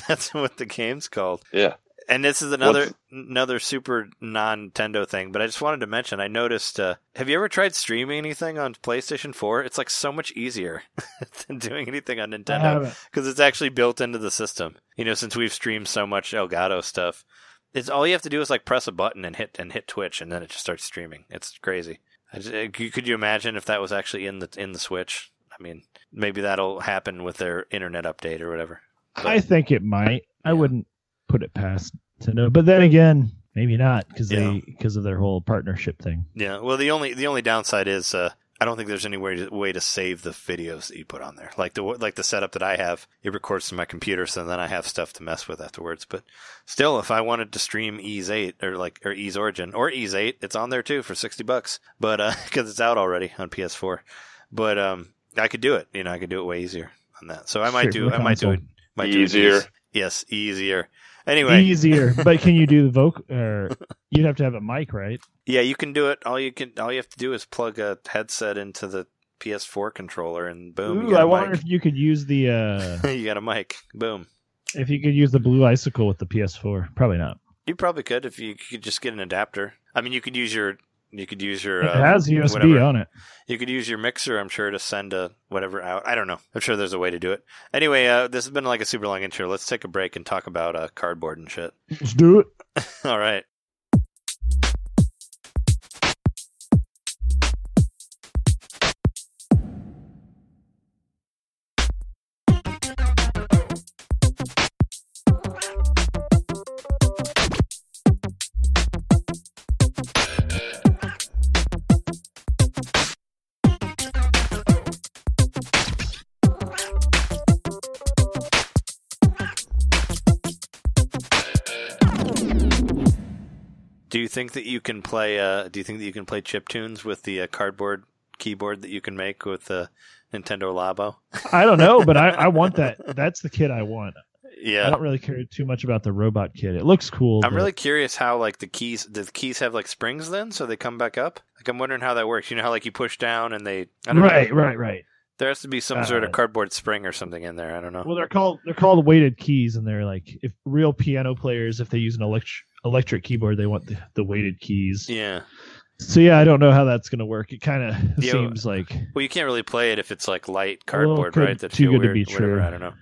Speaker 1: That's what the game's called.
Speaker 3: Yeah.
Speaker 1: And this is another
Speaker 3: What's-
Speaker 1: another super non-Tendo thing, but I just wanted to mention I noticed uh, have you ever tried streaming anything on PlayStation 4? It's like so much easier than doing anything on
Speaker 2: I
Speaker 1: Nintendo
Speaker 2: haven't.
Speaker 1: because it's actually built into the system. You know, since we've streamed so much Elgato stuff, it's all you have to do is like press a button and hit and hit Twitch, and then it just starts streaming. It's crazy. I just, uh, c- could you imagine if that was actually in the in the Switch? I mean, maybe that'll happen with their internet update or whatever.
Speaker 2: I think it might. I
Speaker 1: Yeah.
Speaker 2: wouldn't put it past Nintendo. But then again, maybe not because
Speaker 1: Yeah.
Speaker 2: they because of their whole partnership thing.
Speaker 1: Yeah. Well, the only the only downside is uh, I don't think there's any way to, way to save the videos that you put on there. Like the w- like the setup that I have, it records to my computer, so then I have stuff to mess with afterwards. But still, if I wanted to stream Ease Eight or like or Ease Origin or Ease Eight, it's on there too for sixty bucks. But because it's out already on PS4, but um, I could do it. You know, I could do it way easier on that. So I might
Speaker 2: Straight
Speaker 1: do.
Speaker 2: from the
Speaker 1: I might do it.
Speaker 2: console.
Speaker 1: Might Do
Speaker 3: Easier.
Speaker 1: it eas- yes, easier. Anyway,
Speaker 2: Easier. but can you do the vocal? Or you'd have to have a mic, right?
Speaker 1: Yeah, you can do it. All you can, all you have to do is plug a headset into the PS4 controller, and boom, you
Speaker 2: Ooh,
Speaker 1: got a
Speaker 2: I wonder
Speaker 1: mic.
Speaker 2: if you could use the uh
Speaker 1: you got a mic. Boom.
Speaker 2: if you could use the blue icicle with the PS4. Probably not.
Speaker 1: You probably could if you could just get an adapter. I mean, you could use your, you could use your.
Speaker 2: It
Speaker 1: uh,
Speaker 2: has USB
Speaker 1: whatever.
Speaker 2: on it.
Speaker 1: You could use your mixer, I'm sure, to send a whatever out. I don't know. I'm sure there's a way to do it. Anyway, uh, this has been like a super long intro. Let's take a break and talk about uh, cardboard and shit.
Speaker 2: Let's do it.
Speaker 1: All right. Do you think that you can play? Uh, do you think that you can play chip tunes with the uh, cardboard keyboard that you can make with the Nintendo Labo?
Speaker 2: I don't know, but I, I want that. That's the kid I want. I
Speaker 1: Yeah,
Speaker 2: don't really care too much about the robot kid. It looks cool.
Speaker 1: I'm
Speaker 2: but-
Speaker 1: really curious how like the keys. Do the keys have like springs then, so they come back up? Like I'm wondering how that works. You know how like you push down and they I don't
Speaker 2: right,
Speaker 1: know.
Speaker 2: right, right.
Speaker 1: There has to be some
Speaker 2: Uh,
Speaker 1: sort of cardboard spring or something in there. I don't know.
Speaker 2: Well, they're called they're called weighted keys, and they're like if real piano players, if they use an electric electric keyboard, they want the, the weighted keys.
Speaker 1: yeah.
Speaker 2: So yeah, I don't know how that's gonna work. It kind of
Speaker 1: Yeah,
Speaker 2: seems like
Speaker 1: Well, you can't really play it if it's like light
Speaker 2: A little
Speaker 1: cardboard,
Speaker 2: good-
Speaker 1: right? That's
Speaker 2: too good to
Speaker 1: weird,
Speaker 2: be
Speaker 1: whatever,
Speaker 2: true.
Speaker 1: I don't know.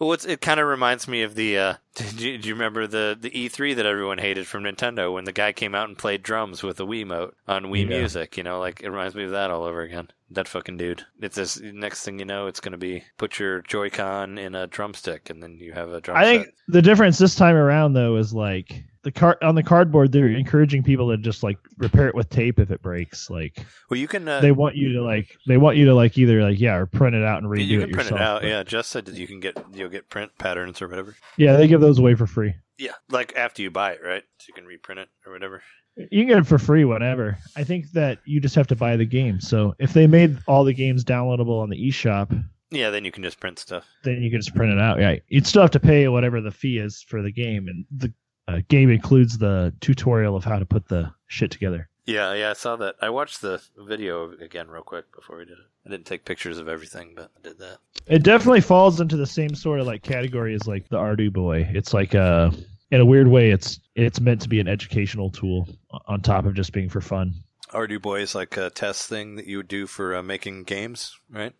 Speaker 1: Well, it's, it kind of reminds me of the. Uh, do, you, do you remember the the E3 that everyone hated from Nintendo when the guy came out and played drums with a Wiimote on Wii
Speaker 2: Yeah.
Speaker 1: Music? You know, like it reminds me of that all over again. That fucking dude. It's this next thing you know, it's going to be put your Joy-Con in a drumstick, and then you have a drum.
Speaker 2: I think
Speaker 1: set.
Speaker 2: the difference this time around though is like the car on the cardboard they're encouraging people to just like repair it with tape if it breaks. Like
Speaker 1: Well, you can. Uh,
Speaker 2: they want you to like they want you to like either like yeah or print it out and redo
Speaker 1: you
Speaker 2: it
Speaker 1: can print
Speaker 2: yourself,
Speaker 1: it out.
Speaker 2: but-
Speaker 1: Yeah, just said that you can get you'll get print patterns or whatever.
Speaker 2: yeah, they give those away for free.
Speaker 1: Yeah, like after you buy it, right? So you can reprint it or whatever.
Speaker 2: You can get it for free whenever. I think that you just have to buy the game. So if they made all the games downloadable on the eShop,
Speaker 1: Yeah, then you can just print stuff.
Speaker 2: then you can just print it out. Yeah, you'd still have to pay whatever the fee is for the game, and the uh, game includes the tutorial of how to put the shit together.
Speaker 1: Yeah, yeah, I saw that. I watched the video again real quick before we did it. I didn't take pictures of everything, but I did that.
Speaker 2: It definitely falls into the same sort of like category as like the Ardu Boy. It's like a in a weird way, it's it's meant to be an educational tool on top of just being for fun.
Speaker 1: Ardu Boy is like a test thing that you would do for uh, making games, right?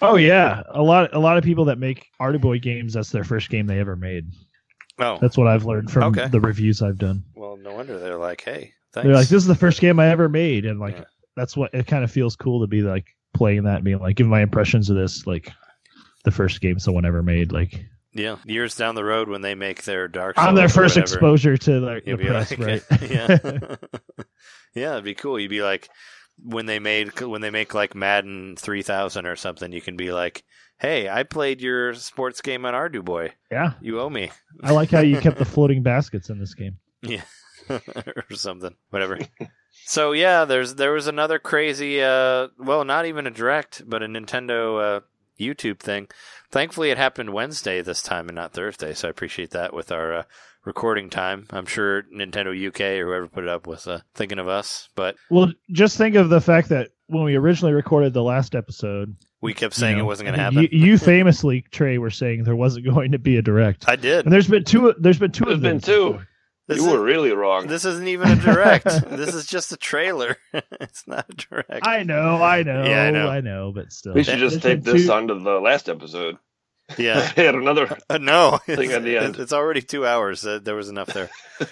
Speaker 2: Oh yeah, a lot a lot of people that make Ardu Boy games, that's their first game they ever made.
Speaker 1: Oh,
Speaker 2: That's what I've learned from
Speaker 1: Okay.
Speaker 2: the reviews I've done.
Speaker 1: well, no wonder they're like, hey, thanks.
Speaker 2: They're like, this is the first game I ever made, and like
Speaker 1: Yeah.
Speaker 2: that's what it kind of feels cool to be like playing that, and being like, give my impressions of this, like the first game someone ever made, like
Speaker 1: yeah, years down the road when they make their Dark Souls
Speaker 2: on
Speaker 1: or
Speaker 2: their first
Speaker 1: whatever,
Speaker 2: exposure to like the
Speaker 1: you'd be
Speaker 2: press,
Speaker 1: like,
Speaker 2: right?
Speaker 1: yeah, yeah, it'd be cool. You'd be like, when they made when they make like Madden three thousand or something, you can be like, hey, I played your sports game on Ardu Boy.
Speaker 2: yeah,
Speaker 1: You owe me.
Speaker 2: I like how you kept the floating baskets in this game.
Speaker 1: or something, whatever. so yeah, there's there was another crazy, uh, well, not even a direct, but a Nintendo uh, YouTube thing. Thankfully, it happened Wednesday this time and not Thursday, so I appreciate that with our uh, recording time. I'm sure Nintendo UK or whoever put it up was uh, thinking of us, but
Speaker 2: Well, just think of the fact that when we originally recorded the last episode,
Speaker 1: we kept saying
Speaker 2: you know,
Speaker 1: it wasn't going to happen.
Speaker 2: You, you famously, Trey, were saying there wasn't going to be a direct,
Speaker 1: I did.
Speaker 2: and there's been two. There's been two.
Speaker 3: There's
Speaker 2: of
Speaker 3: been
Speaker 2: these.
Speaker 3: two.
Speaker 1: This,
Speaker 3: you
Speaker 1: is,
Speaker 3: were really wrong.
Speaker 1: this isn't even a direct. this is just a trailer. it's not a direct.
Speaker 2: I know, I know,
Speaker 1: Yeah, I
Speaker 2: I
Speaker 1: know.
Speaker 2: know, but still,
Speaker 3: we should just
Speaker 2: There's
Speaker 3: tape
Speaker 2: been
Speaker 3: this
Speaker 2: two-
Speaker 3: onto the last episode.
Speaker 1: yeah.
Speaker 3: Add another.
Speaker 1: Uh, no, it's,
Speaker 3: Thing at the end.
Speaker 1: it's already two hours. Uh, there was enough there,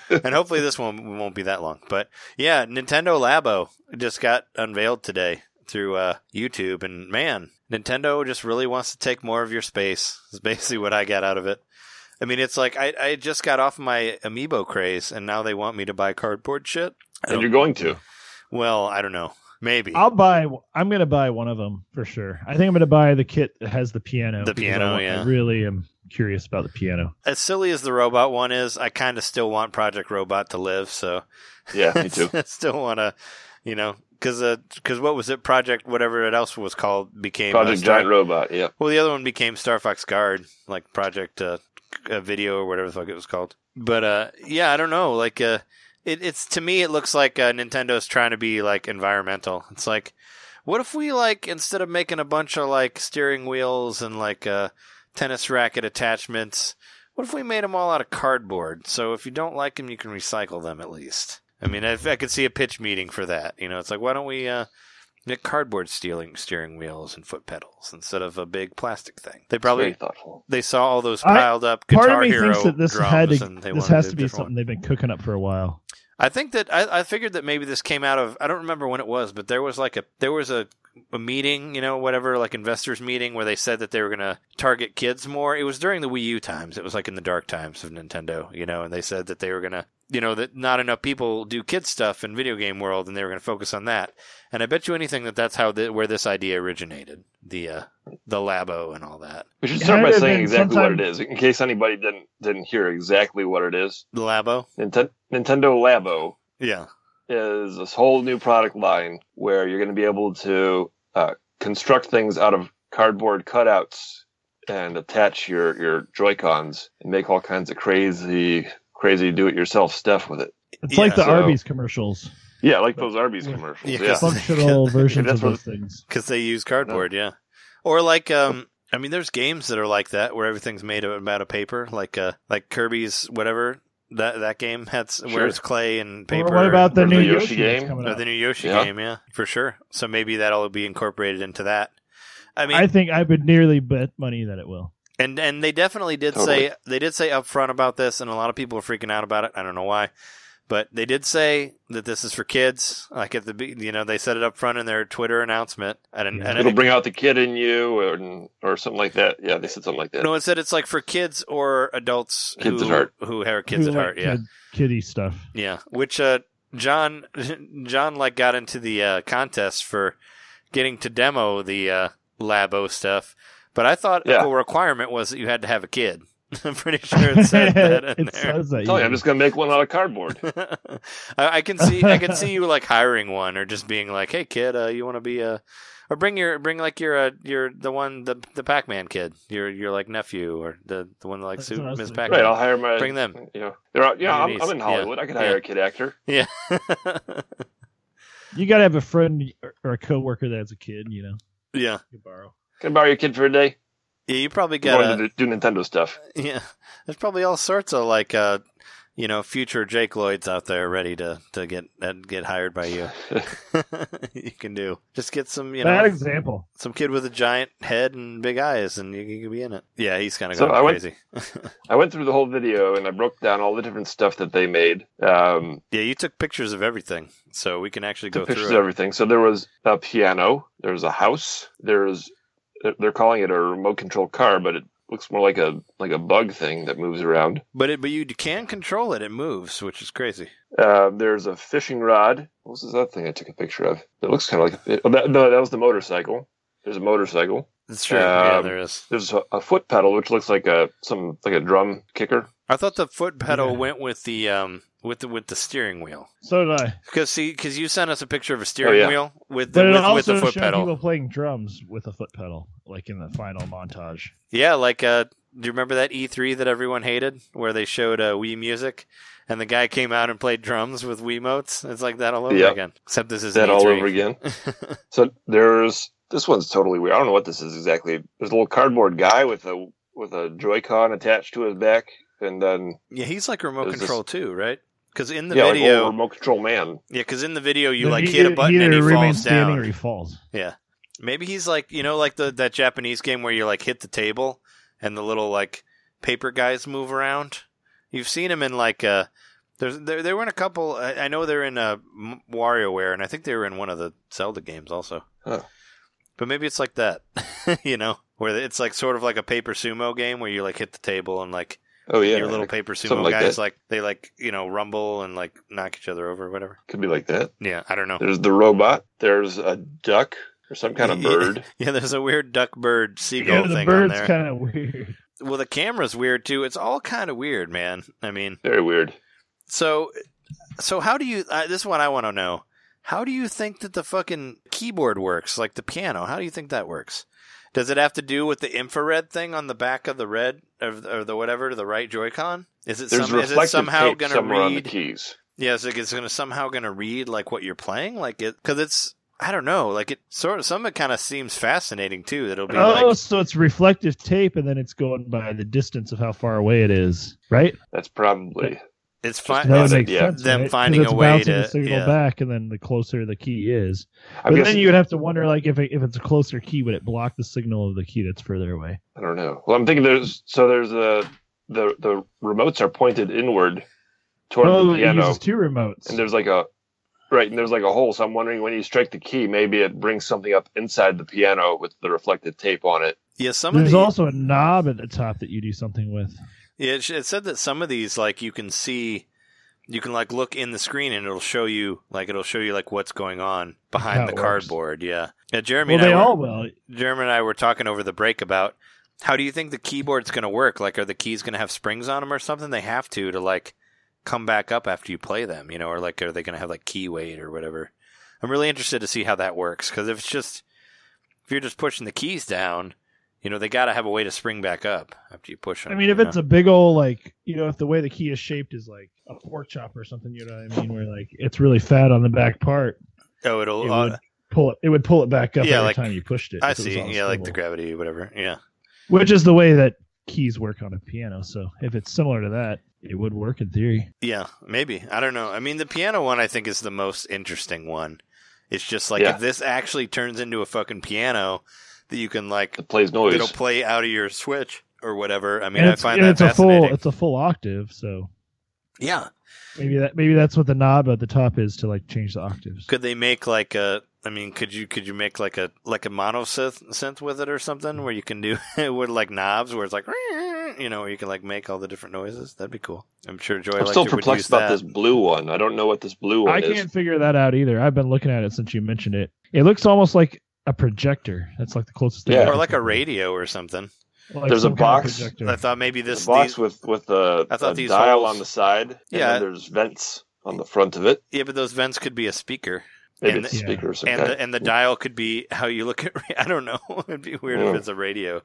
Speaker 1: and hopefully this one won't be that long. But yeah, Nintendo Labo just got unveiled today through uh, YouTube, and man, Nintendo just really wants to take more of your space. Is basically what I got out of it. I mean, it's like I, I just got off my Amiibo craze, and now they want me to buy cardboard shit. I
Speaker 3: And
Speaker 1: don't-
Speaker 3: you're going to.
Speaker 1: well, I don't know. Maybe
Speaker 2: I'll buy. I'm gonna buy one of them for sure. I think I'm gonna buy the kit that has the piano.
Speaker 1: The
Speaker 2: because I
Speaker 1: piano,
Speaker 2: want-
Speaker 1: yeah.
Speaker 2: I really am curious about the piano.
Speaker 1: as silly as the robot one is, I kind of still want Project Robot to live. So
Speaker 3: Yeah, me too.
Speaker 1: I still want to, you know, because because what was it? Project whatever it else was called became uh,
Speaker 3: Project
Speaker 1: Star-
Speaker 3: Giant Robot. Yeah.
Speaker 1: Well, the other one became Star Fox Guard, like Project uh, uh, Video or whatever the fuck it was called. But uh, yeah, I don't know. Like uh, it, it's to me, it looks like uh, Nintendo's trying to be like environmental. It's like, what if we like instead of making a bunch of like steering wheels and like uh, tennis racket attachments, what if we made them all out of cardboard? So if you don't like them, you can recycle them at least. I mean, I, I could see a pitch meeting for that. You know, it's like, why don't we uh, make cardboard stealing steering wheels and foot pedals instead of a big plastic thing? They probably
Speaker 3: Very thoughtful.
Speaker 1: they saw all those
Speaker 2: I-
Speaker 1: piled up
Speaker 2: Part
Speaker 1: Guitar
Speaker 2: of me
Speaker 1: Hero
Speaker 2: thinks that this
Speaker 1: drums,
Speaker 2: had
Speaker 1: and
Speaker 2: to.
Speaker 1: they
Speaker 2: This
Speaker 1: wanted
Speaker 2: has
Speaker 1: a
Speaker 2: to be
Speaker 1: different
Speaker 2: something
Speaker 1: one.
Speaker 2: they've been cooking up for a while.
Speaker 1: I think that I, I figured that maybe this came out of I don't remember when it was, but there was like a there was a a meeting, you know, whatever, like investors meeting where they said that they were gonna target kids more. It was during the Wii U times. It was like in the dark times of Nintendo, you know, and they said that they were gonna you know, that not enough people do kid stuff in video game world and they were gonna focus on that. And I bet you anything that that's how the, where this idea originated. The uh the labo and all that.
Speaker 3: We should
Speaker 2: It
Speaker 3: start
Speaker 2: had
Speaker 3: by
Speaker 2: to have
Speaker 3: saying
Speaker 2: been
Speaker 3: exactly what
Speaker 2: sometime-
Speaker 3: it is, in case anybody didn't didn't hear exactly what it is.
Speaker 1: The labo?
Speaker 3: Ninten- Nintendo Labo
Speaker 1: Yeah.
Speaker 3: is this whole new product line where you're going to be able to uh, construct things out of cardboard cutouts and attach your your Joy Cons and make all kinds of crazy crazy do-it-yourself stuff with it.
Speaker 2: It's
Speaker 1: Yeah,
Speaker 2: like the
Speaker 3: so-
Speaker 2: Arby's commercials,
Speaker 3: Yeah, like those Arby's commercials.
Speaker 1: Yeah,
Speaker 3: Yeah,
Speaker 1: 'cause-
Speaker 2: functional versions
Speaker 3: That's
Speaker 2: of
Speaker 3: what-
Speaker 2: those things.
Speaker 1: Because they use cardboard, yeah. Or like, um, I mean, there's games that are like that where everything's made of, out of paper, like uh, like Kirby's whatever that that game had s where
Speaker 3: Sure.
Speaker 1: it's clay and
Speaker 2: Or
Speaker 1: paper.
Speaker 2: what about the
Speaker 3: or
Speaker 2: new
Speaker 3: the
Speaker 2: Yoshi,
Speaker 3: Yoshi
Speaker 2: that's
Speaker 3: game?
Speaker 2: coming
Speaker 1: or
Speaker 2: out?
Speaker 1: the new Yoshi
Speaker 3: Yeah.
Speaker 1: game? Yeah, for sure. So maybe that'll be incorporated into that. I mean,
Speaker 2: I think I would nearly bet money that it will.
Speaker 1: and and they definitely did
Speaker 3: Totally.
Speaker 1: say they did say upfront about this, and a lot of people are freaking out about it. I don't know why, but they did say that this is for kids. Like at the be- you know they said it up front in their Twitter announcement. I didn't,
Speaker 2: Yeah.
Speaker 1: I
Speaker 3: It'll
Speaker 1: didn't
Speaker 3: bring out the kid in you, or, or something like that. Yeah, they said something like that.
Speaker 1: No, it said it's like for kids or adults
Speaker 3: Kids
Speaker 1: who,
Speaker 3: at heart.
Speaker 1: who are kids
Speaker 2: Who
Speaker 1: at
Speaker 2: like
Speaker 1: heart. Yeah,
Speaker 2: kid- kiddie stuff.
Speaker 1: yeah. Which uh, John John like got into the uh, contest for getting to demo the uh, Labo stuff, but I thought
Speaker 3: Yeah.
Speaker 1: the requirement was that you had to have a kid. I'm pretty sure it said that in
Speaker 2: It
Speaker 1: there.
Speaker 2: says that,
Speaker 3: Tell you,
Speaker 2: yeah.
Speaker 3: I'm just going to make one out of cardboard.
Speaker 1: I, I can see I can see you like hiring one or just being like, "Hey kid, uh, you want to be a or bring your bring like your uh, your the one the the Pac Man kid, your your like nephew or the the one that like
Speaker 2: That's
Speaker 1: suit
Speaker 2: what I was
Speaker 1: Miss
Speaker 2: thinking.
Speaker 1: Pac
Speaker 3: Right,
Speaker 1: Man.
Speaker 3: I'll hire my
Speaker 1: Bring them.
Speaker 3: You know, they're out, yeah,
Speaker 1: Bring your
Speaker 3: I'm, I'm
Speaker 1: niece.
Speaker 3: in Hollywood. I could hire
Speaker 1: Yeah.
Speaker 3: a kid actor.
Speaker 1: Yeah.
Speaker 2: You gotta have a friend or- or a coworker that's a kid. You know,
Speaker 1: yeah.
Speaker 2: you borrow.
Speaker 3: Can I borrow your kid for a day?
Speaker 1: Yeah, you probably
Speaker 3: I'm
Speaker 1: got
Speaker 3: going
Speaker 1: a,
Speaker 3: to do do Nintendo stuff.
Speaker 1: yeah. There's probably all sorts of like uh you know, future Jake Lloyds out there ready to to get uh, get hired by you. you can do. Just get some, you know,
Speaker 2: Bad example.
Speaker 1: some kid with a giant head and big eyes, and you, you can be in it. Yeah, he's kind of
Speaker 3: So
Speaker 1: going
Speaker 3: I went-
Speaker 1: crazy.
Speaker 3: I went through the whole video and I broke down all the different stuff that they made. Um,
Speaker 1: yeah, you took pictures of everything, so we can actually go
Speaker 3: took pictures
Speaker 1: through.
Speaker 3: of
Speaker 1: It.
Speaker 3: everything. So there was a piano. There was a house. There's they're- they're calling it a remote control car, but it looks more like a like a bug thing that moves around.
Speaker 1: But it, but you can control it; it moves, which is crazy.
Speaker 3: Uh, there's a fishing rod. What was that thing I took a picture of? It looks kind of like it, oh, that, no, that was the motorcycle. There's a motorcycle.
Speaker 1: It's true. yeah,
Speaker 3: Um,
Speaker 1: there is.
Speaker 3: There's a, a foot pedal, which looks like a some like a drum kicker.
Speaker 1: I thought the foot pedal
Speaker 2: Yeah.
Speaker 1: went with the um with the with the steering wheel
Speaker 2: So did I.
Speaker 1: because see because you sent us a picture of a steering
Speaker 3: Oh, yeah.
Speaker 1: wheel with the
Speaker 2: But it
Speaker 1: with, with
Speaker 2: also
Speaker 1: the foot
Speaker 2: showed
Speaker 1: pedal.
Speaker 2: people playing drums with a foot pedal, like in the final montage.
Speaker 1: Yeah, like uh, do you remember that E3 that everyone hated, where they showed uh, Wii Music, and the guy came out and played drums with Wiimotes? It's like that all over
Speaker 3: Yep.
Speaker 1: again. Except this is E
Speaker 3: Is that
Speaker 1: E3.
Speaker 3: all over again? so there's this one's totally weird. I don't know what this is exactly. There's a little cardboard guy with a with a Joy-Con attached to his back, and then
Speaker 1: Yeah, he's like remote
Speaker 3: Is this-
Speaker 1: control too, right? Because in the
Speaker 3: yeah, like
Speaker 1: video,
Speaker 3: old remote control man.
Speaker 1: yeah, because in the video you
Speaker 2: But
Speaker 1: like
Speaker 2: he-
Speaker 1: hit a
Speaker 2: he
Speaker 1: button and
Speaker 2: either
Speaker 1: he
Speaker 2: remains
Speaker 1: falls
Speaker 2: standing
Speaker 1: down.
Speaker 2: or he falls.
Speaker 1: Maybe he's like you know, like the that Japanese game where you like hit the table and the little like paper guys move around. You've seen him in like uh, there's there they were in a couple. I, I know they're in uh, M- WarioWare, and I think they were in one of the Zelda games also.
Speaker 3: Huh.
Speaker 1: But maybe it's like that, you know, where it's like sort of like a paper sumo game where you like hit the table and like
Speaker 3: Oh yeah,
Speaker 1: your little paper sumo
Speaker 3: something like
Speaker 1: guys
Speaker 3: that.
Speaker 1: like they like you know rumble and like knock each other over or whatever.
Speaker 3: could be like that.
Speaker 1: Yeah, I don't know.
Speaker 3: There's the robot. There's a duck or some kind of
Speaker 1: Yeah.
Speaker 3: bird.
Speaker 1: Yeah, there's a weird duck bird seagull
Speaker 2: Yeah, the
Speaker 1: thing on
Speaker 2: bird's
Speaker 1: there.
Speaker 2: kind of weird.
Speaker 1: well, the camera's weird too. It's all kind of weird, man. I mean,
Speaker 3: Very weird.
Speaker 1: so so how do you? Uh, this is what I want to know. How do you think that the fucking keyboard works, like the piano? How do you think that works? Does it have to do with the infrared thing on the back of the red or, or the whatever to the right Joy-Con? Is it,
Speaker 3: There's
Speaker 1: some, is
Speaker 3: reflective
Speaker 1: it somehow
Speaker 3: tape
Speaker 1: going to
Speaker 3: somewhere on the
Speaker 1: read?
Speaker 3: keys.
Speaker 1: Yeah, it's like it's gonna somehow gonna read like what you're playing, like it because it's I don't know, like it sort of some of it kind of seems fascinating too. That'll be
Speaker 2: Oh,
Speaker 1: like
Speaker 2: so it's reflective tape, and then it's going by the distance of how far away it is, right?
Speaker 3: That's probably
Speaker 1: it's
Speaker 2: That would
Speaker 1: fine.
Speaker 3: It's
Speaker 2: make
Speaker 3: yeah,
Speaker 2: sense,
Speaker 1: them
Speaker 2: right? 'Cause
Speaker 1: finding
Speaker 2: it's
Speaker 1: a way
Speaker 2: bouncing the
Speaker 1: to-
Speaker 2: signal
Speaker 1: yeah.
Speaker 2: back, and then the closer the key is,
Speaker 3: I
Speaker 2: but
Speaker 3: guess
Speaker 2: then you would have to wonder, like, if it, if it's a closer key, would it block the signal of the key that's further away?
Speaker 3: I don't know. Well, I'm thinking there's so there's a the the remotes are pointed inward toward
Speaker 2: Oh,
Speaker 3: the
Speaker 2: it
Speaker 3: piano,
Speaker 2: uses two remotes.
Speaker 3: and there's like a right, and there's like a hole. So I'm wondering when you strike the key, maybe it brings something up inside the piano with the reflective tape on it.
Speaker 1: yeah. Some of
Speaker 2: There's
Speaker 1: the,
Speaker 2: also a knob at the top that you do something with.
Speaker 1: yeah, it, sh- it said that some of these like you can see, you can like look in the screen and it'll show you like it'll show you like what's going on
Speaker 2: How
Speaker 1: behind the
Speaker 2: it works.
Speaker 1: cardboard. Yeah, yeah. Jeremy,
Speaker 2: well,
Speaker 1: and
Speaker 2: they
Speaker 1: I were-
Speaker 2: all will.
Speaker 1: Jeremy and I were talking over the break about how do you think the keyboard's going to work? Like, are the keys going to have springs on them or something? They have to to like come back up after you play them, you know, or like are they going to have like key weight or whatever? I'm really interested to see how that works because if it's just if you're just pushing the keys down, you know, they got to have a way to spring back up after you push them.
Speaker 2: I mean, if
Speaker 1: you
Speaker 2: it's
Speaker 1: know?
Speaker 2: a big old like, you know, if the way the key is shaped is like a pork chop or something, you know what I mean, where like it's really fat on the back part,
Speaker 1: oh, it'll
Speaker 2: it
Speaker 1: uh,
Speaker 2: would pull it. It would pull it back up
Speaker 1: Yeah,
Speaker 2: every
Speaker 1: like-
Speaker 2: time you pushed it.
Speaker 1: I
Speaker 2: if it was
Speaker 1: see,
Speaker 2: on a
Speaker 1: yeah, like the
Speaker 2: swivel.
Speaker 1: gravity, whatever, yeah.
Speaker 2: which is the way that keys work on a piano. So if it's similar to that, it would work in theory.
Speaker 1: Yeah, maybe. I don't know. I mean, the piano one I think is the most interesting one. It's just like
Speaker 3: Yeah.
Speaker 1: if this actually turns into a fucking piano that you can like
Speaker 3: It plays noise.
Speaker 1: it'll play out of your switch or whatever. I mean,
Speaker 2: and
Speaker 1: I
Speaker 2: it's,
Speaker 1: find
Speaker 2: and
Speaker 1: that
Speaker 2: it's a
Speaker 1: fascinating.
Speaker 2: full it's a full octave, so
Speaker 1: yeah.
Speaker 2: maybe that maybe that's what the knob at the top is to like change the octaves.
Speaker 1: Could they make like a I mean, could you could you make like a like a mono synth, synth with it or something where you can do with like knobs where it's like you know, where you can like make all the different noises? That'd be cool. I'm sure Joy
Speaker 3: I'm
Speaker 1: like
Speaker 3: still
Speaker 1: to
Speaker 3: perplexed
Speaker 1: reduce
Speaker 3: about
Speaker 1: that.
Speaker 3: this blue one. I don't know what this blue one
Speaker 2: I
Speaker 3: is.
Speaker 2: can't figure that out either. I've been looking at it since you mentioned it. It looks almost like a projector. That's like the closest thing.
Speaker 3: Yeah.
Speaker 2: I can
Speaker 1: Or like a
Speaker 2: think of.
Speaker 1: radio or something.
Speaker 2: Like
Speaker 3: There's a
Speaker 2: some kind of
Speaker 3: box.
Speaker 2: projector.
Speaker 1: I thought maybe this
Speaker 3: the box
Speaker 1: these-
Speaker 3: with with the,
Speaker 1: I thought
Speaker 3: a
Speaker 1: these
Speaker 3: dial
Speaker 1: holes-
Speaker 3: on the side. and
Speaker 1: Yeah.
Speaker 3: then there's vents on the front of it.
Speaker 1: yeah, but those vents could be a speaker.
Speaker 3: Maybe
Speaker 1: And
Speaker 3: it's
Speaker 1: the-
Speaker 3: the speakers.
Speaker 1: and
Speaker 3: okay.
Speaker 1: the, and the dial could be how you look at. I don't know. It'd be weird
Speaker 3: Yeah.
Speaker 1: if it's a radio.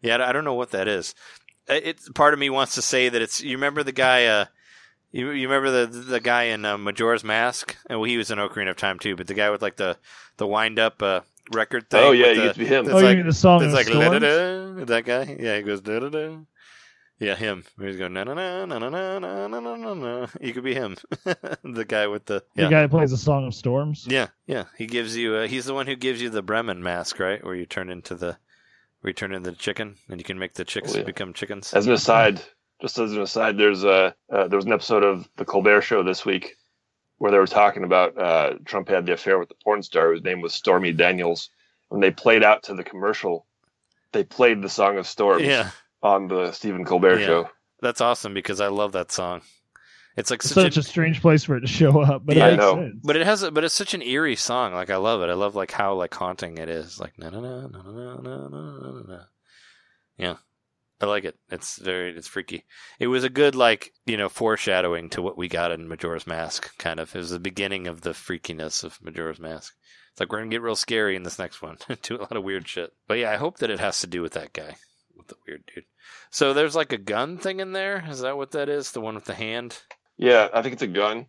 Speaker 1: Yeah, I don't know what that is. Uh, It's part of me wants to say that it's. You remember the guy? Uh, you, you remember the the guy in uh, Majora's Mask? And well, he was in Ocarina of Time too. But the guy with like the the wind up uh, record thing.
Speaker 3: oh
Speaker 1: with
Speaker 3: yeah, you
Speaker 1: the-
Speaker 3: get to be him.
Speaker 1: It's
Speaker 2: oh,
Speaker 1: like-
Speaker 2: you mean the song
Speaker 1: it's
Speaker 2: of
Speaker 1: like da da
Speaker 2: storms?
Speaker 1: da. That guy. Yeah, he goes da da da. Yeah, him. He's going na na na na na na na na na na. He could be him. the guy with the
Speaker 2: The
Speaker 1: yeah.
Speaker 2: guy that plays the song of storms.
Speaker 1: Yeah, yeah. He gives you. Uh, he's the one who gives you the Bremen mask, right? Where you turn into the, where you turn into the chicken, and you can make the chicks
Speaker 3: Oh, yeah.
Speaker 1: become chickens.
Speaker 3: As an aside, just as an aside, there's a uh, there was an episode of the Colbert Show this week where they were talking about uh, Trump had the affair with the porn star whose name was Stormy Daniels. When they played out to the commercial, they played the song of Storms
Speaker 1: Yeah,
Speaker 3: on the Stephen Colbert
Speaker 1: Yeah.
Speaker 3: Show.
Speaker 1: that's awesome because I love that song. It's like
Speaker 2: It's
Speaker 1: such,
Speaker 2: such
Speaker 1: a,
Speaker 2: a strange place for it to show up, but
Speaker 1: Yeah,
Speaker 2: it
Speaker 1: I
Speaker 2: makes
Speaker 3: know.
Speaker 2: sense.
Speaker 1: but it has, a, but it's such an eerie song. Like I love it. I love like how like haunting it is. Like na na na na na na na na na. Yeah, I like it. It's very, it's freaky. It was a good like you know foreshadowing to what we got in Majora's Mask. Kind of, it was the beginning of the freakiness of Majora's Mask. It's like we're gonna get real scary in this next one. do a lot of weird shit. But yeah, I hope that it has to do with that guy, with the weird dude. So there's like a gun thing in there. Is that what that is? The one with the hand.
Speaker 3: Yeah, I think it's a gun.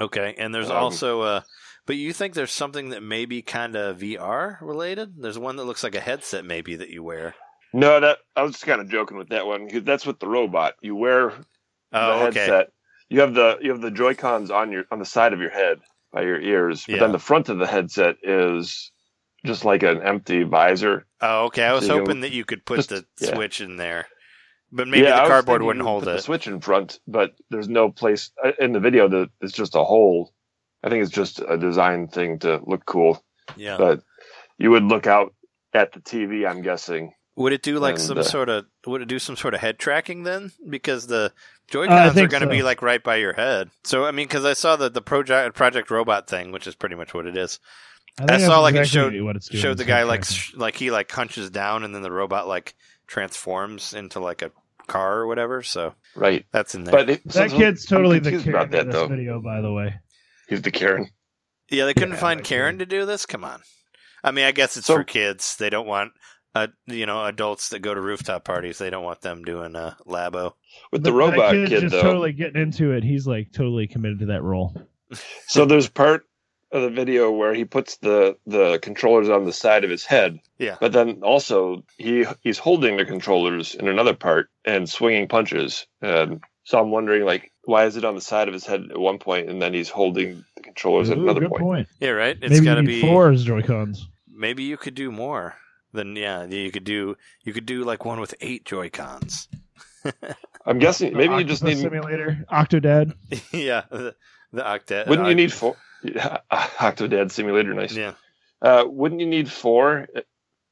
Speaker 1: Okay, and there's
Speaker 3: Um,
Speaker 1: also uh but you think there's something that may be kind of VR related? There's one that looks like a headset maybe that you wear.
Speaker 3: No, that I was just kind of joking with that one 'cause that's with the robot. You wear the
Speaker 1: Oh, okay.
Speaker 3: headset. You have the you have the Joy Cons on your on the side of your head by your ears, but
Speaker 1: Yeah.
Speaker 3: then the front of the headset is just like an empty visor.
Speaker 1: Oh, okay. I was
Speaker 3: So you-
Speaker 1: hoping that you could put
Speaker 3: just-
Speaker 1: the
Speaker 3: yeah.
Speaker 1: switch in there. But maybe
Speaker 3: Yeah, I
Speaker 1: the
Speaker 3: was
Speaker 1: cardboard
Speaker 3: thinking
Speaker 1: wouldn't
Speaker 3: you
Speaker 1: hold
Speaker 3: put The
Speaker 1: it.
Speaker 3: switch in front, but there's no place I- in the video that it's just a hole. I think it's just a design thing to look cool,
Speaker 1: Yeah.
Speaker 3: but you would look out at the TV. I'm guessing.
Speaker 1: Would it do like
Speaker 3: And,
Speaker 1: some
Speaker 3: uh,
Speaker 1: sort of would it do some sort of head tracking then? Because the Joy
Speaker 2: Uh, I
Speaker 1: Cons are
Speaker 2: think
Speaker 1: going to
Speaker 2: so.
Speaker 1: be like right by your head. So I mean, because I saw that the project Project Robot thing, which is pretty much what it is,
Speaker 2: think
Speaker 1: I
Speaker 2: that's
Speaker 1: saw, like, it
Speaker 2: exactly what it's doing.
Speaker 1: showed the
Speaker 2: It's
Speaker 1: guy
Speaker 2: not
Speaker 1: like
Speaker 2: tracking.
Speaker 1: sh- like he like hunches down and then the robot like transforms into like a car or whatever so
Speaker 3: Right,
Speaker 1: that's in there
Speaker 3: but it,
Speaker 2: that
Speaker 3: so-
Speaker 2: kid's
Speaker 3: I'm
Speaker 2: totally the
Speaker 3: confused
Speaker 2: character
Speaker 3: about that
Speaker 2: in this
Speaker 3: though.
Speaker 2: video, by the way.
Speaker 3: He's the Karen.
Speaker 1: yeah they couldn't
Speaker 2: Yeah,
Speaker 1: find
Speaker 2: like-
Speaker 1: karen to do this come on i mean i guess it's
Speaker 3: So-
Speaker 1: for kids they don't want uh, you know adults that go to rooftop parties they don't want them doing uh, labo
Speaker 3: With the
Speaker 2: But that
Speaker 3: robot
Speaker 2: kid's
Speaker 3: kid,
Speaker 2: just
Speaker 3: though,
Speaker 2: totally getting into it. He's like totally committed to that role.
Speaker 3: So there's part of the video where he puts the the controllers on the side of his head.
Speaker 1: Yeah.
Speaker 3: But then also he he's holding the controllers in another part and swinging punches. And so I'm wondering like why is it on the side of his head at one point and then he's holding the controllers at
Speaker 2: Ooh,
Speaker 3: another
Speaker 2: good
Speaker 3: point.
Speaker 1: yeah right it's
Speaker 2: Maybe
Speaker 1: got
Speaker 2: you
Speaker 1: to
Speaker 2: need
Speaker 1: be
Speaker 2: four as Joy Cons.
Speaker 1: maybe you could do more than yeah you could do you could do like one with eight joy cons
Speaker 3: I'm guessing maybe you just need
Speaker 2: simulator Octodad.
Speaker 1: yeah the, the octet
Speaker 3: wouldn't you need four yeah, Octodad simulator nice.
Speaker 1: yeah
Speaker 3: Uh, wouldn't you need four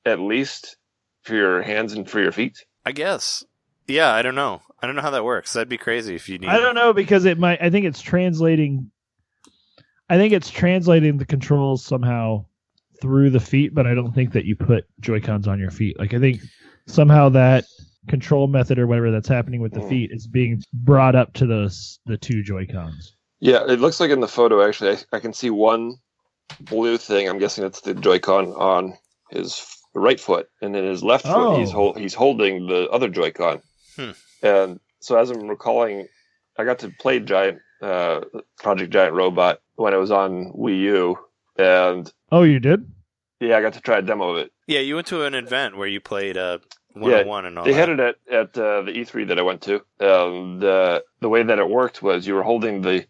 Speaker 3: at least for your hands and for your feet?
Speaker 1: I guess. Yeah, I don't know. I don't know how that works. That'd be crazy if you need.
Speaker 2: I don't know because it might. I think it's translating. I think it's translating the controls somehow through the feet, but I don't think that you put Joy Cons on your feet. Like I think somehow that control method or whatever that's happening with the
Speaker 3: Hmm.
Speaker 2: feet is being brought up to the s- the two Joy Cons.
Speaker 3: Yeah, it looks like in the photo actually, I, I can see one blue thing. I'm guessing that's the Joy-Con on his f- right foot, and then his left
Speaker 2: Oh.
Speaker 3: foot he's hol- he's holding the other Joy-Con.
Speaker 1: Hmm.
Speaker 3: And so, as I'm recalling, I got to play Giant uh, Project Giant Robot when it was on Wii U, and
Speaker 2: Oh, you did?
Speaker 3: yeah, I got to try a demo of it.
Speaker 1: Yeah, you went to an event where you played uh one on one and all.
Speaker 3: They
Speaker 1: that.
Speaker 3: had it at, at uh, the E3 that I went to. Um, the the way that it worked was you were holding the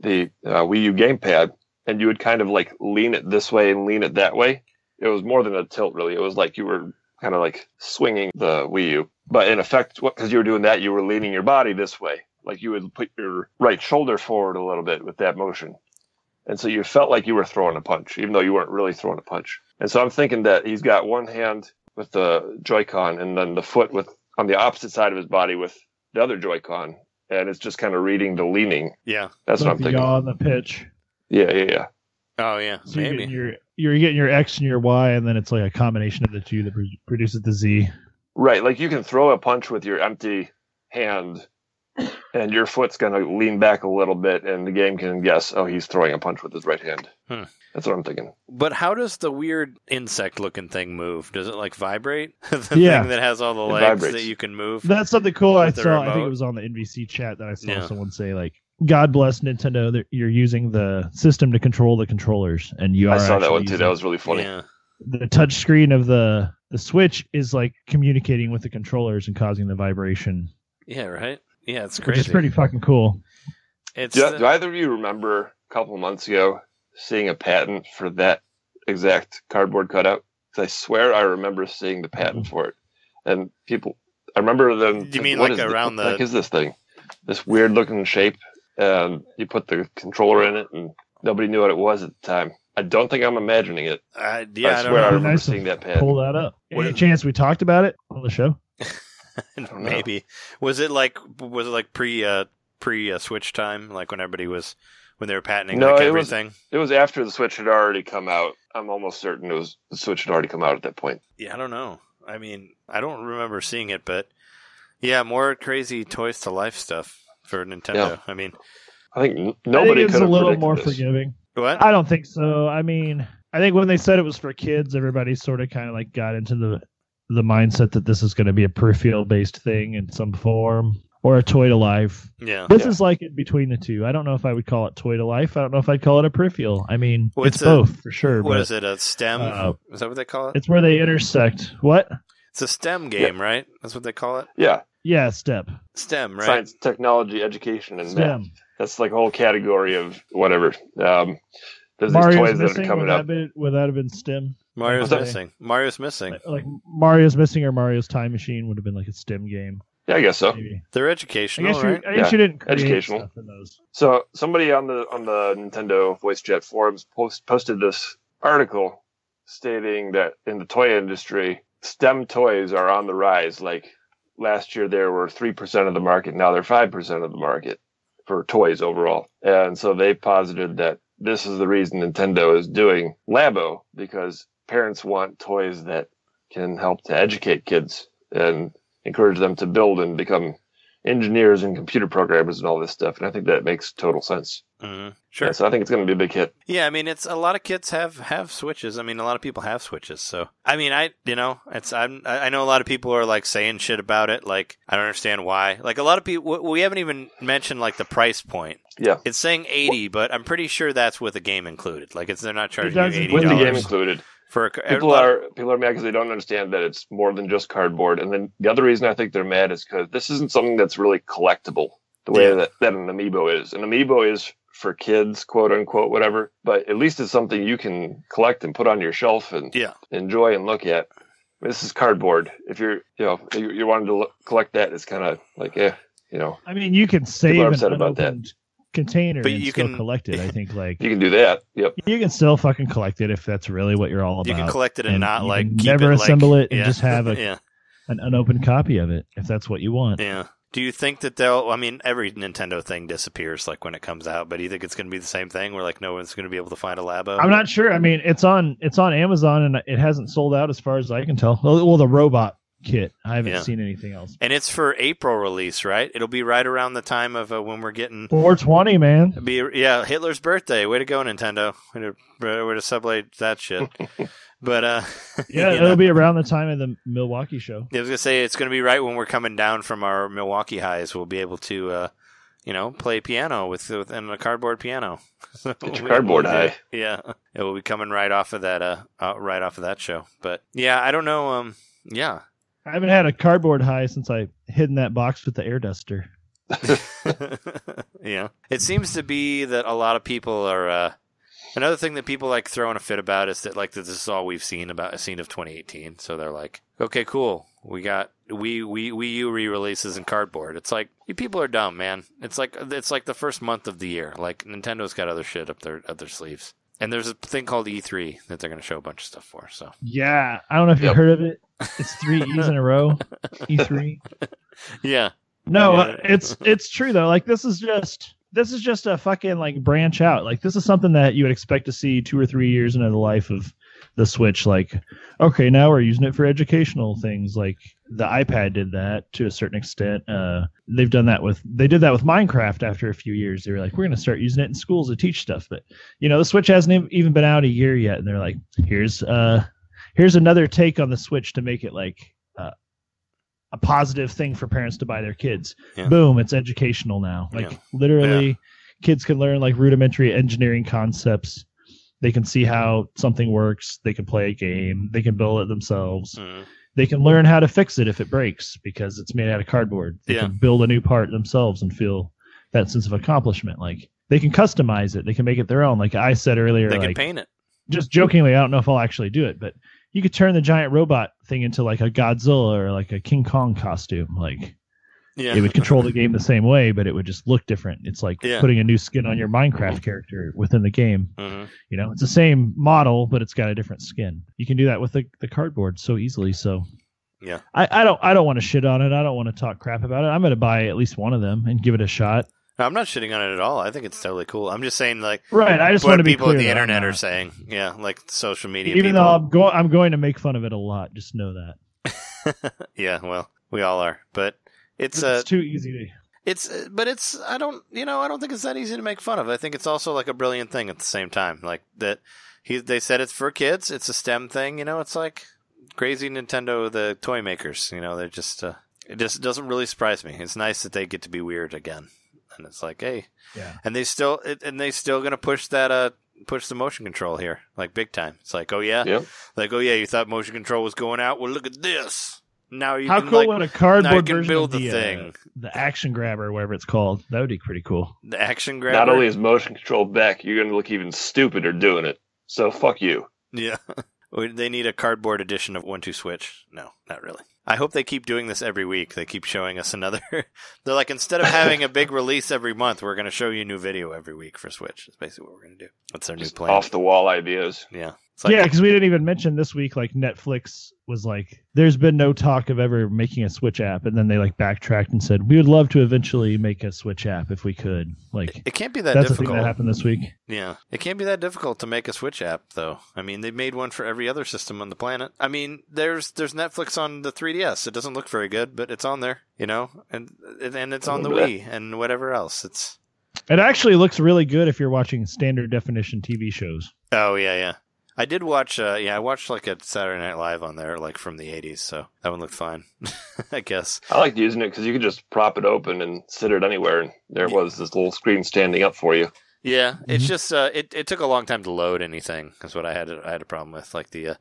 Speaker 3: the uh, Wii U gamepad, and you would kind of like lean it this way and lean it that way. It was more than a tilt, really. It was like you were kind of like swinging the Wii U, but in effect, because you were doing that, you were leaning your body this way. Like you would put your right shoulder forward a little bit with that motion. And so you felt like you were throwing a punch, even though you weren't really throwing a punch. And so I'm thinking that he's got one hand with the Joy-Con and then the foot with on the opposite side of his body with the other Joy-Con, and it's just kind of reading the leaning.
Speaker 1: Yeah.
Speaker 3: That's what I'm
Speaker 2: Like the
Speaker 3: thinking.
Speaker 2: yaw on the pitch.
Speaker 3: Yeah, yeah, yeah.
Speaker 1: Oh yeah.
Speaker 2: So you're
Speaker 1: Maybe.
Speaker 2: getting your you're getting your X and your Y, and then it's like a combination of the two that pro- produces the Z.
Speaker 3: Right, like you can throw a punch with your empty hand, and your foot's going to lean back a little bit, and the game can guess, oh, he's throwing a punch with his right hand.
Speaker 1: Hmm.
Speaker 3: That's what I'm thinking.
Speaker 1: But how does the weird insect looking thing move? Does it like vibrate? the
Speaker 2: Yeah.
Speaker 1: thing that has all the
Speaker 3: It
Speaker 1: legs
Speaker 3: vibrates.
Speaker 1: that you can move.
Speaker 2: That's something cool I
Speaker 1: With the
Speaker 2: saw. I think
Speaker 1: remote.
Speaker 2: it was on the NBC chat that I saw
Speaker 1: Yeah.
Speaker 2: someone say like, "God bless Nintendo that you're using the system to control the controllers." And you are
Speaker 3: I saw that
Speaker 2: actually
Speaker 3: one too.
Speaker 2: using-
Speaker 3: That was really funny.
Speaker 1: Yeah.
Speaker 2: the touch screen of the the Switch is like communicating with the controllers and causing the vibration,
Speaker 1: Yeah, right? Yeah, it's
Speaker 2: which
Speaker 1: crazy.
Speaker 2: is pretty fucking cool.
Speaker 1: It's uh,
Speaker 3: Do,
Speaker 1: the-
Speaker 3: do either of you remember a couple of months ago seeing a patent for that exact cardboard cutout? 'Cause I swear I remember seeing the patent for it, and people. I remember them.
Speaker 1: You mean
Speaker 3: what
Speaker 1: like
Speaker 3: is thi-
Speaker 1: around
Speaker 3: what
Speaker 1: the-
Speaker 3: heck is this thing? This weird looking shape. Um, you put the controller in it, and nobody knew what it was at the time. I don't think I'm imagining it.
Speaker 1: I- yeah, I,
Speaker 3: I
Speaker 1: don't
Speaker 3: swear I
Speaker 1: know.
Speaker 3: remember
Speaker 2: Nice.
Speaker 3: seeing that
Speaker 2: Pull
Speaker 3: patent.
Speaker 2: that up.
Speaker 3: What
Speaker 2: Any
Speaker 3: is-
Speaker 2: chance we talked about it on the show?
Speaker 3: don't know.
Speaker 1: Maybe was it like was it like pre uh, pre uh, switch time? Like when everybody was when they were patenting
Speaker 3: No,
Speaker 1: like
Speaker 3: it was-
Speaker 1: everything.
Speaker 3: It was after the Switch had already come out. I'm almost certain it was the Switch had already come out at that point.
Speaker 1: Yeah, I don't know. I mean, I don't remember seeing it, but yeah, more crazy toys to life stuff for Nintendo. I mean,
Speaker 3: I think n-
Speaker 2: I think
Speaker 3: nobody
Speaker 2: it's
Speaker 3: could
Speaker 2: a
Speaker 3: have
Speaker 2: little
Speaker 3: predicted
Speaker 2: more
Speaker 3: this.
Speaker 2: forgiving.
Speaker 1: what?
Speaker 2: I don't think so. I mean, I think when they said it was for kids, everybody sort of kind of like got into the the mindset that this is going to be a peripheral based thing in some form or a toy to life.
Speaker 1: yeah.
Speaker 2: This
Speaker 3: Yeah.
Speaker 2: is like in between the two. I don't know if I would call it toy to life. I don't know if I'd call it a peripheral. I mean,
Speaker 1: Well,
Speaker 2: it's,
Speaker 1: it's a-
Speaker 2: both for sure.
Speaker 1: What
Speaker 2: but
Speaker 1: is it? A stem?
Speaker 2: Uh,
Speaker 1: is that what they call it?
Speaker 2: It's where they intersect. What?
Speaker 1: It's a stem game, right? That's what they call it.
Speaker 3: Yeah,
Speaker 2: Yeah, step.
Speaker 1: Stem, right?
Speaker 3: science, technology, education, and math.
Speaker 2: Stem.
Speaker 3: That's like a whole category of whatever. Um, there's these
Speaker 2: Mario's
Speaker 3: toys that
Speaker 2: missing.
Speaker 3: are
Speaker 2: would,
Speaker 3: coming
Speaker 2: that
Speaker 3: up.
Speaker 2: have been, would that have been stem?
Speaker 1: Mario's
Speaker 3: Okay.
Speaker 1: missing. Mario's missing.
Speaker 2: Like Mario's missing or Mario's time machine would have been like a stem game.
Speaker 3: Yeah, I guess so.
Speaker 2: Maybe.
Speaker 1: They're
Speaker 2: I
Speaker 1: educational,
Speaker 2: guess you.
Speaker 1: right?
Speaker 2: I guess
Speaker 3: Yeah.
Speaker 2: you didn't create
Speaker 3: Educational.
Speaker 2: stuff in those.
Speaker 3: So somebody on the on the Nintendo voice chat forums post, posted this article stating that in the toy industry, STEM toys are on the rise. Like last year, there were three percent of the market. Now they're five percent of the market for toys overall. And so they posited that this is the reason Nintendo is doing Labo because parents want toys that can help to educate kids and encourage them to build and become engineers and computer programmers and all this stuff. And I think that makes total sense.
Speaker 1: hmm Sure.
Speaker 3: Yeah, so I think it's going to be a big hit.
Speaker 1: Yeah, I mean, it's a lot of kids have have switches. I mean, a lot of people have switches. So, I mean, I you know, it's I'm I I know a lot of people are like saying shit about it. Like, I don't understand why. Like, a lot of people we haven't even mentioned like the price point.
Speaker 3: Yeah.
Speaker 1: it's saying eighty, but I'm pretty sure that's with the game included. Like, it's they're not charging
Speaker 2: does
Speaker 1: you eighty
Speaker 2: include
Speaker 3: With the game
Speaker 1: dollars
Speaker 3: included,
Speaker 1: for a, ca- a
Speaker 3: people
Speaker 1: lot-
Speaker 3: are people are mad because they don't understand that it's more than just cardboard. And then the other reason I think they're mad is because this isn't something that's really collectible the way
Speaker 1: Yeah.
Speaker 3: that, that an amiibo is. An amiibo is for kids, quote unquote, whatever. But at least it's something you can collect and put on your shelf and
Speaker 1: Yeah.
Speaker 3: enjoy and look at. This is cardboard. If you're, you know, you, you wanted to look, collect that, it's kind of like, eh, you know,
Speaker 2: I mean, you can save an
Speaker 3: upset about that.
Speaker 2: unopened container
Speaker 1: But
Speaker 2: and
Speaker 1: you
Speaker 2: still
Speaker 1: can-
Speaker 2: collect it. I think like
Speaker 3: you can do that. Yep.
Speaker 2: you can still fucking collect it if that's really what you're all about.
Speaker 1: you can collect it and,
Speaker 2: and
Speaker 1: not
Speaker 2: you
Speaker 1: like
Speaker 2: can
Speaker 1: keep
Speaker 2: never
Speaker 1: it, like-
Speaker 2: assemble it and
Speaker 1: yeah.
Speaker 2: just have a-
Speaker 1: yeah
Speaker 2: an unopened copy of it if that's what you want.
Speaker 1: yeah. Do you think that they'll? I mean, every Nintendo thing disappears like when it comes out. But do you think it's going to be the same thing? Where like no one's going to be able to find a Labo?
Speaker 2: I'm not sure. I mean, it's on it's on Amazon and it hasn't sold out as far as I can tell. Well, well, the robot kit. I haven't
Speaker 1: Yeah.
Speaker 2: seen anything else.
Speaker 1: And it's for April release, right? It'll be right around the time of uh, when we're getting
Speaker 2: 420, man.
Speaker 1: be yeah Hitler's birthday. Way to go, Nintendo! Way to, uh, way to sublate that shit. but uh,
Speaker 2: Yeah,
Speaker 1: you
Speaker 2: it'll
Speaker 1: know,
Speaker 2: be around the time of the Milwaukee show.
Speaker 1: I was gonna say it's gonna be right when we're coming down from our Milwaukee highs. We'll be able to uh, you know play piano with within a cardboard piano.
Speaker 3: Get your cardboard high.
Speaker 1: Yeah, it will be coming right off of that uh, uh right off of that show. But yeah, I don't know. Um, yeah.
Speaker 2: I haven't had a cardboard high since I hid in that box with the air duster.
Speaker 1: yeah. It seems to be that a lot of people are uh another thing that people like throwing a fit about is that like that this is all we've seen about seen of 2018. So they're like, "Okay, cool. We got we we Wii U re-releases and cardboard." It's like you people are dumb, man. It's like it's like the first month of the year. Like Nintendo's got other shit up their up their sleeves. And there's a thing called E3 that they're going to show a bunch of stuff for. So
Speaker 2: Yeah, I don't know if you
Speaker 3: Yep.
Speaker 2: heard of it. It's three E's in a row. E three.
Speaker 1: yeah,
Speaker 2: No,
Speaker 1: Yeah.
Speaker 2: uh, it's it's true though. Like this is just this is just a fucking like branch out. Like this is something that you would expect to see two or three years into the life of the Switch like, okay, now we're using it for educational things. Like the iPad did that to a certain extent. Uh, they've done that with they did that with Minecraft after a few years. They were like, we're going to start using it in schools to teach stuff. But you know, the Switch hasn't ev- even been out a year yet, and they're like, here's uh, here's another take on the Switch to make it like uh, a positive thing for parents to buy their kids.
Speaker 1: Yeah.
Speaker 2: Boom, it's educational now. Like
Speaker 1: Yeah.
Speaker 2: literally, kids can learn like rudimentary engineering concepts. They can see how something works. They can play a game. They can build it themselves.
Speaker 1: Mhm.
Speaker 2: They can learn how to fix it if it breaks because it's made out of cardboard. They
Speaker 1: Yeah.
Speaker 2: can build a new part themselves and feel that sense of accomplishment. Like they can customize it. They can make it their own. Like I said earlier,
Speaker 1: They
Speaker 2: like,
Speaker 1: can paint it.
Speaker 2: just jokingly, I don't know if I'll actually do it, but you could turn the giant robot thing into like a Godzilla or like a King Kong costume. Like
Speaker 1: Yeah.
Speaker 2: it would control the game the same way, but it would just look different. It's like
Speaker 1: Yeah.
Speaker 2: putting a new skin on your Minecraft character within the game.
Speaker 1: Mhm.
Speaker 2: You know, it's the same model, but it's got a different skin. You can do that with the, the cardboard so easily. So
Speaker 1: Yeah.
Speaker 2: I, I don't I don't want to shit on it. I don't want to talk crap about it. I'm gonna buy at least one of them and give it a shot.
Speaker 1: No, I'm not shitting on it at all. I think it's totally cool. I'm just saying, like,
Speaker 2: Right. I just
Speaker 1: what
Speaker 2: want to be
Speaker 1: people
Speaker 2: clear
Speaker 1: at the
Speaker 2: that I'm
Speaker 1: internet are
Speaker 2: not.
Speaker 1: saying. Yeah, like social media
Speaker 2: Even
Speaker 1: people.
Speaker 2: though I'm going I'm going to make fun of it a lot, just know that.
Speaker 1: yeah, well, we all are, but it's
Speaker 2: It's,
Speaker 1: uh,
Speaker 2: too easy to
Speaker 1: it's uh, but it's I don't you know I don't think it's that easy to make fun of. I think it's also like a brilliant thing at the same time. Like that he they said it's for kids. It's a STEM thing. You know, it's like crazy Nintendo the toy makers. You know, they're just uh, it just doesn't really surprise me. It's nice that they get to be weird again, and it's like hey,
Speaker 2: Yeah.
Speaker 1: and they still it, and they still gonna push that uh push the motion control here like big time. It's like oh yeah,
Speaker 3: Yeah.
Speaker 1: like oh yeah, you thought motion control was going out. Well, look at this. Now you
Speaker 2: How
Speaker 1: can
Speaker 2: cool
Speaker 1: like
Speaker 2: would a cardboard
Speaker 1: can
Speaker 2: version
Speaker 1: build
Speaker 2: of
Speaker 1: the
Speaker 2: the,
Speaker 1: thing.
Speaker 2: Uh, the action grabber, whatever it's called? That would be pretty cool.
Speaker 1: the action grabber.
Speaker 3: Not only is motion control back, you're going to look even stupider doing it. So fuck you.
Speaker 1: Yeah. Or they need a cardboard edition of One Two Switch. No, not really. I hope they keep doing this every week. They keep showing us another. They're like, instead of having a big release every month, we're going to show you a new video every week for Switch. That's basically what we're going to do. That's our
Speaker 3: Just
Speaker 1: new plan.
Speaker 3: off the wall ideas.
Speaker 1: Yeah. It's
Speaker 2: yeah, because we didn't even mention this week. Like Netflix was like, "There's been no talk of ever making a Switch app," and then they like backtracked and said, "We would love to eventually make a Switch app if we could." Like
Speaker 1: It can't be that
Speaker 2: that's the thing
Speaker 1: difficult.
Speaker 2: that happened this week.
Speaker 1: Yeah. It can't be that difficult to make a Switch app though. I mean, they've made one for every other system on the planet. I mean, there's there's Netflix on the 3DS. It doesn't look very good, but it's on there, you know? And and it's on the Wii and whatever else. It's
Speaker 2: It actually looks really good if you're watching standard definition TV shows.
Speaker 1: Oh yeah, yeah. I did watch. Uh, yeah, I watched like a Saturday Night Live on there, like from the '80s. So that one looked fine, I guess.
Speaker 3: I liked using it because you could just prop it open and sit it anywhere, and there was this little screen standing up for you.
Speaker 1: Yeah, it's
Speaker 2: Mhm.
Speaker 1: just uh, it it took a long time to load anything. That's what I had. I had a problem with like the. Uh,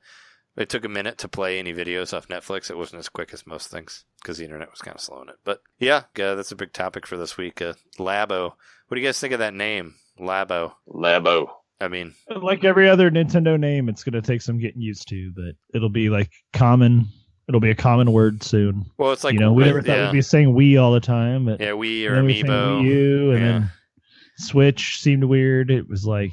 Speaker 1: it took a minute to play any videos off Netflix. It wasn't as quick as most things because the internet was kind of slowing it. But yeah, uh, that's a big topic for this week. Uh, Labo. What do you guys think of that name, Labo?
Speaker 3: Labo.
Speaker 1: I mean,
Speaker 2: Like every other Nintendo name, it's going to take some getting used to, but it'll be like common. It'll be a common word soon.
Speaker 1: well, it's like
Speaker 2: you know, we never thought
Speaker 1: yeah,
Speaker 2: we'd be saying we all the time. But
Speaker 1: yeah, Wii or
Speaker 2: then we were saying
Speaker 1: Amiibo.
Speaker 2: Wii U, and
Speaker 1: Yeah.
Speaker 2: then Switch seemed weird. It was like,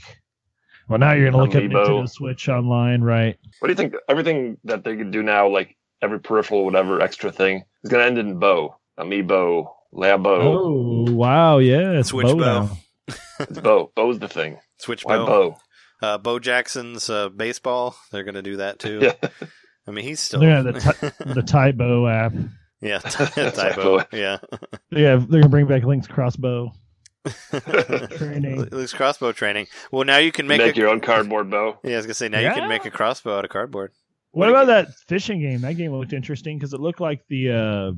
Speaker 2: well, now you're gonna look
Speaker 3: Amiibo.
Speaker 2: up Nintendo Switch online, right?
Speaker 3: What do you think? Everything that they could do now, like every peripheral, whatever extra thing, is going to end in Bo. Amiibo. Labo.
Speaker 2: Oh, wow, yeah, it's
Speaker 1: Switch
Speaker 2: Bo
Speaker 1: Bo.
Speaker 2: now.
Speaker 3: It's Bo. Bo's the thing.
Speaker 1: Switch
Speaker 3: Why
Speaker 1: Bo.
Speaker 3: Bo?
Speaker 1: Uh, Bo Jackson's uh, baseball. They're going to do that too.
Speaker 3: Yeah.
Speaker 1: I mean, he's still.
Speaker 2: They're gonna have The Tybo app.
Speaker 1: yeah, Tybo. Yeah.
Speaker 2: Yeah, they're gonna bring back Link's crossbow training.
Speaker 1: Luke's crossbow training. Well, now you can
Speaker 3: Make,
Speaker 1: make, a.
Speaker 3: your own cardboard Bo.
Speaker 1: yeah, I was gonna say now you can
Speaker 2: Yeah.
Speaker 1: make a crossbow out of cardboard.
Speaker 2: What about that fishing game? That game looked interesting because it looked like the uh,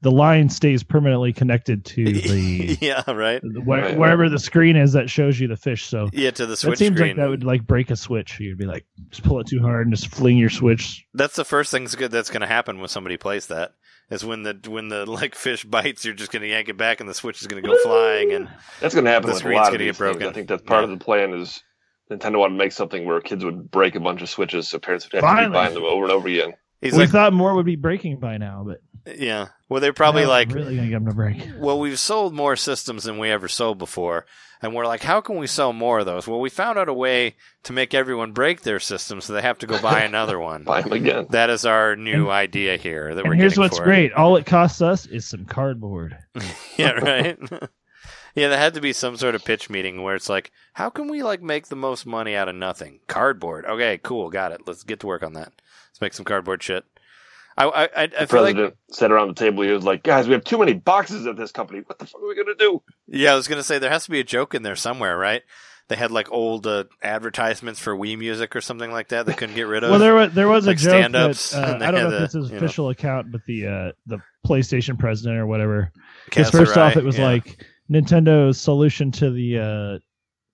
Speaker 2: the line stays permanently connected to the
Speaker 1: yeah, right.
Speaker 2: where, wherever the screen is that shows you the fish. So
Speaker 1: Yeah, to the
Speaker 2: That
Speaker 1: switch
Speaker 2: seems
Speaker 1: screen.
Speaker 2: like that would like break a switch. You'd be like, just pull it too hard and just fling your switch.
Speaker 1: That's the first thing that's going to happen when somebody plays that. Is when the when the like fish bites, you're just going to yank it back, and the switch is going to go flying. And
Speaker 3: That's going to happen
Speaker 1: The
Speaker 3: with a
Speaker 1: screen's
Speaker 3: lot of
Speaker 1: gonna
Speaker 3: these
Speaker 1: get broken.
Speaker 3: things. I think that's part
Speaker 1: Yeah.
Speaker 3: of the plan is Nintendo wanted to make something where kids would break a bunch of switches, so parents would have to
Speaker 2: Finally.
Speaker 3: keep buying them over and over again.
Speaker 1: he's
Speaker 2: we
Speaker 1: like,
Speaker 2: thought more would be breaking by now, but
Speaker 1: yeah. Well, they're probably
Speaker 2: now
Speaker 1: like,
Speaker 2: I'm really gonna give them a break.
Speaker 1: well, we've sold more systems than we ever sold before. And we're like, how can we sell more of those? Well, we found out a way to make everyone break their system so they have to go buy another one.
Speaker 3: Buy them again.
Speaker 1: that is our new
Speaker 2: And-
Speaker 1: idea here that we're
Speaker 2: And here's
Speaker 1: getting
Speaker 2: what's
Speaker 1: for it.
Speaker 2: great: all it costs us is some cardboard.
Speaker 1: yeah, right. Yeah, there had to be some sort of pitch meeting where it's like, how can we like make the most money out of nothing? Cardboard. Okay, cool, got it. Let's get to work on that. Let's make some cardboard shit. I I I, I
Speaker 3: The
Speaker 1: feel like
Speaker 3: president sat around the table. He was like, "Guys, we have too many boxes at this company. What the fuck are we gonna do?"
Speaker 1: yeah, I was gonna say there has to be a joke in there somewhere, right? They had like old uh, advertisements for Wii Music or something like that. They couldn't get rid of.
Speaker 2: Well, there was there was
Speaker 1: like
Speaker 2: a joke
Speaker 1: stand-ups,
Speaker 2: that uh,
Speaker 1: and they
Speaker 2: I don't know
Speaker 1: had
Speaker 2: if it's
Speaker 1: the,
Speaker 2: his
Speaker 1: you know.
Speaker 2: official account, but the uh, the PlayStation president or whatever. Because
Speaker 1: Cast
Speaker 2: first
Speaker 1: their
Speaker 2: off,
Speaker 1: eye,
Speaker 2: it was
Speaker 1: yeah.
Speaker 2: like Nintendo's solution to the uh,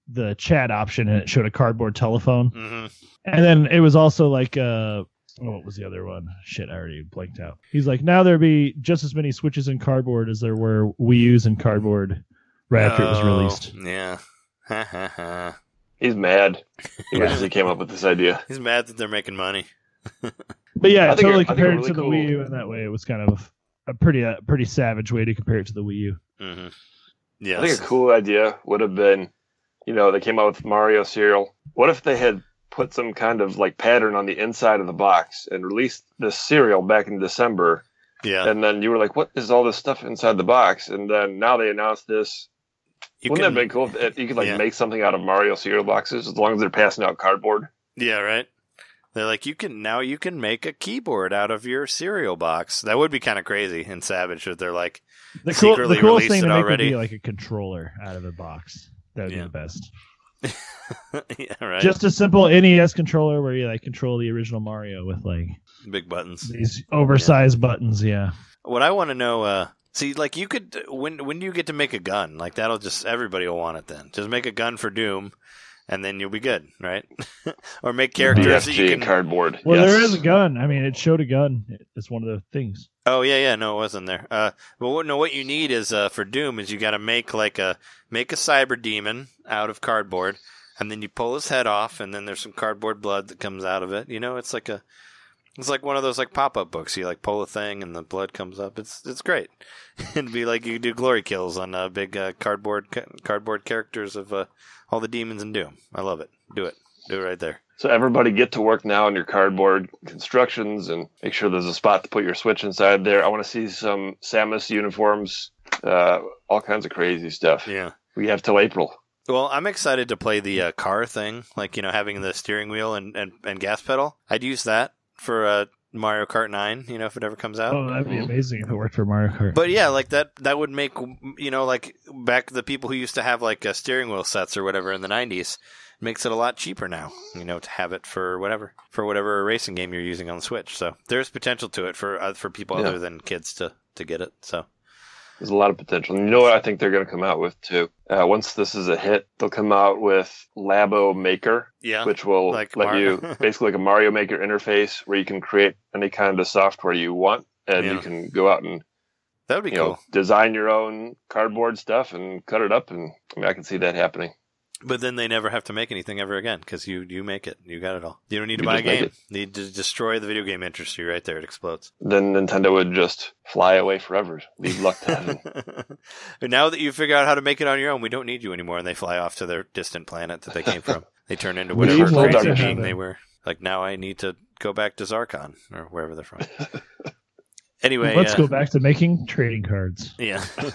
Speaker 2: the chat option, and it showed a cardboard telephone.
Speaker 1: Mhm.
Speaker 2: And then it was also like, uh, oh, what was the other one? Shit, I already blanked out. He's like, now there'd be just as many Switches in cardboard as there were Wii U's in cardboard right after it was
Speaker 1: Oh,
Speaker 2: released.
Speaker 1: Yeah. Ha, ha, ha.
Speaker 3: He's mad. He
Speaker 2: Yeah.
Speaker 3: wishes he came up with this idea.
Speaker 1: He's mad that they're making money.
Speaker 2: But yeah,
Speaker 3: I
Speaker 2: it
Speaker 3: think
Speaker 2: totally
Speaker 3: it- I think it
Speaker 2: compared
Speaker 3: really
Speaker 2: it to the
Speaker 3: cool.
Speaker 2: Wii U in that way. It was kind of a pretty a pretty savage way to compare it to the Wii U.
Speaker 1: Mm-hmm.
Speaker 3: I think
Speaker 1: Yes.
Speaker 3: a cool idea would have been, you know, they came out with Mario cereal. What if they had put some kind of like pattern on the inside of the box and released this cereal back in December,
Speaker 1: Yeah.
Speaker 3: and then you were like, "What is all this stuff inside the box?" And then now they announced this.
Speaker 1: You
Speaker 3: Wouldn't
Speaker 1: can-
Speaker 3: that be cool? If if you could like
Speaker 1: Yeah.
Speaker 3: make something out of Mario cereal boxes as long as they're passing out cardboard.
Speaker 1: Yeah, right. They're like, you can now you can make a keyboard out of your cereal box. That would be kind of crazy and savage. That they're like,
Speaker 2: The, cool, the
Speaker 1: Secretly
Speaker 2: coolest
Speaker 1: released
Speaker 2: thing
Speaker 1: it
Speaker 2: to make
Speaker 1: already.
Speaker 2: would be like a controller out of the box. That would
Speaker 1: Yeah.
Speaker 2: be the best.
Speaker 1: yeah, right,
Speaker 2: Just a simple NES controller where you like control the original Mario with like
Speaker 1: big buttons.
Speaker 2: these oversized buttons. Yeah,
Speaker 1: What I want to know, uh, see, like you could when when do you get to make a gun? Like that'll just everybody will want it then. Just make a gun for Doom, and then you'll be good, right? or make characters that you
Speaker 3: BFG
Speaker 1: can.
Speaker 3: and cardboard.
Speaker 2: well,
Speaker 3: yes.
Speaker 2: there is a gun. I mean, it showed a gun. It- It's one of the things.
Speaker 1: Oh yeah, yeah. No, it wasn't there. Uh, but what, no, what you need is uh, for Doom is you got to make like a make a cyber demon out of cardboard, and then you pull his head off, and then there's some cardboard blood that comes out of it. You know, it's like a it's like one of those like pop up books. You like pull a thing, and the blood comes up. It's it's great. It'd be like you do glory kills on uh, big uh, cardboard ca- cardboard characters of uh, all the demons in Doom. I love it. Do it. Do it right there.
Speaker 3: So everybody get to work now on your cardboard constructions and make sure there's a spot to put your switch inside there. I want to see some Samus uniforms, uh, all kinds of crazy stuff.
Speaker 1: Yeah.
Speaker 3: We have till April.
Speaker 1: Well, I'm excited to play the uh, car thing, like you know, having the steering wheel and, and, and gas pedal. I'd use that for uh, Mario Kart Nine, you know, if it ever comes out.
Speaker 2: Oh, that'd be amazing if it worked for Mario Kart.
Speaker 1: But yeah, like that that would make you know, like back the people who used to have like uh, steering wheel sets or whatever in the '90s makes it a lot cheaper now, you know, to have it for whatever for whatever racing game you're using on the Switch. So there's potential to it for uh, for people
Speaker 3: Yeah.
Speaker 1: other than kids to to get it. So
Speaker 3: There's a lot of potential. And you know what I think they're going to come out with too? Uh, once this is a hit, they'll come out with Labo Maker,
Speaker 1: yeah,
Speaker 3: which will
Speaker 1: Like
Speaker 3: let
Speaker 1: Mar-
Speaker 3: you basically like a Mario Maker interface where you can create any kind of software you want and you
Speaker 1: Yeah.
Speaker 3: can go out and
Speaker 1: that would be
Speaker 3: you
Speaker 1: cool.
Speaker 3: know design your own cardboard stuff and cut it up and I, mean, I can see that happening.
Speaker 1: But then they never have to make anything ever again because you you make it. You got it all. You don't need to
Speaker 3: You
Speaker 1: buy a
Speaker 3: just make
Speaker 1: game.
Speaker 3: it.
Speaker 1: You need to destroy the video game industry right there. It explodes.
Speaker 3: then Nintendo would just fly away forever. Leave luck to heaven.
Speaker 1: But now that you figure out how to make it on your own, we don't need you anymore. And they fly off to their distant planet that they came from. they turn into
Speaker 2: We
Speaker 1: whatever
Speaker 3: just love
Speaker 1: crazy
Speaker 3: that
Speaker 1: being
Speaker 2: guy.
Speaker 1: they were. Like now, I need to go back to Zarkon or wherever they're from. Anyway,
Speaker 2: Let's
Speaker 1: uh,
Speaker 2: go back to making trading cards.
Speaker 1: Yeah.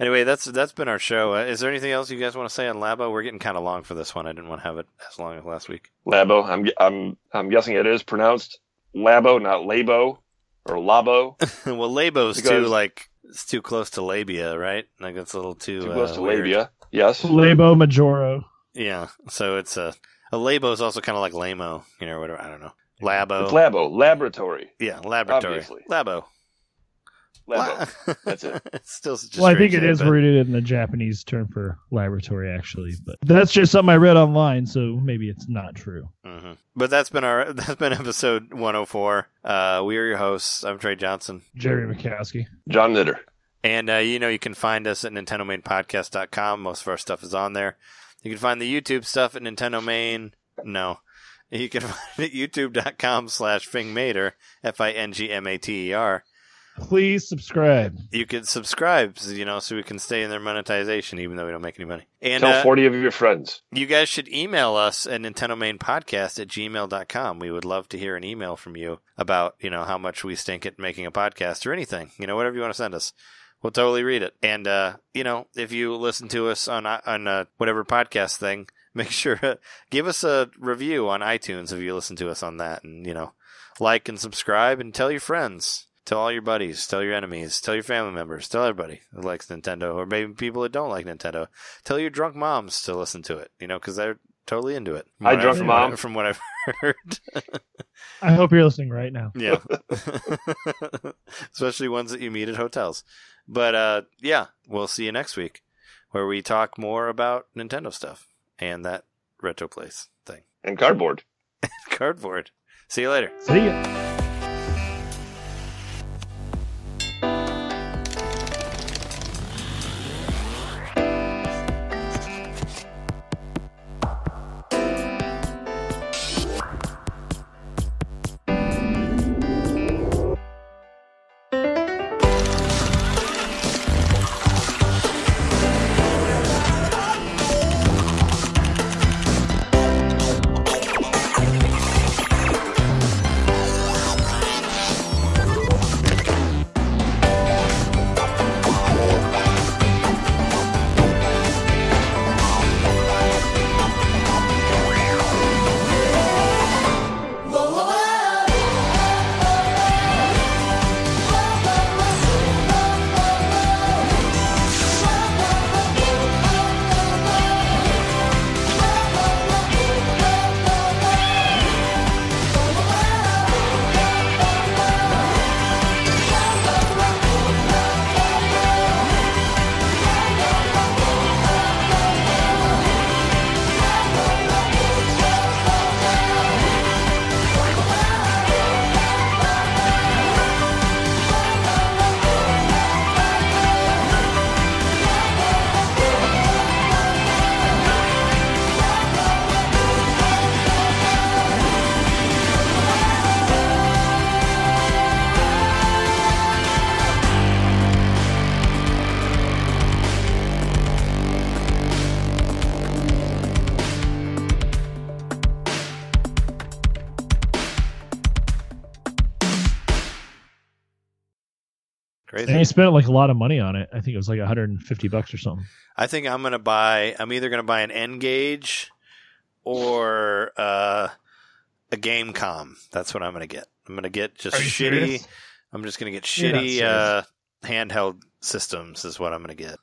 Speaker 1: anyway, that's that's been our show. Uh, is there anything else you guys want to say on Labo? We're getting kind of long for this one. I didn't want to have it as long as last week.
Speaker 3: Labo. I'm I'm I'm guessing it is pronounced Labo, not Labo or Labo.
Speaker 1: well, Labo's too
Speaker 3: Because-
Speaker 1: like it's too close to labia, right? Like it's a little too,
Speaker 3: Too close
Speaker 1: uh,
Speaker 3: to
Speaker 1: weird.
Speaker 3: labia. Yes.
Speaker 2: Labo Majoro.
Speaker 1: Yeah, so it's a a labo is also kind of like lamo, you know, whatever. I don't know. Labo,
Speaker 3: It's Labo. Laboratory.
Speaker 1: yeah, laboratory,
Speaker 3: obviously.
Speaker 1: labo,
Speaker 3: Labo.
Speaker 1: La-
Speaker 3: That's it.
Speaker 1: it's still such a
Speaker 2: Well, I think
Speaker 1: strange
Speaker 2: it
Speaker 1: name,
Speaker 2: is
Speaker 1: but-
Speaker 2: rooted in the Japanese term for laboratory, actually. But that's just something I read online, so maybe it's not true.
Speaker 1: Mhm. But that's been our that's been episode 104. Uh, we are your hosts. I'm Trey Johnson.
Speaker 2: Jerry Mikowski.
Speaker 3: John Knitter.
Speaker 1: And uh, you know, you can find us at NintendoMainPodcast.com. Most of our stuff is on there. You can find the YouTube stuff at Nintendo Main. No. You can find it at youtube.com slash fingmater, F I N G M A T E R.
Speaker 2: Please subscribe.
Speaker 1: You can subscribe, you know, so we can stay in their monetization, even though we don't make any money. And
Speaker 3: Tell
Speaker 1: uh,
Speaker 3: forty of your friends.
Speaker 1: you guys should email us at nintendomainpodcast at gmail.com. We would love to hear an email from you about, you know, how much we stink at making a podcast or anything. You know, whatever you want to send us. We'll totally read it. And uh, you know, if you listen to us on on uh, whatever podcast thing, make sure give us a review on iTunes if you listen to us on that, and you know, like and subscribe, and tell your friends, tell all your buddies, tell your enemies, tell your family members, tell everybody who likes Nintendo, or maybe people that don't like Nintendo. Tell your drunk moms to listen to it, you know, because they're totally into it.
Speaker 3: Hi, drunk
Speaker 1: From
Speaker 3: mom.
Speaker 1: From what I've heard.
Speaker 2: I hope you're listening right now.
Speaker 1: Yeah. Especially ones that you meet at hotels. But uh, yeah, we'll see you next week where we talk more about Nintendo stuff and that Retro Place thing.
Speaker 3: and cardboard.
Speaker 1: Cardboard. See you later.
Speaker 2: See ya. And
Speaker 1: Crazy.
Speaker 2: he spent like a lot of money on it. I think it was like 150 bucks or something.
Speaker 1: I think I'm going to buy, I'm either going to buy an N Gage or uh, a Gamecom. That's what I'm going to get. I'm going to get just
Speaker 4: Are you
Speaker 1: shitty.
Speaker 4: serious?
Speaker 1: I'm just going to get
Speaker 4: You're not
Speaker 1: shitty
Speaker 4: serious.
Speaker 1: uh, handheld systems, is what I'm going to get.